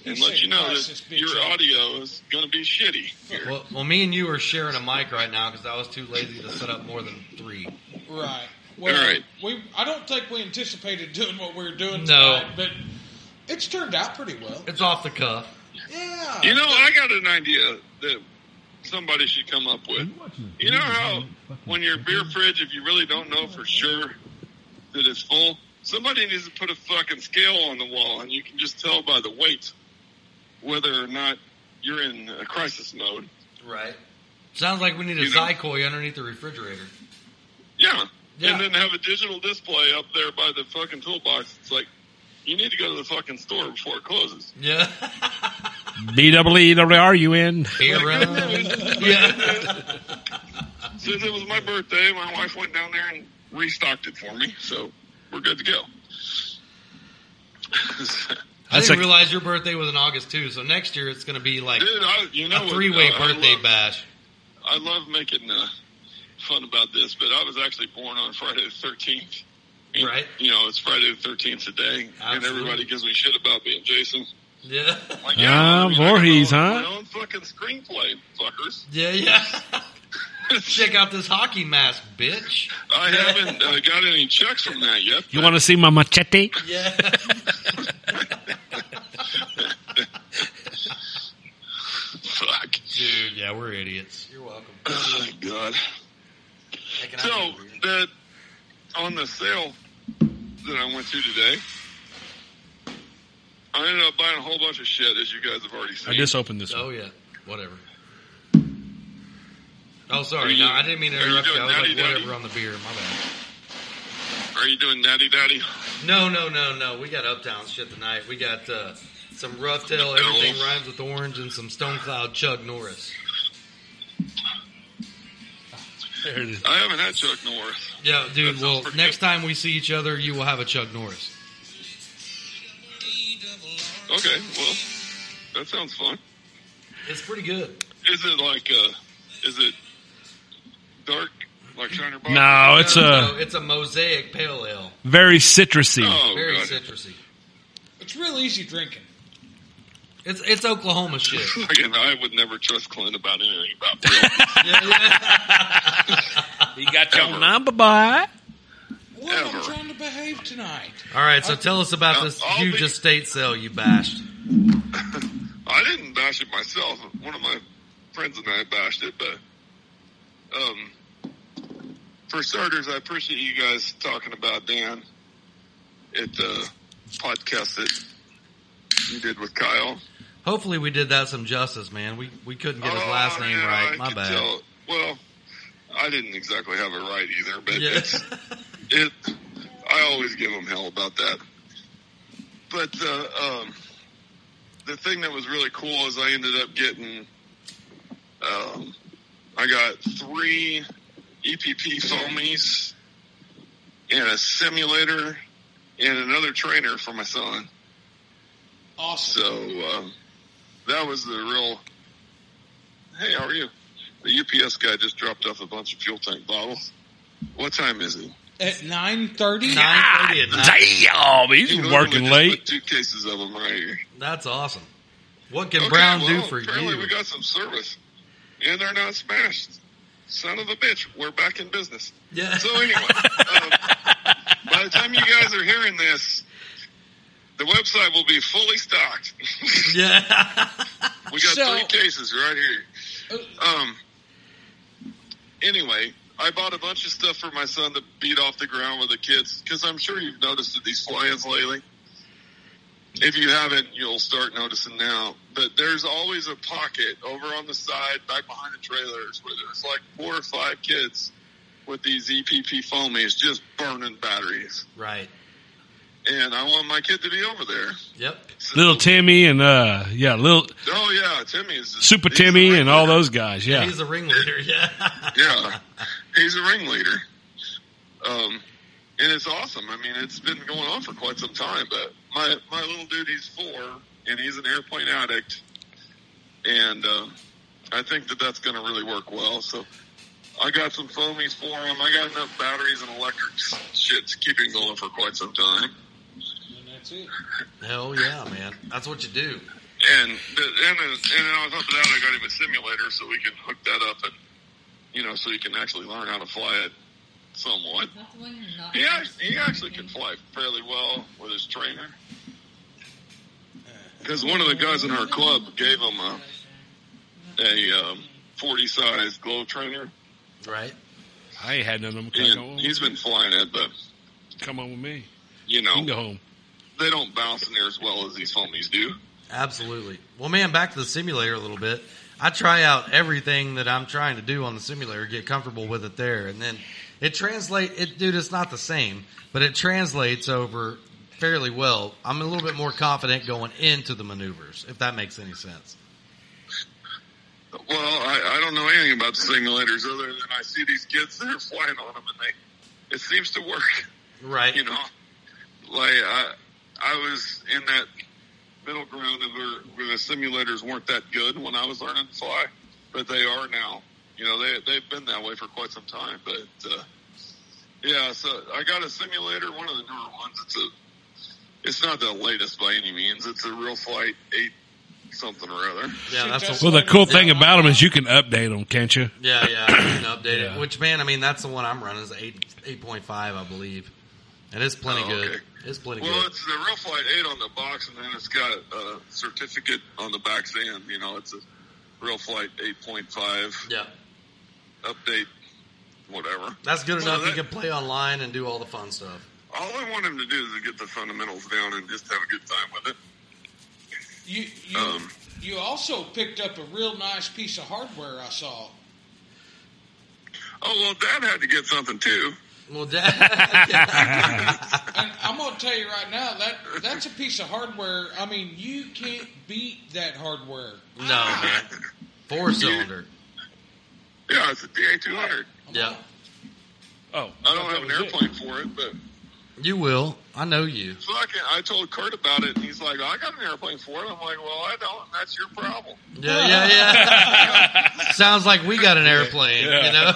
and
You
let
say
you know
class
that
this bitch
your
up.
audio is gonna be shitty. Here.
Well, well, me and you are sharing a mic right now because I was too lazy to set up more than three.
right. Well,
All right.
we I don't think we anticipated doing what we were doing
No.
tonight, but it's turned out pretty well.
It's off the cuff.
Yeah.
You know, I got an idea that somebody should come up with. You know how when your beer fridge, if you really don't know for sure that it's full, somebody needs to put a fucking scale on the wall, and you can just tell by the weight whether or not you're in a crisis mode.
Right. Sounds like we need a
You know.
Zycoy underneath the refrigerator.
Yeah,
Yeah.
and then have a digital display up there by the fucking toolbox. It's like you need to go to the fucking store before it closes.
Yeah.
B double E double R U N.
[LAUGHS] Since it was my birthday, my wife went down there and restocked it for me, so we're good to go. [LAUGHS]
I
That's
didn't
like-
realize your birthday was in August too, so next year it's going to be like
Dude, I, you know
a
what?
three-way
I- I
birthday
love-
bash.
I love making uh, fun about this, but I was actually born on Friday the thirteenth.
Right.
You know, it's Friday the thirteenth today, and
Absolutely.
everybody gives me shit about being Jason.
[LAUGHS]
Yeah,
Like,
Ah,
I mean, I got
Voorhees,
my own-
huh?
My own fucking screenplay, fuckers.
[LAUGHS]
yeah, yeah. Check out this hockey mask, bitch.
[LAUGHS] I haven't uh, got any checks from that yet.
You want to see my machete?
Yeah.
[LAUGHS]
Fuck.
Dude, yeah, we're idiots. You're welcome.
Oh, my God.
Heck, and I
So,
think we're-
that on the sale that I went to today, I ended up buying a whole bunch of shit, as you guys have already seen.
I just opened this
Oh
one.
yeah, whatever.
Oh,
Are
sorry.
you-
no, I didn't mean to
are you
interrupt you.
doing
I was like,
Natty
whatever
Daddy?
on the beer. My bad.
Are you doing Natty Daddy?
No, no, no, no. We got Uptown shit tonight. We got uh, some Rough Tail, Everything Rhymes with Orange, and some Stone Cloud Chug Norris.
There it is.
I haven't had Chuck Norris.
Yeah, dude.
sounds
Well,
pretty
next
good.
time we see each other, you will have a Chuck Norris.
Okay, well, that sounds fun.
It's pretty good.
Is it like, uh, is it dark, like Shiner Box?
No, it's a
No, it's uh, a mosaic pale ale,
very citrusy.
Oh,
very
God.
citrusy.
It's real easy drinking.
It's it's Oklahoma
[LAUGHS]
shit. [LAUGHS]
Fucking, I would never trust Clint about anything about real.
Yeah, yeah.
[LAUGHS] He got
Ever.
number, boy.
Well,
Ever.
I'm trying to behave tonight.
[LAUGHS] All right, so tell us about
Uh,
this
I'll
huge
be-
estate sale you bashed.
I didn't bash it myself. One of my friends and I bashed it, but um, for starters, I appreciate you guys talking about Dan at the podcast that you did with Kyle.
Hopefully, we did that some justice, man. We we couldn't get his
Oh,
last name
yeah, I
right. My
could
bad.
tell. Well, I didn't exactly have it right either, but
[LAUGHS] Yeah.
it's, it. I always give them hell about that. But uh, um, the thing that was really cool is I ended up getting. Um, I got three EPP foamies and a simulator and another trainer for my son.
Awesome.
So um, that was the real. Hey, how are you? The UPS guy just dropped off a bunch of fuel tank bottles. What time is it?
At nine thirty,
[LAUGHS] Nine thirty at night.
Damn, he's
He literally
working
just
late.
put Two cases of them right here.
That's awesome. What can Brown do
well,
for
apparently
you?
we got some service, and they're not smashed. Son of a bitch, we're back in business. [LAUGHS]
yeah.
So anyway, um, by the time you guys are hearing this, the website will be fully stocked.
[LAUGHS]
[LAUGHS]
yeah.
We got
So-
three cases right here. Um. Anyway, I bought a bunch of stuff for my son to beat off the ground with the kids because I'm sure you've noticed these fly-ins lately. If you haven't, you'll start noticing now. But there's always a pocket over on the side, back behind the trailers, where there's like four or five kids with these EPP foamies just burning batteries.
right.
And I want my kid to be over there.
Yep.
So-
Little Timmy and uh, yeah, little
Oh yeah, Timmy is
Super
he's the
Timmy and all
ringleader.
those guys. Yeah,
He's a ringleader. [LAUGHS] Yeah.
yeah, he's a ringleader. Um, and it's awesome. I mean, it's been going on for quite some time. But my my little dude, he's four, and he's an airplane addict, and uh, I think that that's going to really work well. So I got some foamies for him. I got enough batteries and electric shit to keep him going for quite some time.
and that's it.
Hell yeah, man. That's what you do.
And and and then on top of that, I got him a simulator so we can hook that up and you know so he can actually learn how to fly it somewhat.
That's when you're not.
He actually, he
doing
actually
anything.
can fly fairly well with his trainer.
Uh,
Because one of the guys in our club gave him a, a um, 40 size glow trainer,
Right.
I ain't had none of them. Can I go
and
home?
he's been flying it, but
Come on with me.
you
You can go
know
home.
they don't bounce in there as well as these homies do.
Absolutely. Well, man, back to the simulator a little bit. I try out everything that I'm trying to do on the simulator, get comfortable with it there, and then It translate it, dude. It's not the same, but it translates over fairly well. I'm a little bit more confident going into the maneuvers, if that makes any sense.
Well, I, I don't know anything about simulators other than I see these kids that are flying on them, and they it seems to work. [LAUGHS]
Right.
You know, like I I was in that middle ground of where, where the simulators weren't that good when I was learning to fly, but they are now. You know, they they've been that way for quite some time. But uh, yeah, so I got a simulator, one of the newer ones. It's a it's not the latest by any means. It's a real flight eight something or other.
Yeah, that's what
Well, the cool thing about them is you can update them, can't you?
Yeah, yeah, I can update
Yeah.
it. Which man, I mean, that's the one I'm running is eight eight point five, I believe, and it's plenty
Oh,
good.
okay.
It's plenty
Well,
good.
it's the real flight eight on the box, and then it's got a certificate on the back end. You know, it's a real flight eight point five
Yeah,
update, whatever.
that's good
Well,
enough. You
that-
can play online and do all the fun stuff.
All I want him to do is to get the fundamentals down and just have a good time with it.
You you,
Um.
you also picked up a real nice piece of hardware I saw.
Oh well, Dad had to get something too.
Well, Dad, [LAUGHS]
And I'm gonna tell you right now that that's a piece of hardware. I mean, you can't beat that hardware.
no, man, four cylinder.
Yeah, it's a DA two hundred.
Yeah,
Oh, [LAUGHS]
I don't have an airplane for it, but
you will. I know you.
fucking, I told Kurt about it, and he's like, "I got an airplane for it." I'm like, "Well, I don't. and That's your problem."
Yeah, yeah, yeah. [LAUGHS] Sounds like we got an airplane. You [LAUGHS] know.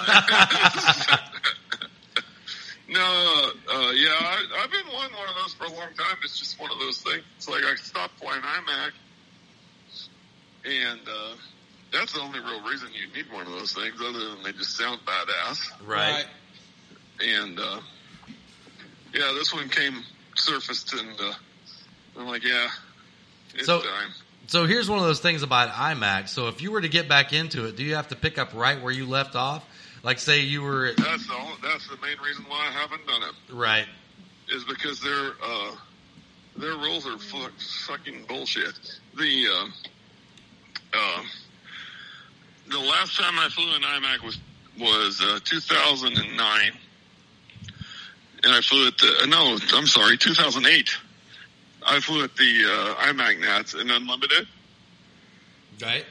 No, uh, yeah, I, I've been wanting one of those for a long time. It's just one of those things. It's like I stopped flying iMac, and uh, that's the only real reason you need one of those things, other than they just sound badass.
right.
And uh, yeah, this one came surfaced, and uh, I'm like, yeah, it's
So-
time.
So here's one of those things about iMac. So if you were to get back into it, do you have to pick up right where you left off? Like, say you were at,
That's the only- that's the main reason why I haven't done it.
right.
is because their uh, their rules are fu- fucking bullshit. The uh, uh, the last time I flew an iMac was was uh, 2009, and I flew at the uh, no, I'm sorry, 2008. I flew at the uh, iMac Nats in Unlimited,
Right.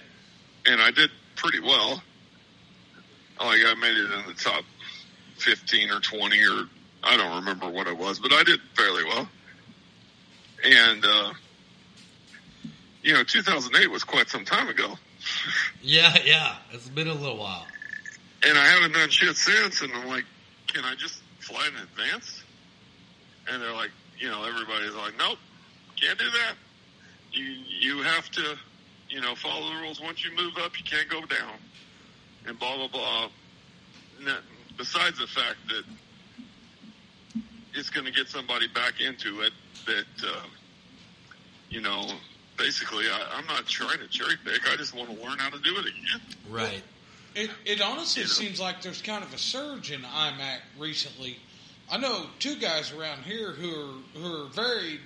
and I did pretty well. Like I made it in the top 15 or 20 or I don't remember what it was, but I did fairly well. And, uh, you know, 2008 was quite some time ago
Yeah, yeah. It's been a little while.
and I haven't done shit since. And I'm like, can I just fly in advance? And they're like, you know, everybody's like, nope, can't do that. You you have to, you know, follow the rules. Once you move up, you can't go down, and blah blah blah. No, besides the fact that it's going to get somebody back into it that, uh, you know, basically, I, I'm not trying to cherry pick. I just want to learn how to do it again.
Right.
It, it honestly seems like there's kind of a surge in iMac recently. I know two guys around here who are who are very,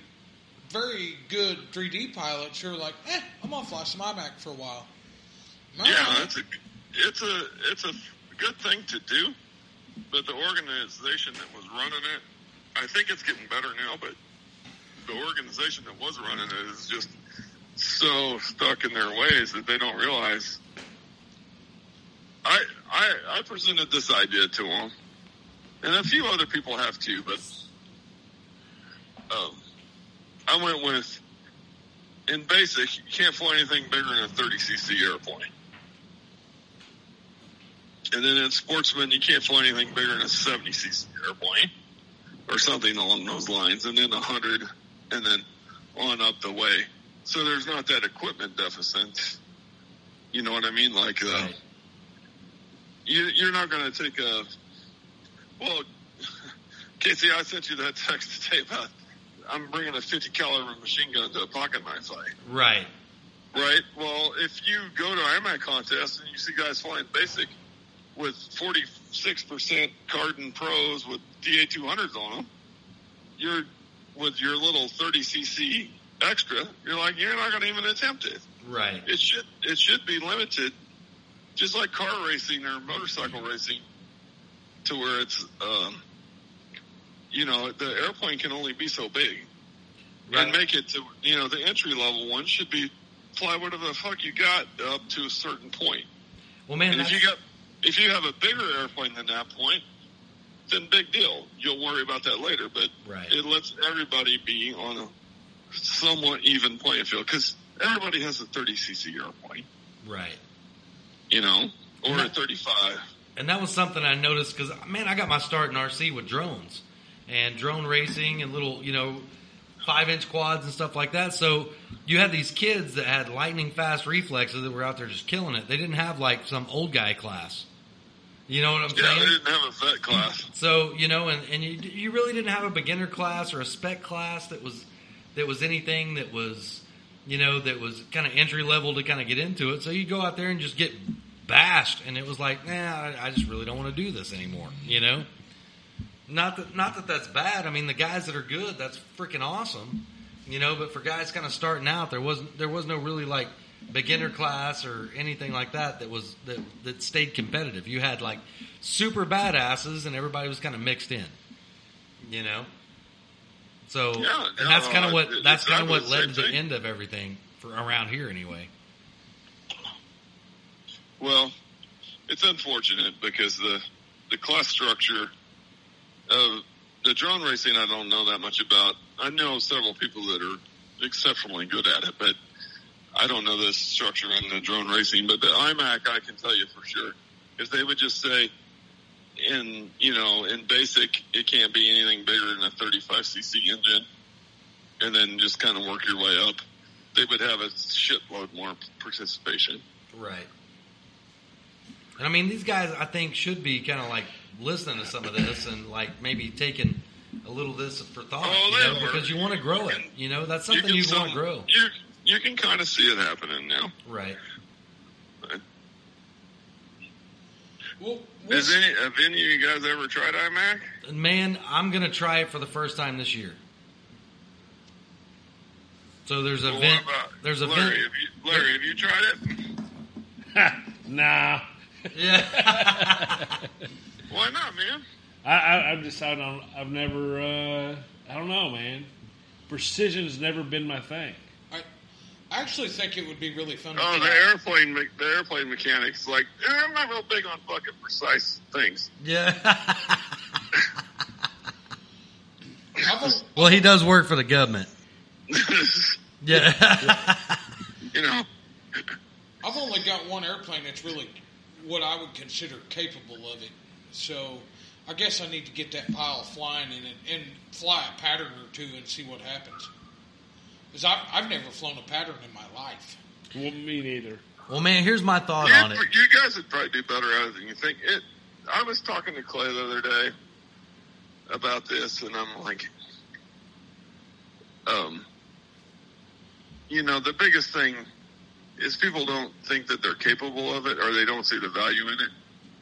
very good 3D pilots who are like, eh, I'm gonna fly some iMac for a while. My-
Yeah, it's a it's a it's a good thing to do, but the organization that was running it, I think it's getting better now. But the organization that was running it is just so stuck in their ways that they don't realize. I I I presented this idea to them, and a few other people have too, but um, I went with. In basic, you can't fly anything bigger than a 30cc airplane. And then in sportsman, you can't fly anything bigger than a 70cc airplane or something along those lines. And then 100 and then on up the way. So there's not that equipment deficit. You know what I mean? Like, uh,
Right.
you, you're not going to take a, well, [LAUGHS] Casey, I sent you that text today about I'm bringing a 50 caliber machine gun to a pocket knife fight.
Right.
Right. Well, if you go to IMAC contest and you see guys flying basic with 46% Garden Pros with DA200s on them, you're with your little 30cc extra, you're like, you're not going to even attempt it.
Right.
It should it should be limited, just like car racing or motorcycle racing. to where it's, um, you know, the airplane can only be so big.
Right.
And make it to, you know, the entry level one should be fly whatever the fuck you got up to a certain point.
Well, man,
And if
that's,
you got, if you have a bigger airplane than that point, then big deal. You'll worry about that later. But
Right.
it lets everybody be on a somewhat even playing field because everybody has a 30 cc airplane,
right.
you know, or a 35.
And that was something I noticed because, man, I got my start in RC with drones and drone racing and little, you know, five inch quads and stuff like that. So you had these kids that had lightning fast reflexes that were out there just killing it. They didn't have like some old guy class. You know what I'm
Yeah,
saying?
they didn't have a vet class.
So you know, and, and you you really didn't have a beginner class or a spec class that was that was anything that was you know that was kind of entry level to kind of get into it. So you go out there and just get bashed, and it was like, nah, I, I just really don't want to do this anymore. You know, not that not that that's bad. I mean, the guys that are good, that's freaking awesome. You know, but for guys kind of starting out, there wasn't there was no really like beginner class or anything like that that was that that stayed competitive. You had like super badasses, and everybody was kind of mixed in. You know, so
Yeah,
and that's
no,
kind of what
it-
that's
it's
kind of what
exactly the
led to
same
the
thing.
end of everything for around here anyway.
Well, it's unfortunate because the the class structure of the drone racing I don't know that much about. I know several people that are exceptionally good at it, but I don't know the structure in the drone racing. But the IMAC, I can tell you for sure, if they would just say in you know in basic, it can't be anything bigger than a 35 cc engine, and then just kind of work your way up. They would have a shitload more participation.
Right. And I mean, these guys, I think, should be kind of like listening to some of this and like maybe taking a little of this for thought,
Oh,
you
they
know,
were.
because you want to grow it. You know, that's something you,
some-
want to grow.
You you can kind of see it happening now.
Right.
Well,
Is any have any of you guys ever tried iMac?
And man, I'm gonna try it for the first time this year. So there's a
Well, what
vent.
about-
There's a
Larry. Have
vent. [LAUGHS]
you, Larry, have you tried it?
nah.
Yeah.
Why not, man?
I, I, I've decided on, I've never, uh, I don't know, man. Precision's never been my thing.
I, I actually think it would be really fun.
Oh,
to
the
try.
airplane me- the airplane mechanics. Like eh, I'm not real big on fucking precise things. [LAUGHS]
yeah. [LAUGHS]
I've al-
well, he does work for the government.
you
Yeah. [LAUGHS]
know,
I've only got one airplane that's really what I would consider capable of it. So I guess I need to get that pile flying and, and fly a pattern or two and see what happens. Because I've, I've never flown a pattern in my life.
Well, me neither.
well, man, here's my thought on it.
you, you guys would probably do better at it than you think. It. I was talking to Clay the other day about this, and I'm like, um, you know, the biggest thing is people don't think that they're capable of it or they don't see the value in it.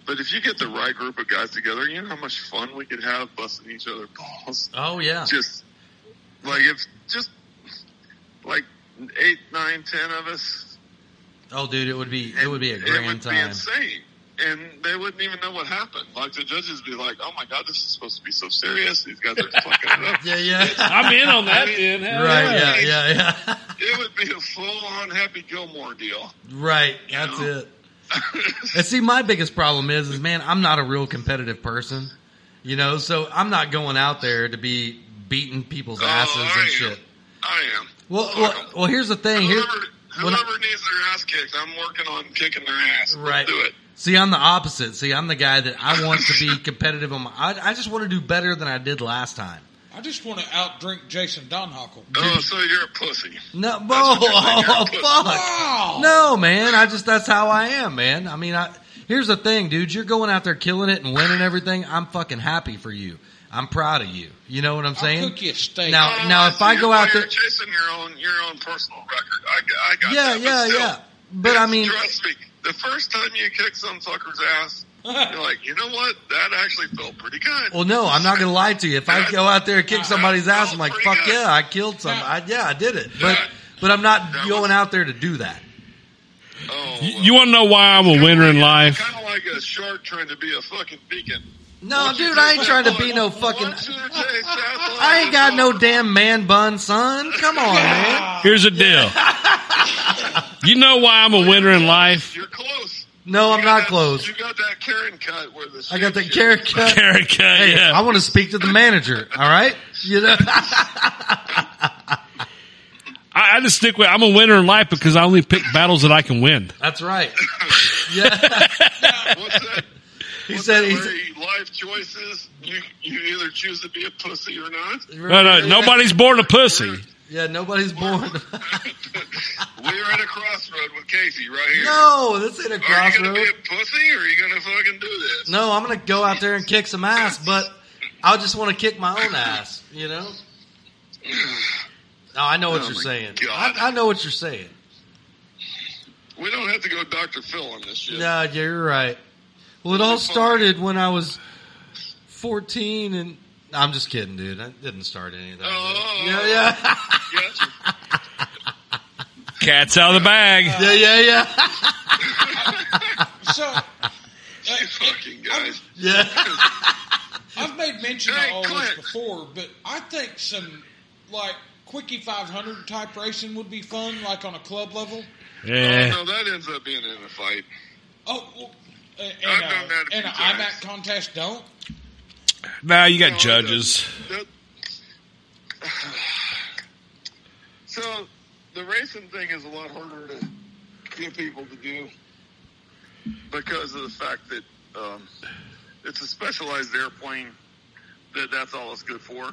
But if you get the right group of guys together, you know how much fun we could have busting each other balls.
Oh yeah.
Just like if just like eight, nine, ten of us,
Oh, dude, it would be it would be a
and
grand
it would Be
time.
insane. And they wouldn't even know what happened. Like the judges be like, "Oh my god, this is supposed to be so serious. These guys are fucking
[LAUGHS]
it up."
yeah, yeah.
I'm in on [LAUGHS] that, then.
Oh,
Hell
Right,
yeah.
yeah, yeah, yeah. [LAUGHS]
It would be a full-on Happy Gilmore deal. [LAUGHS]
right, that's it. And see, my biggest problem is, is man, I'm not a real competitive person, you know. So I'm not going out there to be beating people's
Oh,
asses
I am.
and shit.
I am.
Well, well, well. Here's the thing. Here,
Whoever,
when I-
whoever needs their ass kicked, I'm working on kicking their ass. Let's
right.
do it.
See, I'm the opposite. See, I'm the guy that I want to be competitive. On my, I, I just want to do better than I did last time.
I just want to outdrink Jason Donhockle.
Oh, so you're a pussy.
No,
what you're saying.
[LAUGHS] oh, fuck.
Wow!
No, man. I just that's how I am, man. I mean, I here's the thing, dude. You're going out there killing it and winning everything. I'm fucking happy for you. I'm proud of you. You know what I'm
I'll
saying?
cook you a steak.
Now-
Oh,
now if
so
I
you're-
go out
you're
there-
chasing your own your own personal record. I, got- I got
yeah,
that, but
yeah,
still.
yeah. But I mean,
trust me, the first time you kick some fucker's
[LAUGHS]
ass, you're like, you know what? That actually felt pretty good.
well, no, I'm not gonna lie to you. If I go out there and kick somebody's ass, I'm like, fuck yeah, I killed some. I, yeah, I did it. But but I'm not going out there to do that.
oh, uh,
You, want to know why I'm a winner in life? [LAUGHS]
Kind of like a shark trying to be a fucking beacon.
No, dude, I ain't trying to be no fucking. [LAUGHS] I ain't got no
[LAUGHS]
damn man bun, son. Come on, man.
Here's the [LAUGHS] deal. you know why I'm a winner in life?
You're close.
No, I'm not close.
You got that Karen cut where the
I got the carrot
[LAUGHS]
cut.
Carrot cut,
Hey,
yeah.
I want to speak to the manager. All right, you
[LAUGHS]
know.
I, I just stick with. I'm a winner in life because I only pick battles that I can win.
That's right. [LAUGHS]
[LAUGHS]
Yeah,
What's that?
[LAUGHS] he
What's
said.
that,
He said
Larry? life choices. You you either choose to be a pussy or not.
No, no, nobody's born a pussy.
Yeah, nobody's born.
[LAUGHS] We're at a crossroad with Casey right here.
[LAUGHS] no, this ain't a
Are you gonna
crossroad.
be a pussy or are you gonna fucking do this?
No, I'm gonna go out there and kick some ass, but I just want to kick my own ass. You know.
[SIGHS]
No, I know what
Oh
you're
my
saying.
God.
I, I know what you're saying.
We don't have to go Dr. Phil on this shit.
No, yeah, you're right. Well, it all started when I was 14, and I'm just kidding, dude. I didn't start any of that.
Oh.
yeah, yeah, [LAUGHS]
Yes. [LAUGHS]
Cat's out of the bag.
yeah, yeah, yeah,
[LAUGHS] So uh,
You fucking guys.
yeah.
I've made mention
Hey,
of all this
Clint.
before, but I think some like quickie 500 type racing would be fun, like on a club level.
Yeah.
No, that ends up being in a fight.
Oh, well, uh, and,
I've
uh,
done that a
and an
few times.
IMAC contest don't.
Nah, you
No,
got
it
judges.
doesn't. That- [SIGHS] so the racing thing is a lot harder to get people to do because of the fact that um, it's a specialized airplane that that's all it's good for.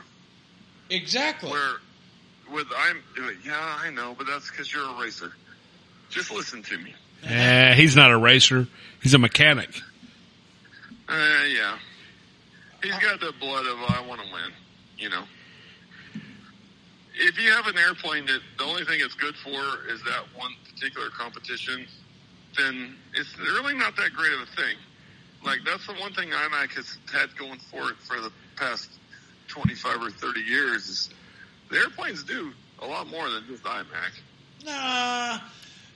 Exactly.
Where with I'm yeah I know, but that's because you're a racer. Just listen to me.
Eh, he's not a racer. He's a mechanic.
Uh, yeah, he's got the blood of I want to win. You know, if you have an airplane that the only thing it's good for is that one particular competition, then it's really not that great of a thing. Like that's the one thing IMAC has had going for it for the past twenty five or thirty years is the airplanes do a lot more than just IMAC.
Nah.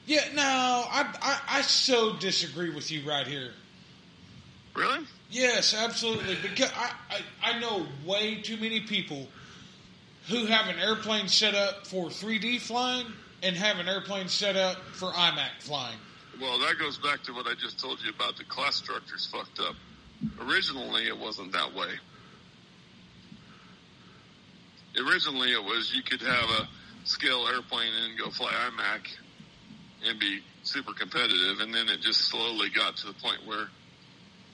Yeah, no, I, I, I so disagree with you right here.
Really?
Yes, absolutely. Because I, I, I know way too many people who have an airplane set up for 3D flying and have an airplane set up for IMAC flying.
Well, that goes back to what I just told you about the class structures fucked up. Originally, it wasn't that way. Originally, it was you could have a scale airplane and go fly IMAC and be super competitive, and then it just slowly got to the point where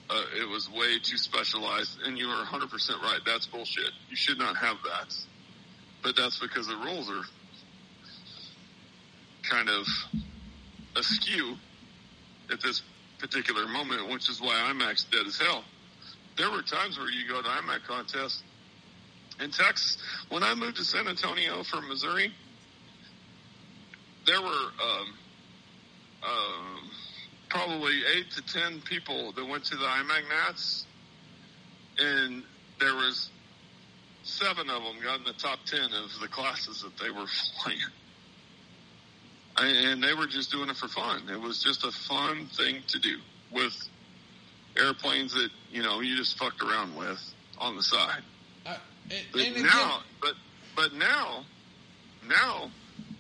uh, it was way too specialized. And you are 100% right. That's bullshit. You should not have that. But that's because the rules are kind of askew at this particular moment, which is why IMAX dead as hell. There were times where you go to IMAX contests in Texas. When I moved to San Antonio from Missouri, there were um, um, probably eight to ten people that went to the IMAX Nats, and there was seven of them got in the top ten of the classes that they were [LAUGHS] flying. I- and they were just doing it for fun. It was just a fun thing to do with airplanes that you know you just fucked around with on the side.
I, and,
But
Uh, and
now, but but now, now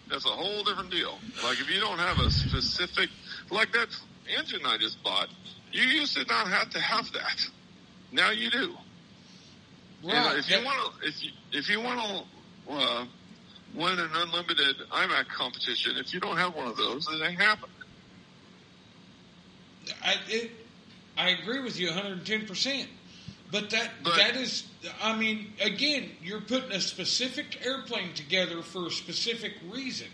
that's a whole different deal. Like if you don't have a specific, like that engine I just bought, you used to not have to have that. Now you do.
again,
And
right,
if you
yeah,
want to, if you, if you want to uh, win an unlimited IMAC competition, if you don't have one of those, it ain't happening.
I, it, I agree with you 110%. But that
But-
that is, I mean, again, you're putting a specific airplane together for a specific reason,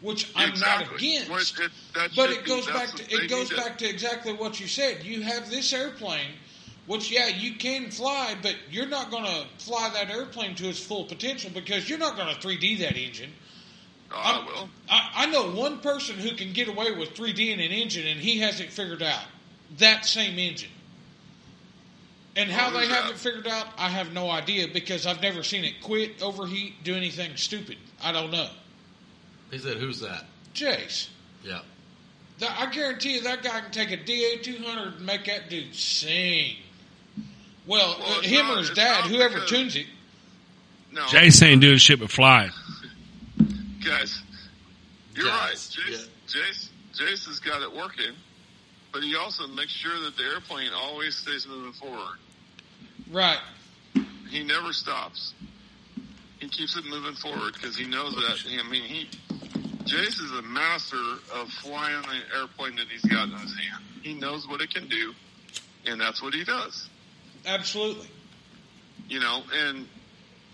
which I'm not against.
Well, it- that
But
should
it
be-
goes
that's
back
the
to
thing
it goes
you did.
back to exactly what you said. You have this airplane, which yeah, you can fly, but you're not going to fly that airplane to its full potential because you're not going to 3D that engine.
Oh, I will.
I, I know one person who can get away with 3D in an engine, and he has it figured out. That same engine. And how
Well,
they
who's
have
that?
it figured out, I have no idea because I've never seen it quit, overheat, do anything stupid. I don't know.
He said, "Who's that?"
Jace.
Yeah.
That- I guarantee you that guy can take a DA 200 and make that dude sing. Well, uh,
Well, it's
him
not-
or his
it's
dad,
not
whoever
because-
tunes it.
No,
Jace ain't doing shit but flying.
guys, you're
Guys,
right. Jace, Jace, Jace has got it working, but he also makes sure that the airplane always stays moving forward.
Right.
He never stops. He keeps it moving forward because he knows that. I mean, he Jace is a master of flying the airplane that he's got in his hand. He knows what it can do, and that's what he does.
Absolutely.
You know, and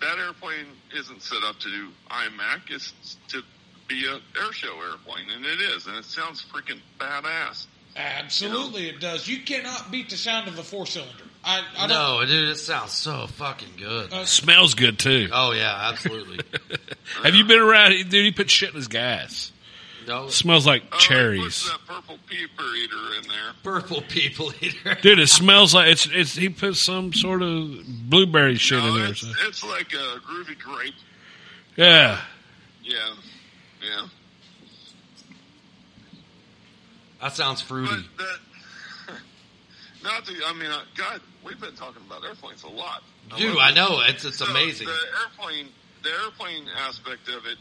that airplane isn't set up to do IMAC. It's to be a air show airplane, and it is, and it sounds freaking badass.
Absolutely, it does. You cannot beat the sound of a four cylinder. I, I don't.
No, dude, it sounds so fucking good.
Uh,
Smells good too.
Oh yeah, [LAUGHS] absolutely.
Have you been around? Dude, he put shit in his gas.
No
Smells like
Oh, he puts
cherries.
that purple pepper eater in there.
purple people [LAUGHS] eater.
Dude, it smells like it's it's. He put some sort of blueberry shit
No,
in there.
it's,
so-
it's like a groovy grape.
Yeah,
Yeah, yeah.
That sounds fruity.
But that, [LAUGHS] not to, I mean, uh, God, we've been talking about airplanes a lot.
Dude, I know it's it's amazing.
The airplane, the airplane aspect of it,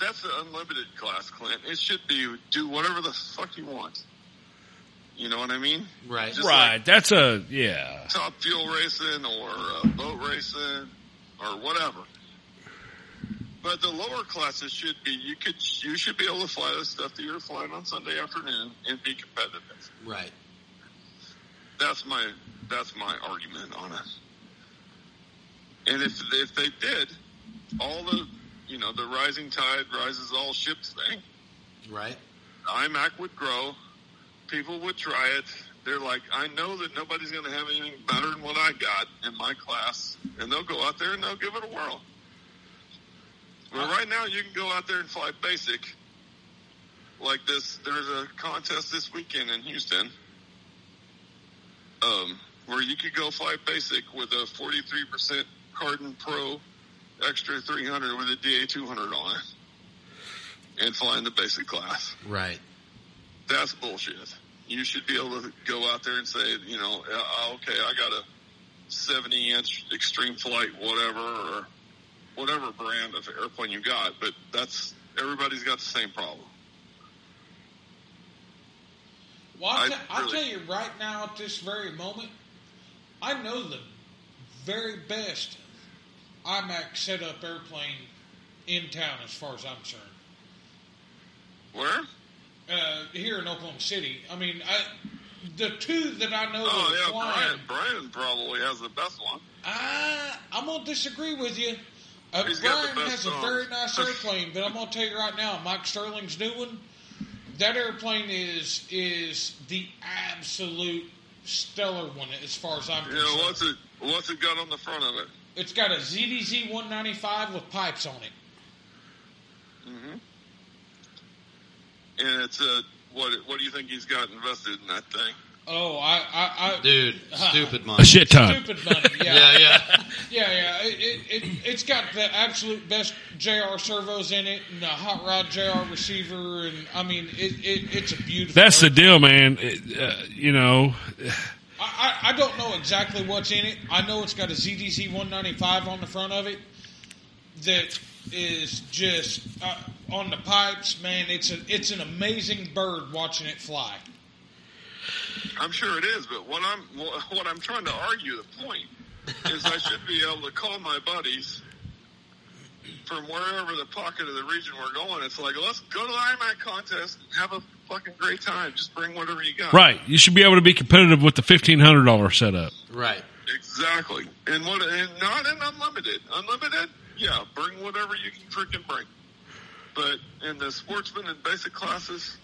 that's the unlimited class, Clint. It should be do whatever the fuck you want. You know what I mean?
Right.
Just
right.
like
That's a yeah.
top fuel racing or uh, boat racing or whatever. But the lower classes should be you could you should be able to fly the stuff that you're flying on Sunday afternoon and be competitive.
Right.
That's my that's my argument on it. And if if they did, all the you know the rising tide rises all ships thing,
Right.
iMac would grow, people would try it. They're like, I know that nobody's going to have anything better than what I got in my class, and they'll go out there and they'll give it a whirl. Well, right now you can go out there and fly basic. Like this, there's a contest this weekend in Houston, um, where you could go fly basic with a 43% Cardin Pro Extra 300 with a DA 200 on it, and fly in the basic class
Right.
that's bullshit. You should be able to go out there and say, you know, uh, okay, I got a 70 inch extreme flight, whatever, or whatever brand of airplane you got, but that's everybody's got the same problem.
Well, I'll,
I
t- I'll
really-
tell you right now, at this very moment, I know the very best IMAX setup airplane in town, as far as I'm concerned.
Where?
Uh, here in Oklahoma City, I mean, I, the two that I know
Oh,
that are
yeah,
flying.
Brian. Brian probably has the best one.
I, I'm gonna disagree with you. Uh,
He's got the
Brian has
best
a
songs.
very
[LAUGHS]
nice airplane, but I'm gonna tell you right now, Mike Sterling's new one. That airplane is is the absolute stellar one as far as I'm
You know,
concerned.
what's it, what's it got on the front of it?
It's got a ZDZ 195 with pipes on it.
And it's a, what, what do you think he's got invested in that thing?
Oh, I, I, I
Dude, stupid
A
money.
shit ton.
stupid money.
[LAUGHS]
Yeah,
Yeah, yeah. [LAUGHS]
Yeah, yeah, it, it, it, it's got the absolute best JR servos in it, and a hot rod JR receiver, and I mean, it, it, it's a beautiful.
That's the
airplane.
deal, man. It, uh, you know,
I, I I don't know exactly what's in it. I know it's got a ZDC 195 on the front of it that is just uh, on the pipes. Man, it's a it's an amazing bird watching it fly.
I'm sure it is, but what I'm what I'm trying to argue the point is I should be able to call my buddies from wherever the pocket of the region we're going. It's like let's go to the IMAC contest and have a fucking great time. Just bring whatever you got.
right? You should be able to be competitive with the fifteen hundred dollar setup.
Right.
Exactly. And what? And not in unlimited. Unlimited. Yeah, bring whatever you can freaking bring. But in the sportsman and basic classes,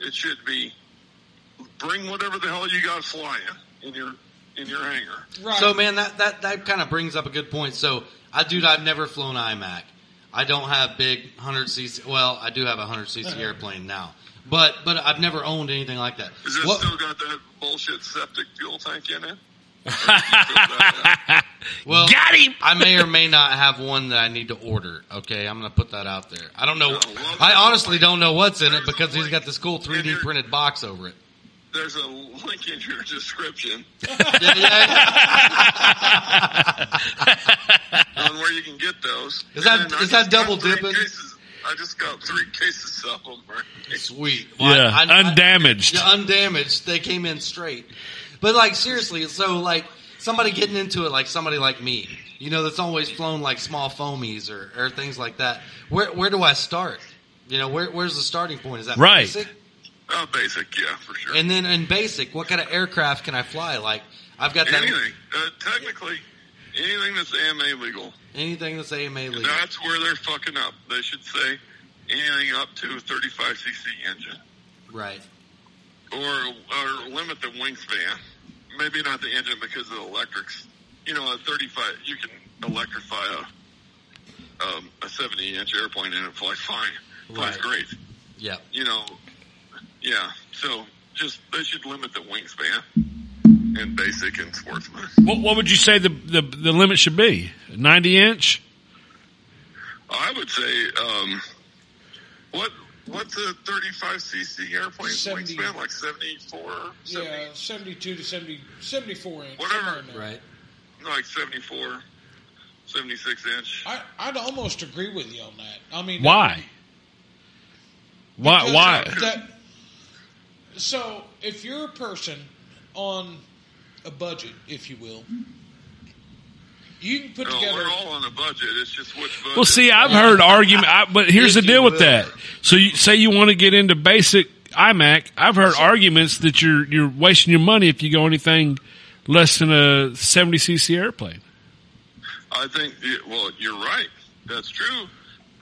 it should be bring whatever the hell you got flying in your in your hangar.
Right.
So man, that that that kind of brings up a good point. So I, dude, I've never flown IMAC. I don't have big hundred cc. Well, I do have a hundred cc airplane now, but but I've never owned anything like that.
Is it
What-
still got that bullshit septic fuel tank in it?
well,
Got him.
I may or may not have one that I need to order. Okay, I'm gonna put that out there. I don't know.
well,
I honestly don't know what's in it
there's a
because he's
link.
got this cool
And
3D
you're- [LAUGHS]
printed box over it.
There's a link in your [LAUGHS] description on where you can get those.
[LAUGHS] Is that-
And I
is that
just got
double
three
dipping?
cases- I just got three cases of them.
[LAUGHS] Sweet.
Yeah, undamaged.
yeah, undamaged. They came in straight. But like seriously, so like somebody getting into it, like somebody like me, you know, that's always flown like small foamies or, or things like that. Where where do I start? You know, where, where's the starting point? Is that
Right.
basic?
Uh, basic, yeah, for sure.
And then in basic, what kind of aircraft can I fly? Like I've got that
anything. Uh, technically, anything that's AMA legal.
anything that's AMA legal.
That's where they're fucking up. They should say anything up to a 35cc engine
Right.
or, or limit the wingspan. Maybe not the engine because of the electrics. You know, a 35, you can electrify a, um, a 70 inch airplane and it flies fine. Flies
Right.
great.
Yeah.
You know, yeah. So just, they should limit the wingspan in basic and sportsman.
What, what would you say the, the the limit should be? Ninety inch?
I would say, um, what what's a 35cc airplane
70.
wingspan like 74, 70,
Yeah, 72 to 70, 74 inch.
Whatever.
somewhere in there.
Right.
like 74, 76 inch.
I, I'd almost agree with you on that. I mean,
Why? Why?
Because
Why?
that- that- so, if you're a person on a budget, if you will, you can put
No,
together.
we're all on a budget. It's just which budget.
Well, see, I've heard argument, I, but here's the
If you
deal with
will.
that. So, you, say you want to get into basic iMac, I've heard arguments that you're you're wasting your money if you go anything less than a seventy cc airplane.
I think, you- well, you're right. That's true.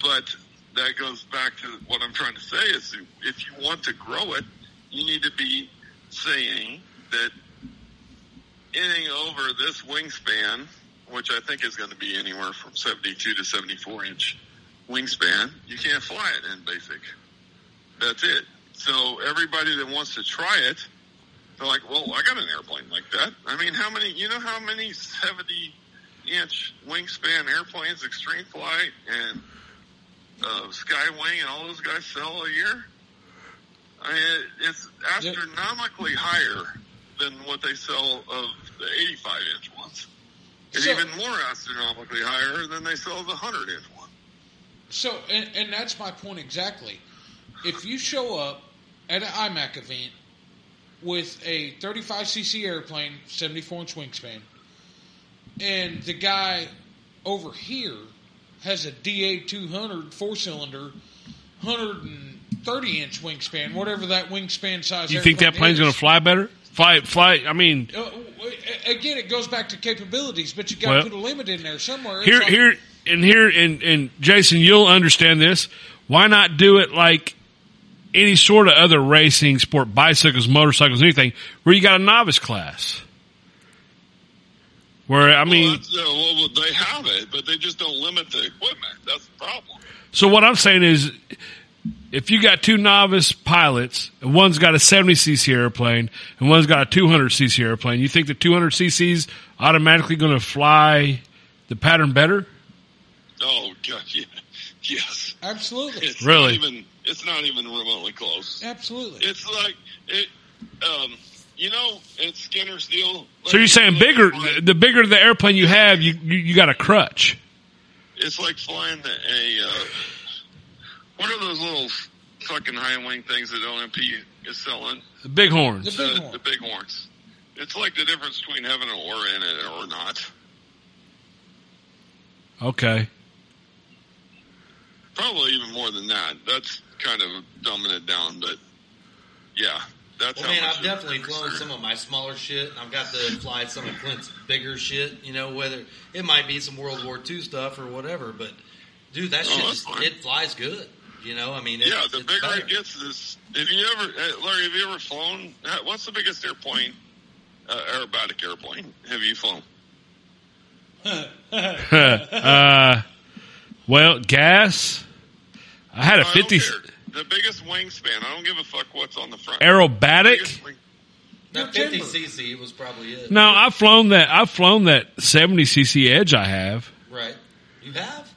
But that goes back to what I'm trying to say is if you want to grow it, you need to be saying that anything over this wingspan, which I think is going to be anywhere from 72 to 74 inch wingspan, you can't fly it in basic. That's it. So everybody that wants to try it, they're like, well, I got an airplane like that. I mean, how many, you know how many 70 inch wingspan airplanes, Extreme Flight and uh, Skywing and all those guys sell a year? I mean, it- it's astronomically higher than what they sell of the 85 inch ones. And
So-
even more astronomically higher than they sell the 100 inch one.
So, and, and that's my point exactly. If you show up at an IMAC event with a 35cc airplane, 74 inch wingspan, and the guy over here has a DA200 four cylinder, 130 inch wingspan, whatever that wingspan size
You think that plane's going to fly better? Fly, fly. I mean,
Uh, again, it goes back to capabilities, but you got to
Well,
put a limit in there somewhere. It's
here,
like-
here, and here, and and Jason, you'll understand this. Why not do it like any sort of other racing sport, bicycles, motorcycles, anything, where you got a novice class? Where I mean,
well, that's, uh, well, well, they have it, but they just don't limit the equipment. That's the problem.
So what I'm saying is, if you got two novice pilots, and one's got a 70cc airplane and one's got a 200cc airplane, you think the 200cc's automatically going to fly the pattern better?
Oh, God, [LAUGHS] yeah. Yes.
Absolutely.
It's
Really?
Not even, it's not even remotely close.
Absolutely.
It's like, it, um, you know, it's Skinner's deal.
So you're saying bigger, the bigger the airplane you have, you you, you got a crutch.
It's like flying the, a, uh, what are those little fucking high wing things that OMP is selling?
The big horns.
The big
The,
one.
the big horns. It's like the difference between having an aura in it or not.
Okay.
Probably even more than that. That's kind of dumbing it down, but yeah, that's
Well,
how
man,
much
I've
it
definitely
differs
flown
there.
some of my smaller shit. I've got to fly some of Clint's bigger shit. You know, whether it might be some World War II stuff or whatever, but dude, that
Oh,
shit
that's
just,
fine.
it flies good. You know, I mean, it,
yeah, the
it's
bigger
better.
it gets, this. Have you ever, uh, Larry? Have you ever flown? uh, What's the biggest airplane, uh, aerobatic airplane? Have you flown?
uh, well, gas. I had a
I don't
50
care. The biggest wingspan. I don't give a fuck what's on the front.
aerobatic.
Biggest wing-
That
Your
50
timber.
cc was probably it,
No, I've flown that. I've flown that 70cc Edge. I have.
right? You have?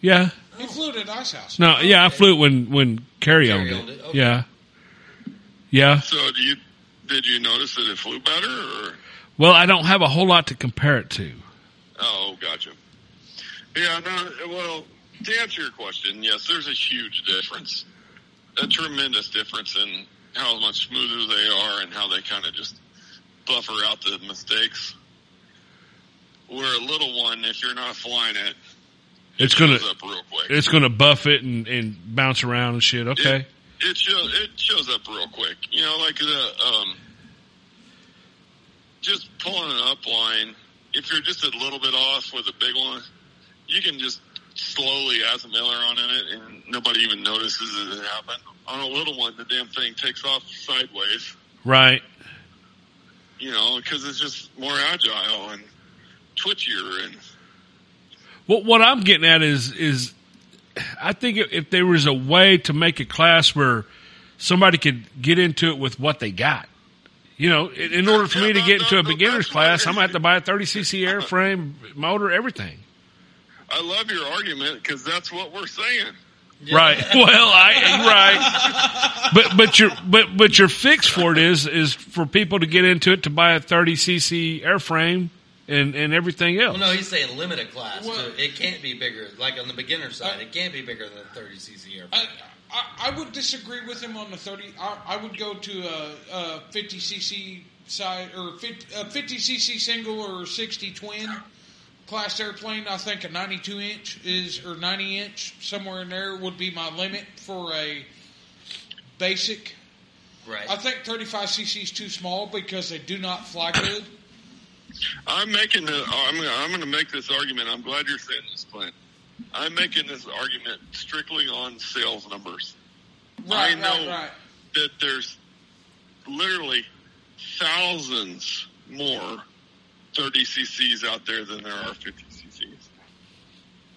Yeah.
He flew it at Ice House.
No, yeah, I
Okay.
flew it when when Carrie owned it.
owned it, okay.
Yeah, yeah.
So do you? Did you notice that it flew better? Or?
Well, I don't have a whole lot to compare it to.
Oh, gotcha. Yeah, no, well, to answer your question, yes, there's a huge difference, a tremendous difference in how much smoother they are and how they kind of just buffer out the mistakes. Where a little one, if you're not flying it,
It's gonna
goes up real quick.
it's gonna buff it and, and bounce around and shit. Okay.
It, it shows it shows up real quick. You know, like the um, just pulling an up line. If you're just a little bit off with a big one, you can just slowly add some aileron in it, and nobody even notices that it happened. On a little one, the damn thing takes off sideways.
Right.
You know, because it's just more agile and twitchier, and
What what I'm getting at is is I think if- if there was a way to make a class where somebody could get into it with what they got, you know, in, in order for me to get into a beginner's class, I'm gonna have to buy a
[LAUGHS]
30cc airframe, motor, everything.
I love your argument because that's what we're saying.
Right. [LAUGHS] Well, I right. But but your but but your fix for it is is for people to get into it to buy a 30cc airframe and and everything else.
Well, no, he's saying limit a class. To, it can't be bigger. Like on the beginner side, it can't be bigger than a 30 cc airplane.
I, I, I would disagree with him on the 30. I, I would go to a, a 50 cc side or 50, a 50 cc single or 60 twin class airplane. I think a 92 inch is or 90 inch somewhere in there would be my limit for a basic.
Right.
I think 35 cc is too small because they do not fly good.
I'm making the. I'm. I'm going to make this argument. I'm glad you're saying this, Clint. I'm making this argument strictly on sales numbers.
Right,
I
right,
know
right.
that there's literally thousands more 30 CCs out there than there are 50 CCs.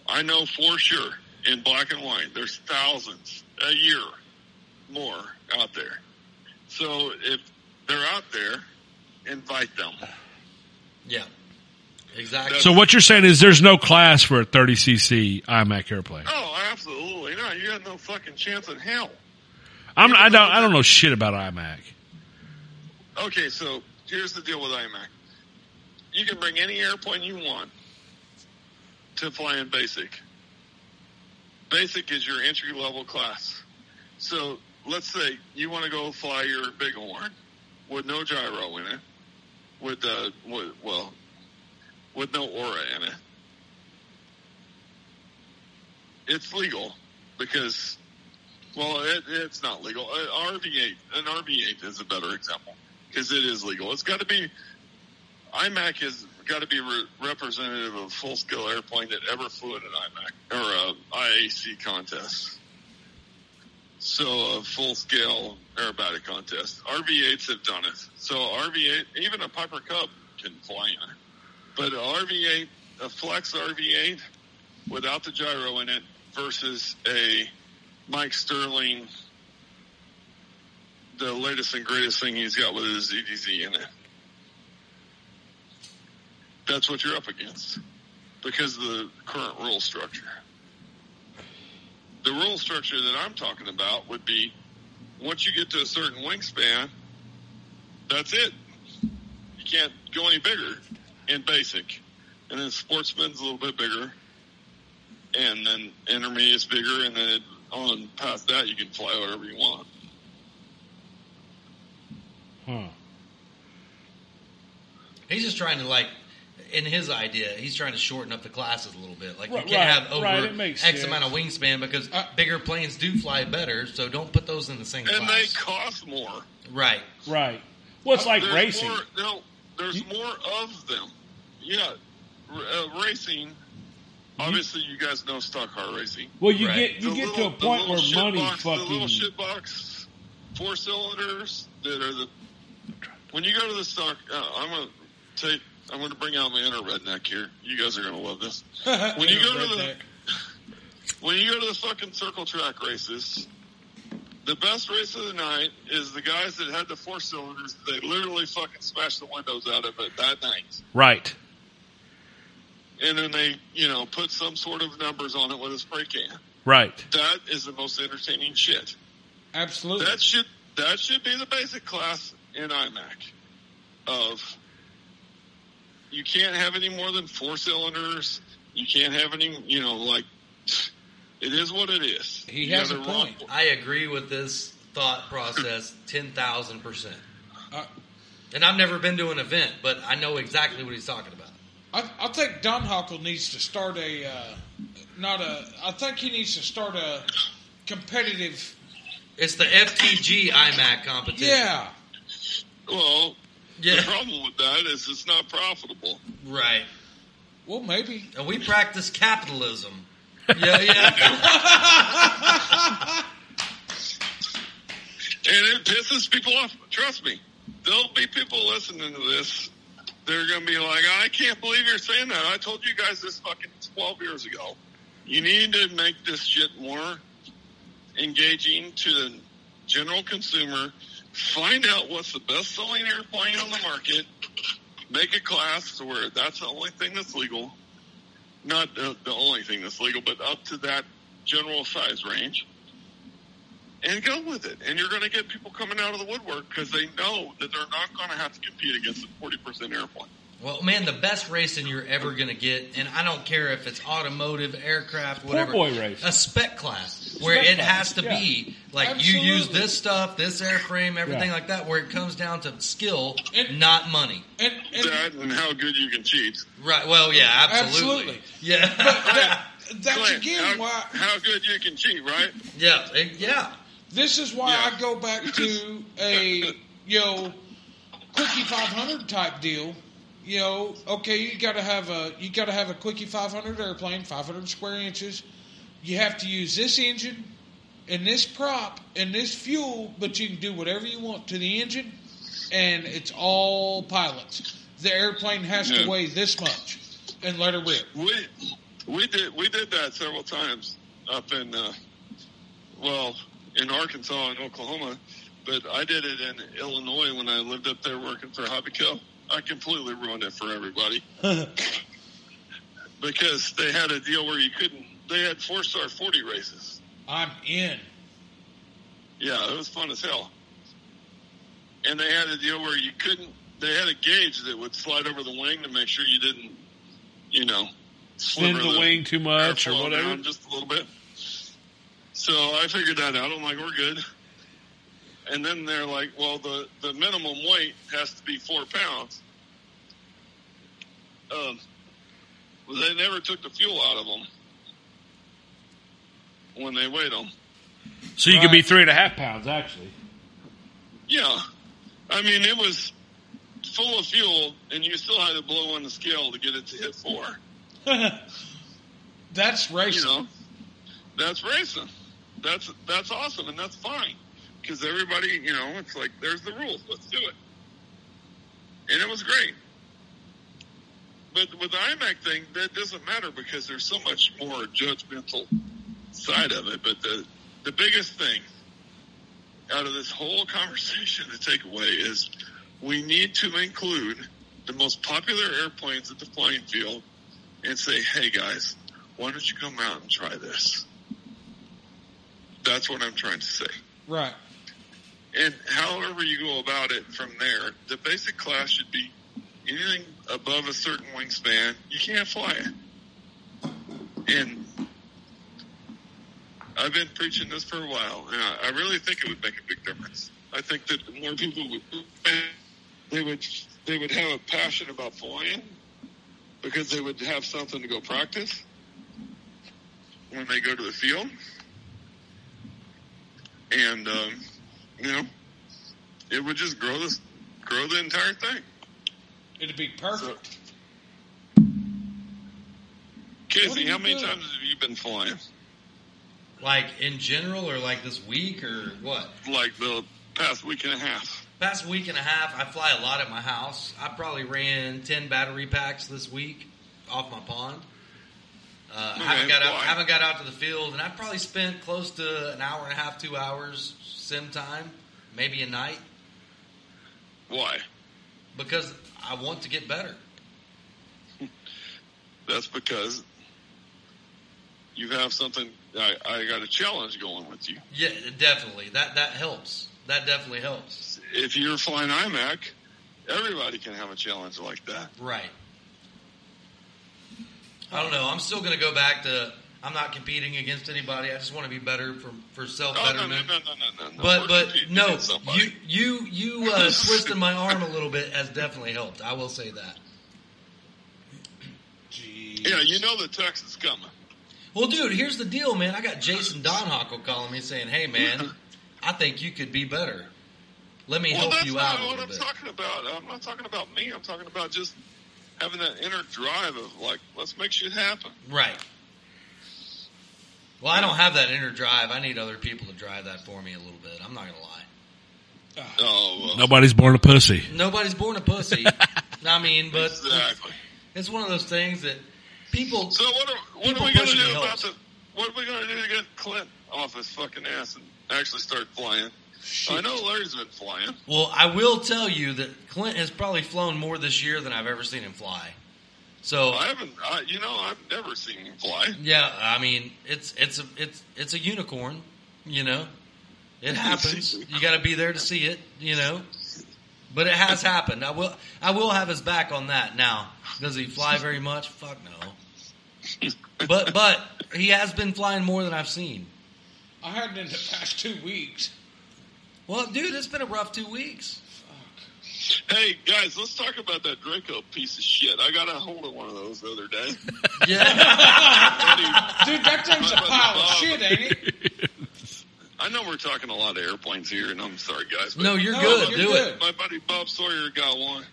I know for sure in black and white there's thousands a year more out there. So if they're out there, invite them.
yeah. Exactly.
So what you're saying is there's no class for a 30cc iMac airplane.
Oh, absolutely not. You got no fucking chance in hell.
I'm, I don't. I don't know shit about iMac.
Okay, so here's the deal with iMac. You can bring any airplane you want to fly in basic. Basic is your entry level class. So let's say you want to go fly your bighorn with no gyro in it, with uh, with, well, with no aura in it. It's legal because well, it, it's not legal. Uh, RV8, an RV8 is a better example because it is legal. It's got to be. IMAC has got to be re- representative of a full-scale airplane that ever flew in an IMAC or a IAC contest. So a full-scale aerobatic contest. RV8s have done it. So RV8, even a Piper Cub can fly in it. But a RV8, a Flex RV8 without the gyro in it versus a Mike Sterling, the latest and greatest thing he's got with his EDZ in it. That's what you're up against because of the current rule structure. The rule structure that I'm talking about would be once you get to a certain wingspan, that's it. You can't go any bigger in basic. And then sportsman's a little bit bigger and then intermediate's bigger, and then on past that you can fly whatever you want.
He's just trying to like, in his idea, he's trying to shorten up the classes a little bit. Like
Right,
you can't
right,
have over
right, it makes
X amount of wingspan because uh, bigger planes do fly better. So don't put those in the same
And they
class.
cost more.
right.
Right. Well, it's like
There's
racing.
More, no, there's more of them. Yeah, r- uh, racing. Obviously, you guys know stock car racing.
Well, you
Right.
get you
The
get
little-
to a
the
point
little
where
shit
money
box, the
fucking.
little shit box four cylinders that are the when you go to the stock uh, i'm gonna take i'm gonna bring out my inner redneck here you guys are gonna love
[LAUGHS]
this when you go to the when you go to the fucking circle track races the best race of the night is the guys that had the four cylinders they literally fucking smashed the windows out of it that night
Right.
and then they you know put some sort of numbers on it with a spray can
Right.
that is the most entertaining shit
Absolutely.
That should that should be the basic class in iMac of you can't have any more than four cylinders. You can't have any, you know, like it is what it is.
He
You
has
gotta
a
run-
point.
I agree with this thought process 10,000%.
Uh,
And I've never been to an event, but I know exactly what he's talking about.
I, I think Don Hockle needs to start a uh, not a. I think he needs to start a competitive.
It's the FTG IMAC competition.
Yeah,
Well, the
Yeah.
problem with that is it's not profitable.
Right.
well, maybe.
And we practice capitalism. Yeah,
[LAUGHS]
yeah.
And it pisses people off. Trust me, there'll be people listening to this. They're going to be like, I can't believe you're saying that. I told you guys this fucking 12 years ago. You need to make this shit more engaging to the general consumer. Find out what's the best selling airplane on the market. Make a class to where that's the only thing that's legal. Not the, the only thing that's legal, but up to that general size range and go with it. And you're going to get people coming out of the woodwork because they know that they're not going to have to compete against a 40% airplane.
well, man, the best racing you're ever going to get, and I don't care if it's automotive, aircraft, whatever.
boy race.
A spec class where
Spec
it
class,
has to
yeah.
be like you use
Absolutely.
this stuff, this airframe, everything
Yeah.
like that, where it comes down to skill,
And-
not money.
And, and
That and how good you can cheat.
Right. Well, yeah, absolutely.
Absolutely.
Yeah.
that, that's
Clint,
again
how,
why
how good you can cheat, right?
[LAUGHS] yeah. eh, Yeah.
This is why
Yeah.
I go back to a you know quickie five hundred type deal. You know, okay, you gotta have a you gotta have a quickie five hundred airplane, five hundred square inches. You have to use this engine and this prop and this fuel, but you can do whatever you want to the engine and it's all pilots. The airplane has
Yeah.
to weigh this much and let her rip.
We we did we did that several times up in uh, well in Arkansas and Oklahoma, but I did it in Illinois when I lived up there working for Hobby Co. I completely ruined it
[LAUGHS]
for everybody because they had a deal where you couldn't. They had four star forty races.
I'm in. [LAUGHS]
Yeah, it was fun as hell. And they had a deal where you couldn't. They had a gauge that would slide over the wing to make sure you didn't, you know,
Send
sliver
the wing too much or
airflow
whatever.
down just a little bit. So I figured that out. I'm like, we're good. And then they're like, well, the, the minimum weight has to be four pounds. Um, well, they never took the fuel out of them when they weighed them.
So you could be three and a half pounds actually.
Yeah. I mean, it was full of fuel, and you still had to blow on the scale to get it to hit four.
That's
You
racing.
know, that's racing. That's that's awesome, and that's fine because everybody, you know, it's like there's the rules. Let's do it, and it was great. But with the iMac thing, that doesn't matter because there's so much more judgmental side of it. But the the biggest thing out of this whole [LAUGHS] conversation to take away is we need to include the most popular airplanes at the flying field and say, hey guys, why don't you come out and try this? That's what I'm trying to say.
Right.
And however you go about it from there, the basic class should be anything above a certain wingspan, you can't fly it. And I've been preaching this for a while, and I I really think it would make a big difference. I think that the more people would, they would they would have a passion about flying because they would have something to go practice when they go to the field. And um, you know, it would just grow this, grow the entire thing.
It'd be perfect. What are
Casey,
you
how many
doing?
times have you been flying?
Like in general, or like this week, or what?
Like the past week and a half.
Past week and a half, I fly a lot at my house. I probably ran ten battery packs this week off my pond. Uh, I haven't
Okay,
got out.
why?
Haven't got out to the field, and I probably spent close to an hour and a half, two hours sim time, maybe a night,
Why?
because I want to get better.
That's because you have something. I, I got a challenge going with you.
Yeah, definitely. That that helps. That definitely helps.
See, if you're flying iMac, everybody can have a challenge like that.
Right. I don't know. I'm still going to go back to. I'm not competing against anybody. I just want to be better for for self
Oh, no, no,
betterment.
no, no, no, no, no.
But
We're
but
competing
no,
against somebody.
you you
[LAUGHS]
you uh, twisting my arm a little bit has definitely helped. I will say that.
yeah, you know the text is coming.
Well, dude, here's the deal, man. I got Jason Donhockle calling me saying, "Hey, man, I think you could be better. Let me
well,
help
that's
you
not
out a
what
little
I'm
bit."
talking about. I'm not talking about me. I'm talking about just having that inner drive of like, let's make shit happen.
Right. Well, I don't have that inner drive. I need other people to drive that for me a little bit. I'm not gonna lie. Ah.
Oh, well,
Nobody's born a pussy.
Nobody's born
[LAUGHS]
a pussy. I mean, but
exactly.
it's one of those things that people.
So what are what
People
are we gonna
pushing
do
the
about
helps.
the what are we gonna do to get Clint off his fucking ass and actually start flying? I know Larry's been flying.
Well, I will tell you that Clint has probably flown more this year than I've ever seen him fly. So
I haven't. I, you know, I've never seen him fly. [LAUGHS]
yeah, I mean, it's it's a it's it's a unicorn. You know,
[LAUGHS]
it happens. you got to be there to see it. You know, but it has happened. I will I will have his back on that. Now, does he fly very much? Fuck no. But but he has been flying more than I've seen.
I hadn't in the past two weeks.
Well, dude, it's been a rough two weeks.
Hey guys, let's talk about that Draco piece of shit. I got a hold of one of those the other
[LAUGHS]
day.
[LAUGHS]
Yeah,
And he-
Dude, that
[LAUGHS]
thing's a pile of shit, ain't it?
I know we're talking a lot of airplanes here, and I'm sorry, guys. But
no, you're
No,
good.
you're
Do
good.
it.
My buddy Bob Sawyer got one.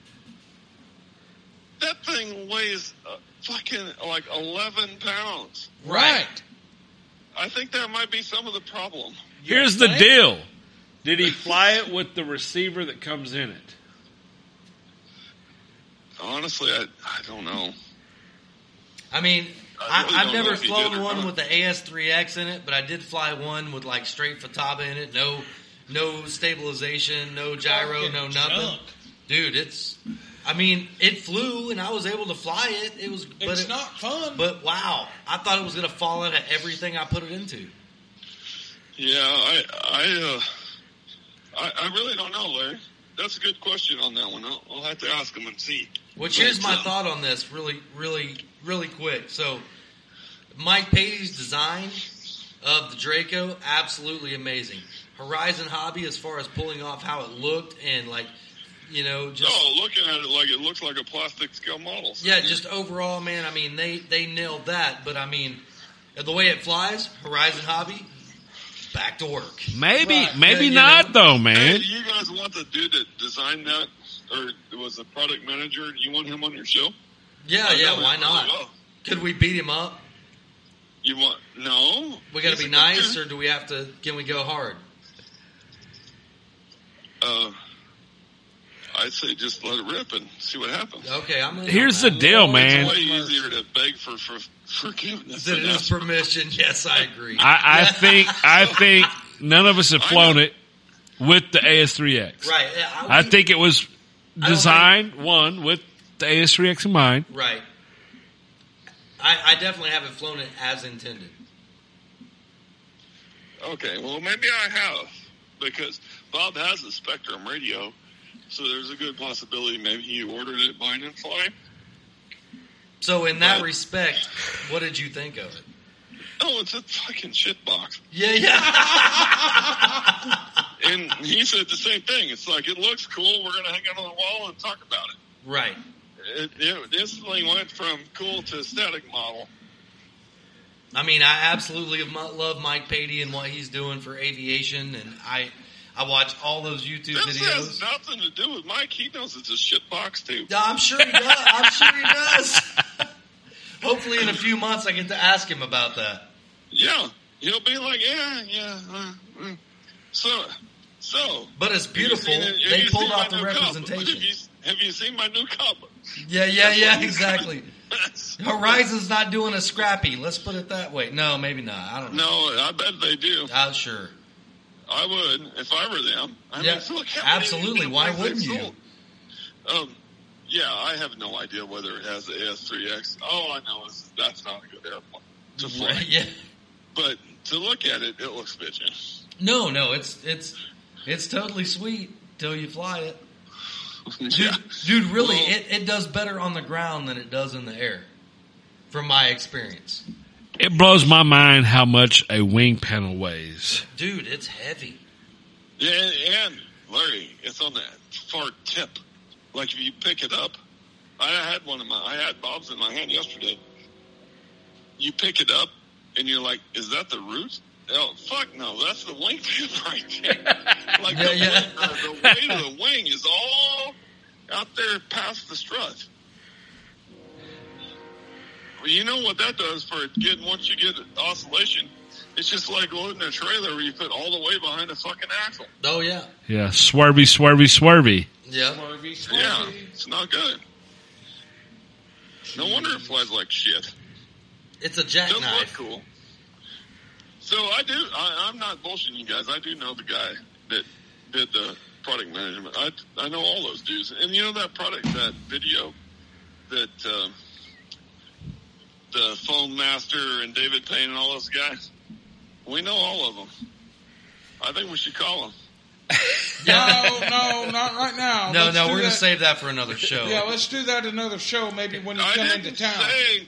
That thing weighs uh, fucking like 11 pounds.
Right.
I think that might be some of the problem.
Here's the
think?
deal. Did he fly it with the receiver that comes in it?
Honestly, I, I don't know.
I mean,
I
I,
really
I've
don't know
never
if you did
flown
or
one
not.
with the AS3X in it, but I did fly one with like straight Fataba in it. No, no stabilization, no gyro,
Fucking
no nothing.
junk.
Dude, it's. I mean, it flew and I was able to fly it. It was, but
It's
it-
not fun.
But wow, I thought it was going to fall out of everything I put it into.
Yeah, I I, uh, I I really don't know, Larry. That's a good question on that one. I'll, I'll have to ask him and see.
Which here's my
But, uh,
thought on this, really, really, really quick. So, Mike Patey's design of the Draco, absolutely amazing. Horizon Hobby, as far as pulling off how it looked and like, you know, just
Oh, looking at it like it looks like a plastic scale model.
yeah, just overall, man. I mean, they they nailed that. But I mean, the way it flies, Horizon Hobby, back to work.
Maybe,
Right.
maybe
Yeah, you
not though, man.
Hey, do you guys want the dude that designed that, or was the product manager? Do you want him on your show? Oh,
Yeah,
I know
yeah.
him
Why
really
not?
well.
Could we beat him up?
You want no?
We got
He's
to
a good
be nice,
dude.
or do we have to? Can we go hard?
Uh, I'd say just let it rip and see what happens.
Okay, I'm. in on
Here's the
that.
deal, man.
It's way easier to beg for, for forgiveness
That it
than
is
ask
permission. [LAUGHS] Yes, I agree.
I, I think, I think none of us have
I
flown
know.
it with the AS3X.
right. yeah, I,
I think it was
don't
designed one with the AS3X in mind.
Right. I, I definitely haven't flown it as intended.
Okay, well, maybe I have because Bob has a Spectrum radio, so there's a good possibility maybe he ordered it blind and fly.
So, in that
Right.
respect, what did you think of it?
Oh, it's a fucking shit box.
Yeah, yeah. [LAUGHS]
And he said the same thing. It's like it looks cool. We're gonna hang it on the wall and talk about it.
right.
It, it instantly went from cool to static model.
I mean, I absolutely am- love Mike Patey and what he's doing for aviation, and I I watch all those YouTube
This has
videos.
nothing to do with Mike. He knows it's a shit box too.
I'm sure he does. I'm sure he does. [LAUGHS] Hopefully, in a few months, I get to ask him about that.
Yeah, he'll be like, yeah, yeah. Uh, mm. So, so
But it's beautiful.
Have you seen it- have
They
you
pulled
seen my
off the
new [LAUGHS] cover?
representation.
Have you, have you seen my new [LAUGHS] cover?
Yeah, yeah, yeah, [LAUGHS] exactly. Horizon's not doing a scrappy. Let's put it that way. No, maybe not. I don't know.
no, I bet they do.
Uh, sure.
I would if I were them. I
Yeah,
mean, look how many
absolutely.
of these
Why
things
wouldn't
they've
you?
sold. Um, yeah, I have no idea whether it has the AS3X. All I know is that's not a good airplane to fly.
Right, [LAUGHS] yeah.
But to look at it, it looks bitchin'.
No, no, it's it's it's totally sweet. till you fly it. Dude,
[LAUGHS] yeah.
dude really,
Well-
it, it does better on the ground than it does in the air, from my experience.
It blows my mind how much a wing panel weighs.
Dude, it's heavy.
Yeah, and, and Larry, it's on the far tip. Like if you pick it up, I had one in my, I had Bob's in my hand yesterday. You pick it up, and you're like, "Is that the root?" Oh fuck no, that's the wing [LAUGHS] tip right there. like the,
Yeah,
Wing, uh, the weight of the wing is all out there past the strut. Well, you know what that does for it getting once you get oscillation. It's just like loading a trailer where you put all the way behind a fucking axle.
Oh yeah,
Yeah, swervy, swervy, swervy.
yeah.
Swervy, swervy.
Yeah, it's not good. No wonder it flies like shit.
It's a
Doesn't look
jackknife.
cool. So I do. I, I'm not bullshitting you guys. I do know the guy that did the product management. I I know all those dudes. And you know that product, that video, that um, the Foam Master and David Payne and all those guys. We know all of them. I think we should call them.
No, no, not right now.
[LAUGHS] No,
Let's
no,
do
we're gonna
that-
save that for another show.
Yeah, let's do that another show. Maybe when you
I
come
didn't
into town.
say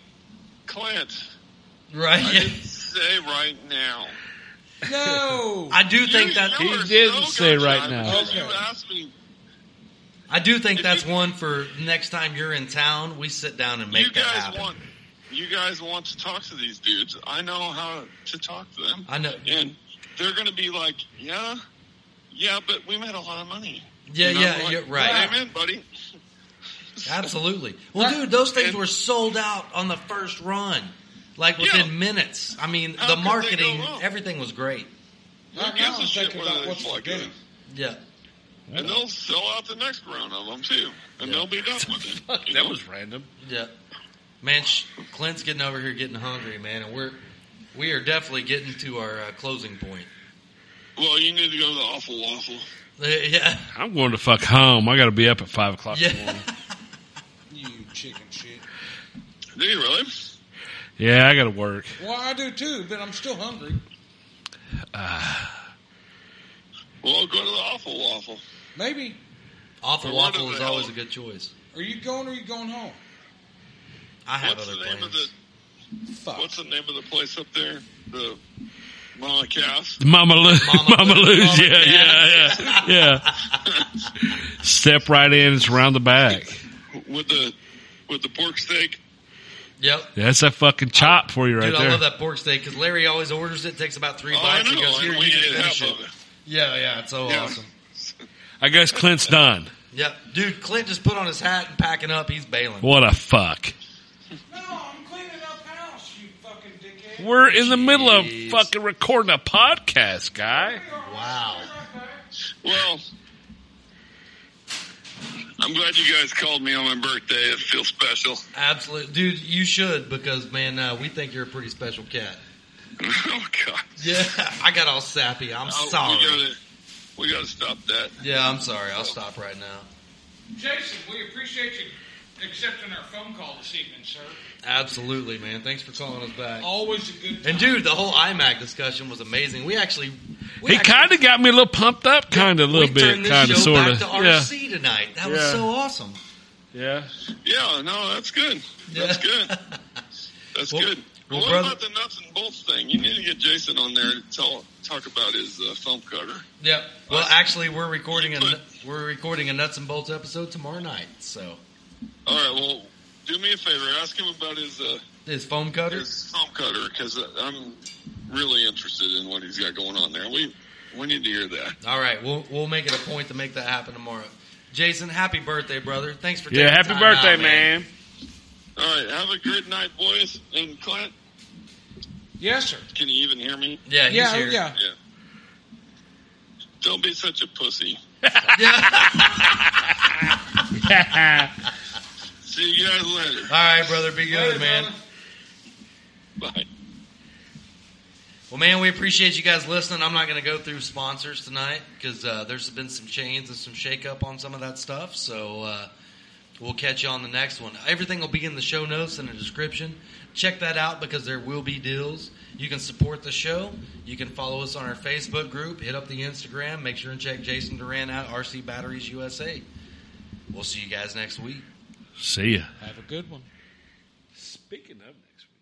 Clint. I
right?
[LAUGHS]
Yeah.
didn't say right now.
No.
[LAUGHS] I do think
You-
that
you
He
are
didn't
so
say
good,
right
John,
now.
because You
Okay.
asked me.
I do think that's one for next time you're in town. We sit down and make
you
that
guys
happen.
want. You guys want to talk to these dudes. I know how to talk to them,
I know.
and they're going to be like, "Yeah, yeah, but we made a lot of money."
Yeah,
And I'm
yeah,
like,
you're right.
Amen, buddy.
Absolutely. Well, dude, those things
And-
were sold out on the first run, like within
Yeah.
minutes. I mean,
How could they
the
go
marketing,
wrong?
everything was great.
Who
Right now,
gives a
I'm
shit
thinking
whether
about
they
what's
fly
forgetting.
good?
Yeah.
And they'll sell out the next round of them too, and they'll be done with it.
[LAUGHS]
you know?
random.
Yeah, man, sh- Clint's getting over here getting hungry, man, and we're we are definitely getting to our uh, closing point. [LAUGHS]
well, you need to go to the awful waffle.
Uh, yeah,
I'm going to fuck home. I got to be up at five o'clock. in the
yeah.
morning.
You chicken shit.
Do you really?
yeah, I got to work.
Well, I do too, but I'm still hungry.
Well, go to the awful waffle.
Maybe.
Awful
Well, what
waffle
the
is
hell?
always a good choice.
Are you going or are you going home?
I have
What's
other
the name of
plans.
the
Fuck.
What's the name of the place up there? The Mama Cass.
Mama [LAUGHS] Lou,
Mama
Mama,
Lou's,
Lou's,
Mama
yeah, yeah, yeah, yeah. Step right in. It's around the back.
with the with the pork steak.
Yep.
That's a fucking chop for you right
Dude,
there.
I love that pork steak because Larry always orders it, takes about three
Oh, I
bites, and
know.
goes, Here,
and we
you can
ate half
finish
of
it.
it.
Yeah, yeah, it's so
Yeah.
awesome.
I guess Clint's done.
Yep. Dude, Clint just put on his hat and packing up. He's bailing.
What a fuck.
No, I'm cleaning up house, you fucking dickhead.
We're in the middle of
Jeez.
fucking recording a podcast, guy.
Wow.
Well, I'm glad you guys called me on my birthday. It feels special. [LAUGHS]
Absolutely. Dude, you should because, man, uh, we think you're a pretty special cat.
oh God!
Yeah. [LAUGHS] I got all sappy. I'm
Oh,
sorry.
We gotta, we gotta stop that.
Yeah, I'm sorry. I'll stop right now.
Jason, we appreciate you accepting our phone call this evening, sir.
Absolutely, man. Thanks for calling us back.
Oh.
Always a good time.
And, dude, the whole IMAC discussion was amazing. We actually. We
He kind of got me a little pumped up, kind of a little
we
bit,
turned this
kind of,
show
sort
back
of.
to
Yeah,
RC tonight. That was
Yeah.
so awesome.
yeah.
Yeah, no, that's good. That's
[LAUGHS]
good. That's
Well-
good.
well,
what
brother-
about the nuts and bolts thing? You need to get Jason on there to tell, talk about his uh, film cover.
Yep. Well, actually, we're recording a
But-
we're recording a nuts and bolts episode tomorrow night. So
All right. Well, do me a favor. Ask him about his. Uh,
is foam cutter?
his foam cutter because I'm really interested in what he's got going on there. We we need to hear that.
All right, we'll we'll make it a point to make that happen tomorrow. Jason, happy birthday, brother! Thanks for taking
Yeah, happy
time
birthday,
out,
man.
All right, have a good night, boys. And Clint,
Yes, sir.
can you even hear me?
Yeah, he's
Yeah, oh,
here.
yeah.
Yeah. Don't be such a pussy. See you guys later.
All right, brother, be good,
Later,
man.
brother.
Bye.
Well, man, we appreciate you guys listening. I'm not going to go through sponsors tonight because uh, there's been some chains and some shakeup on some of that stuff. So uh, We'll catch you on the next one. Everything will be in the show notes and the description. Check that out because there will be deals. You can support the show. You can follow us on our Facebook group. Hit up the Instagram. Make sure and check Jason Duran out, RC Batteries USA. We'll see you guys next week.
See ya.
Have a good one.
Speaking of next week.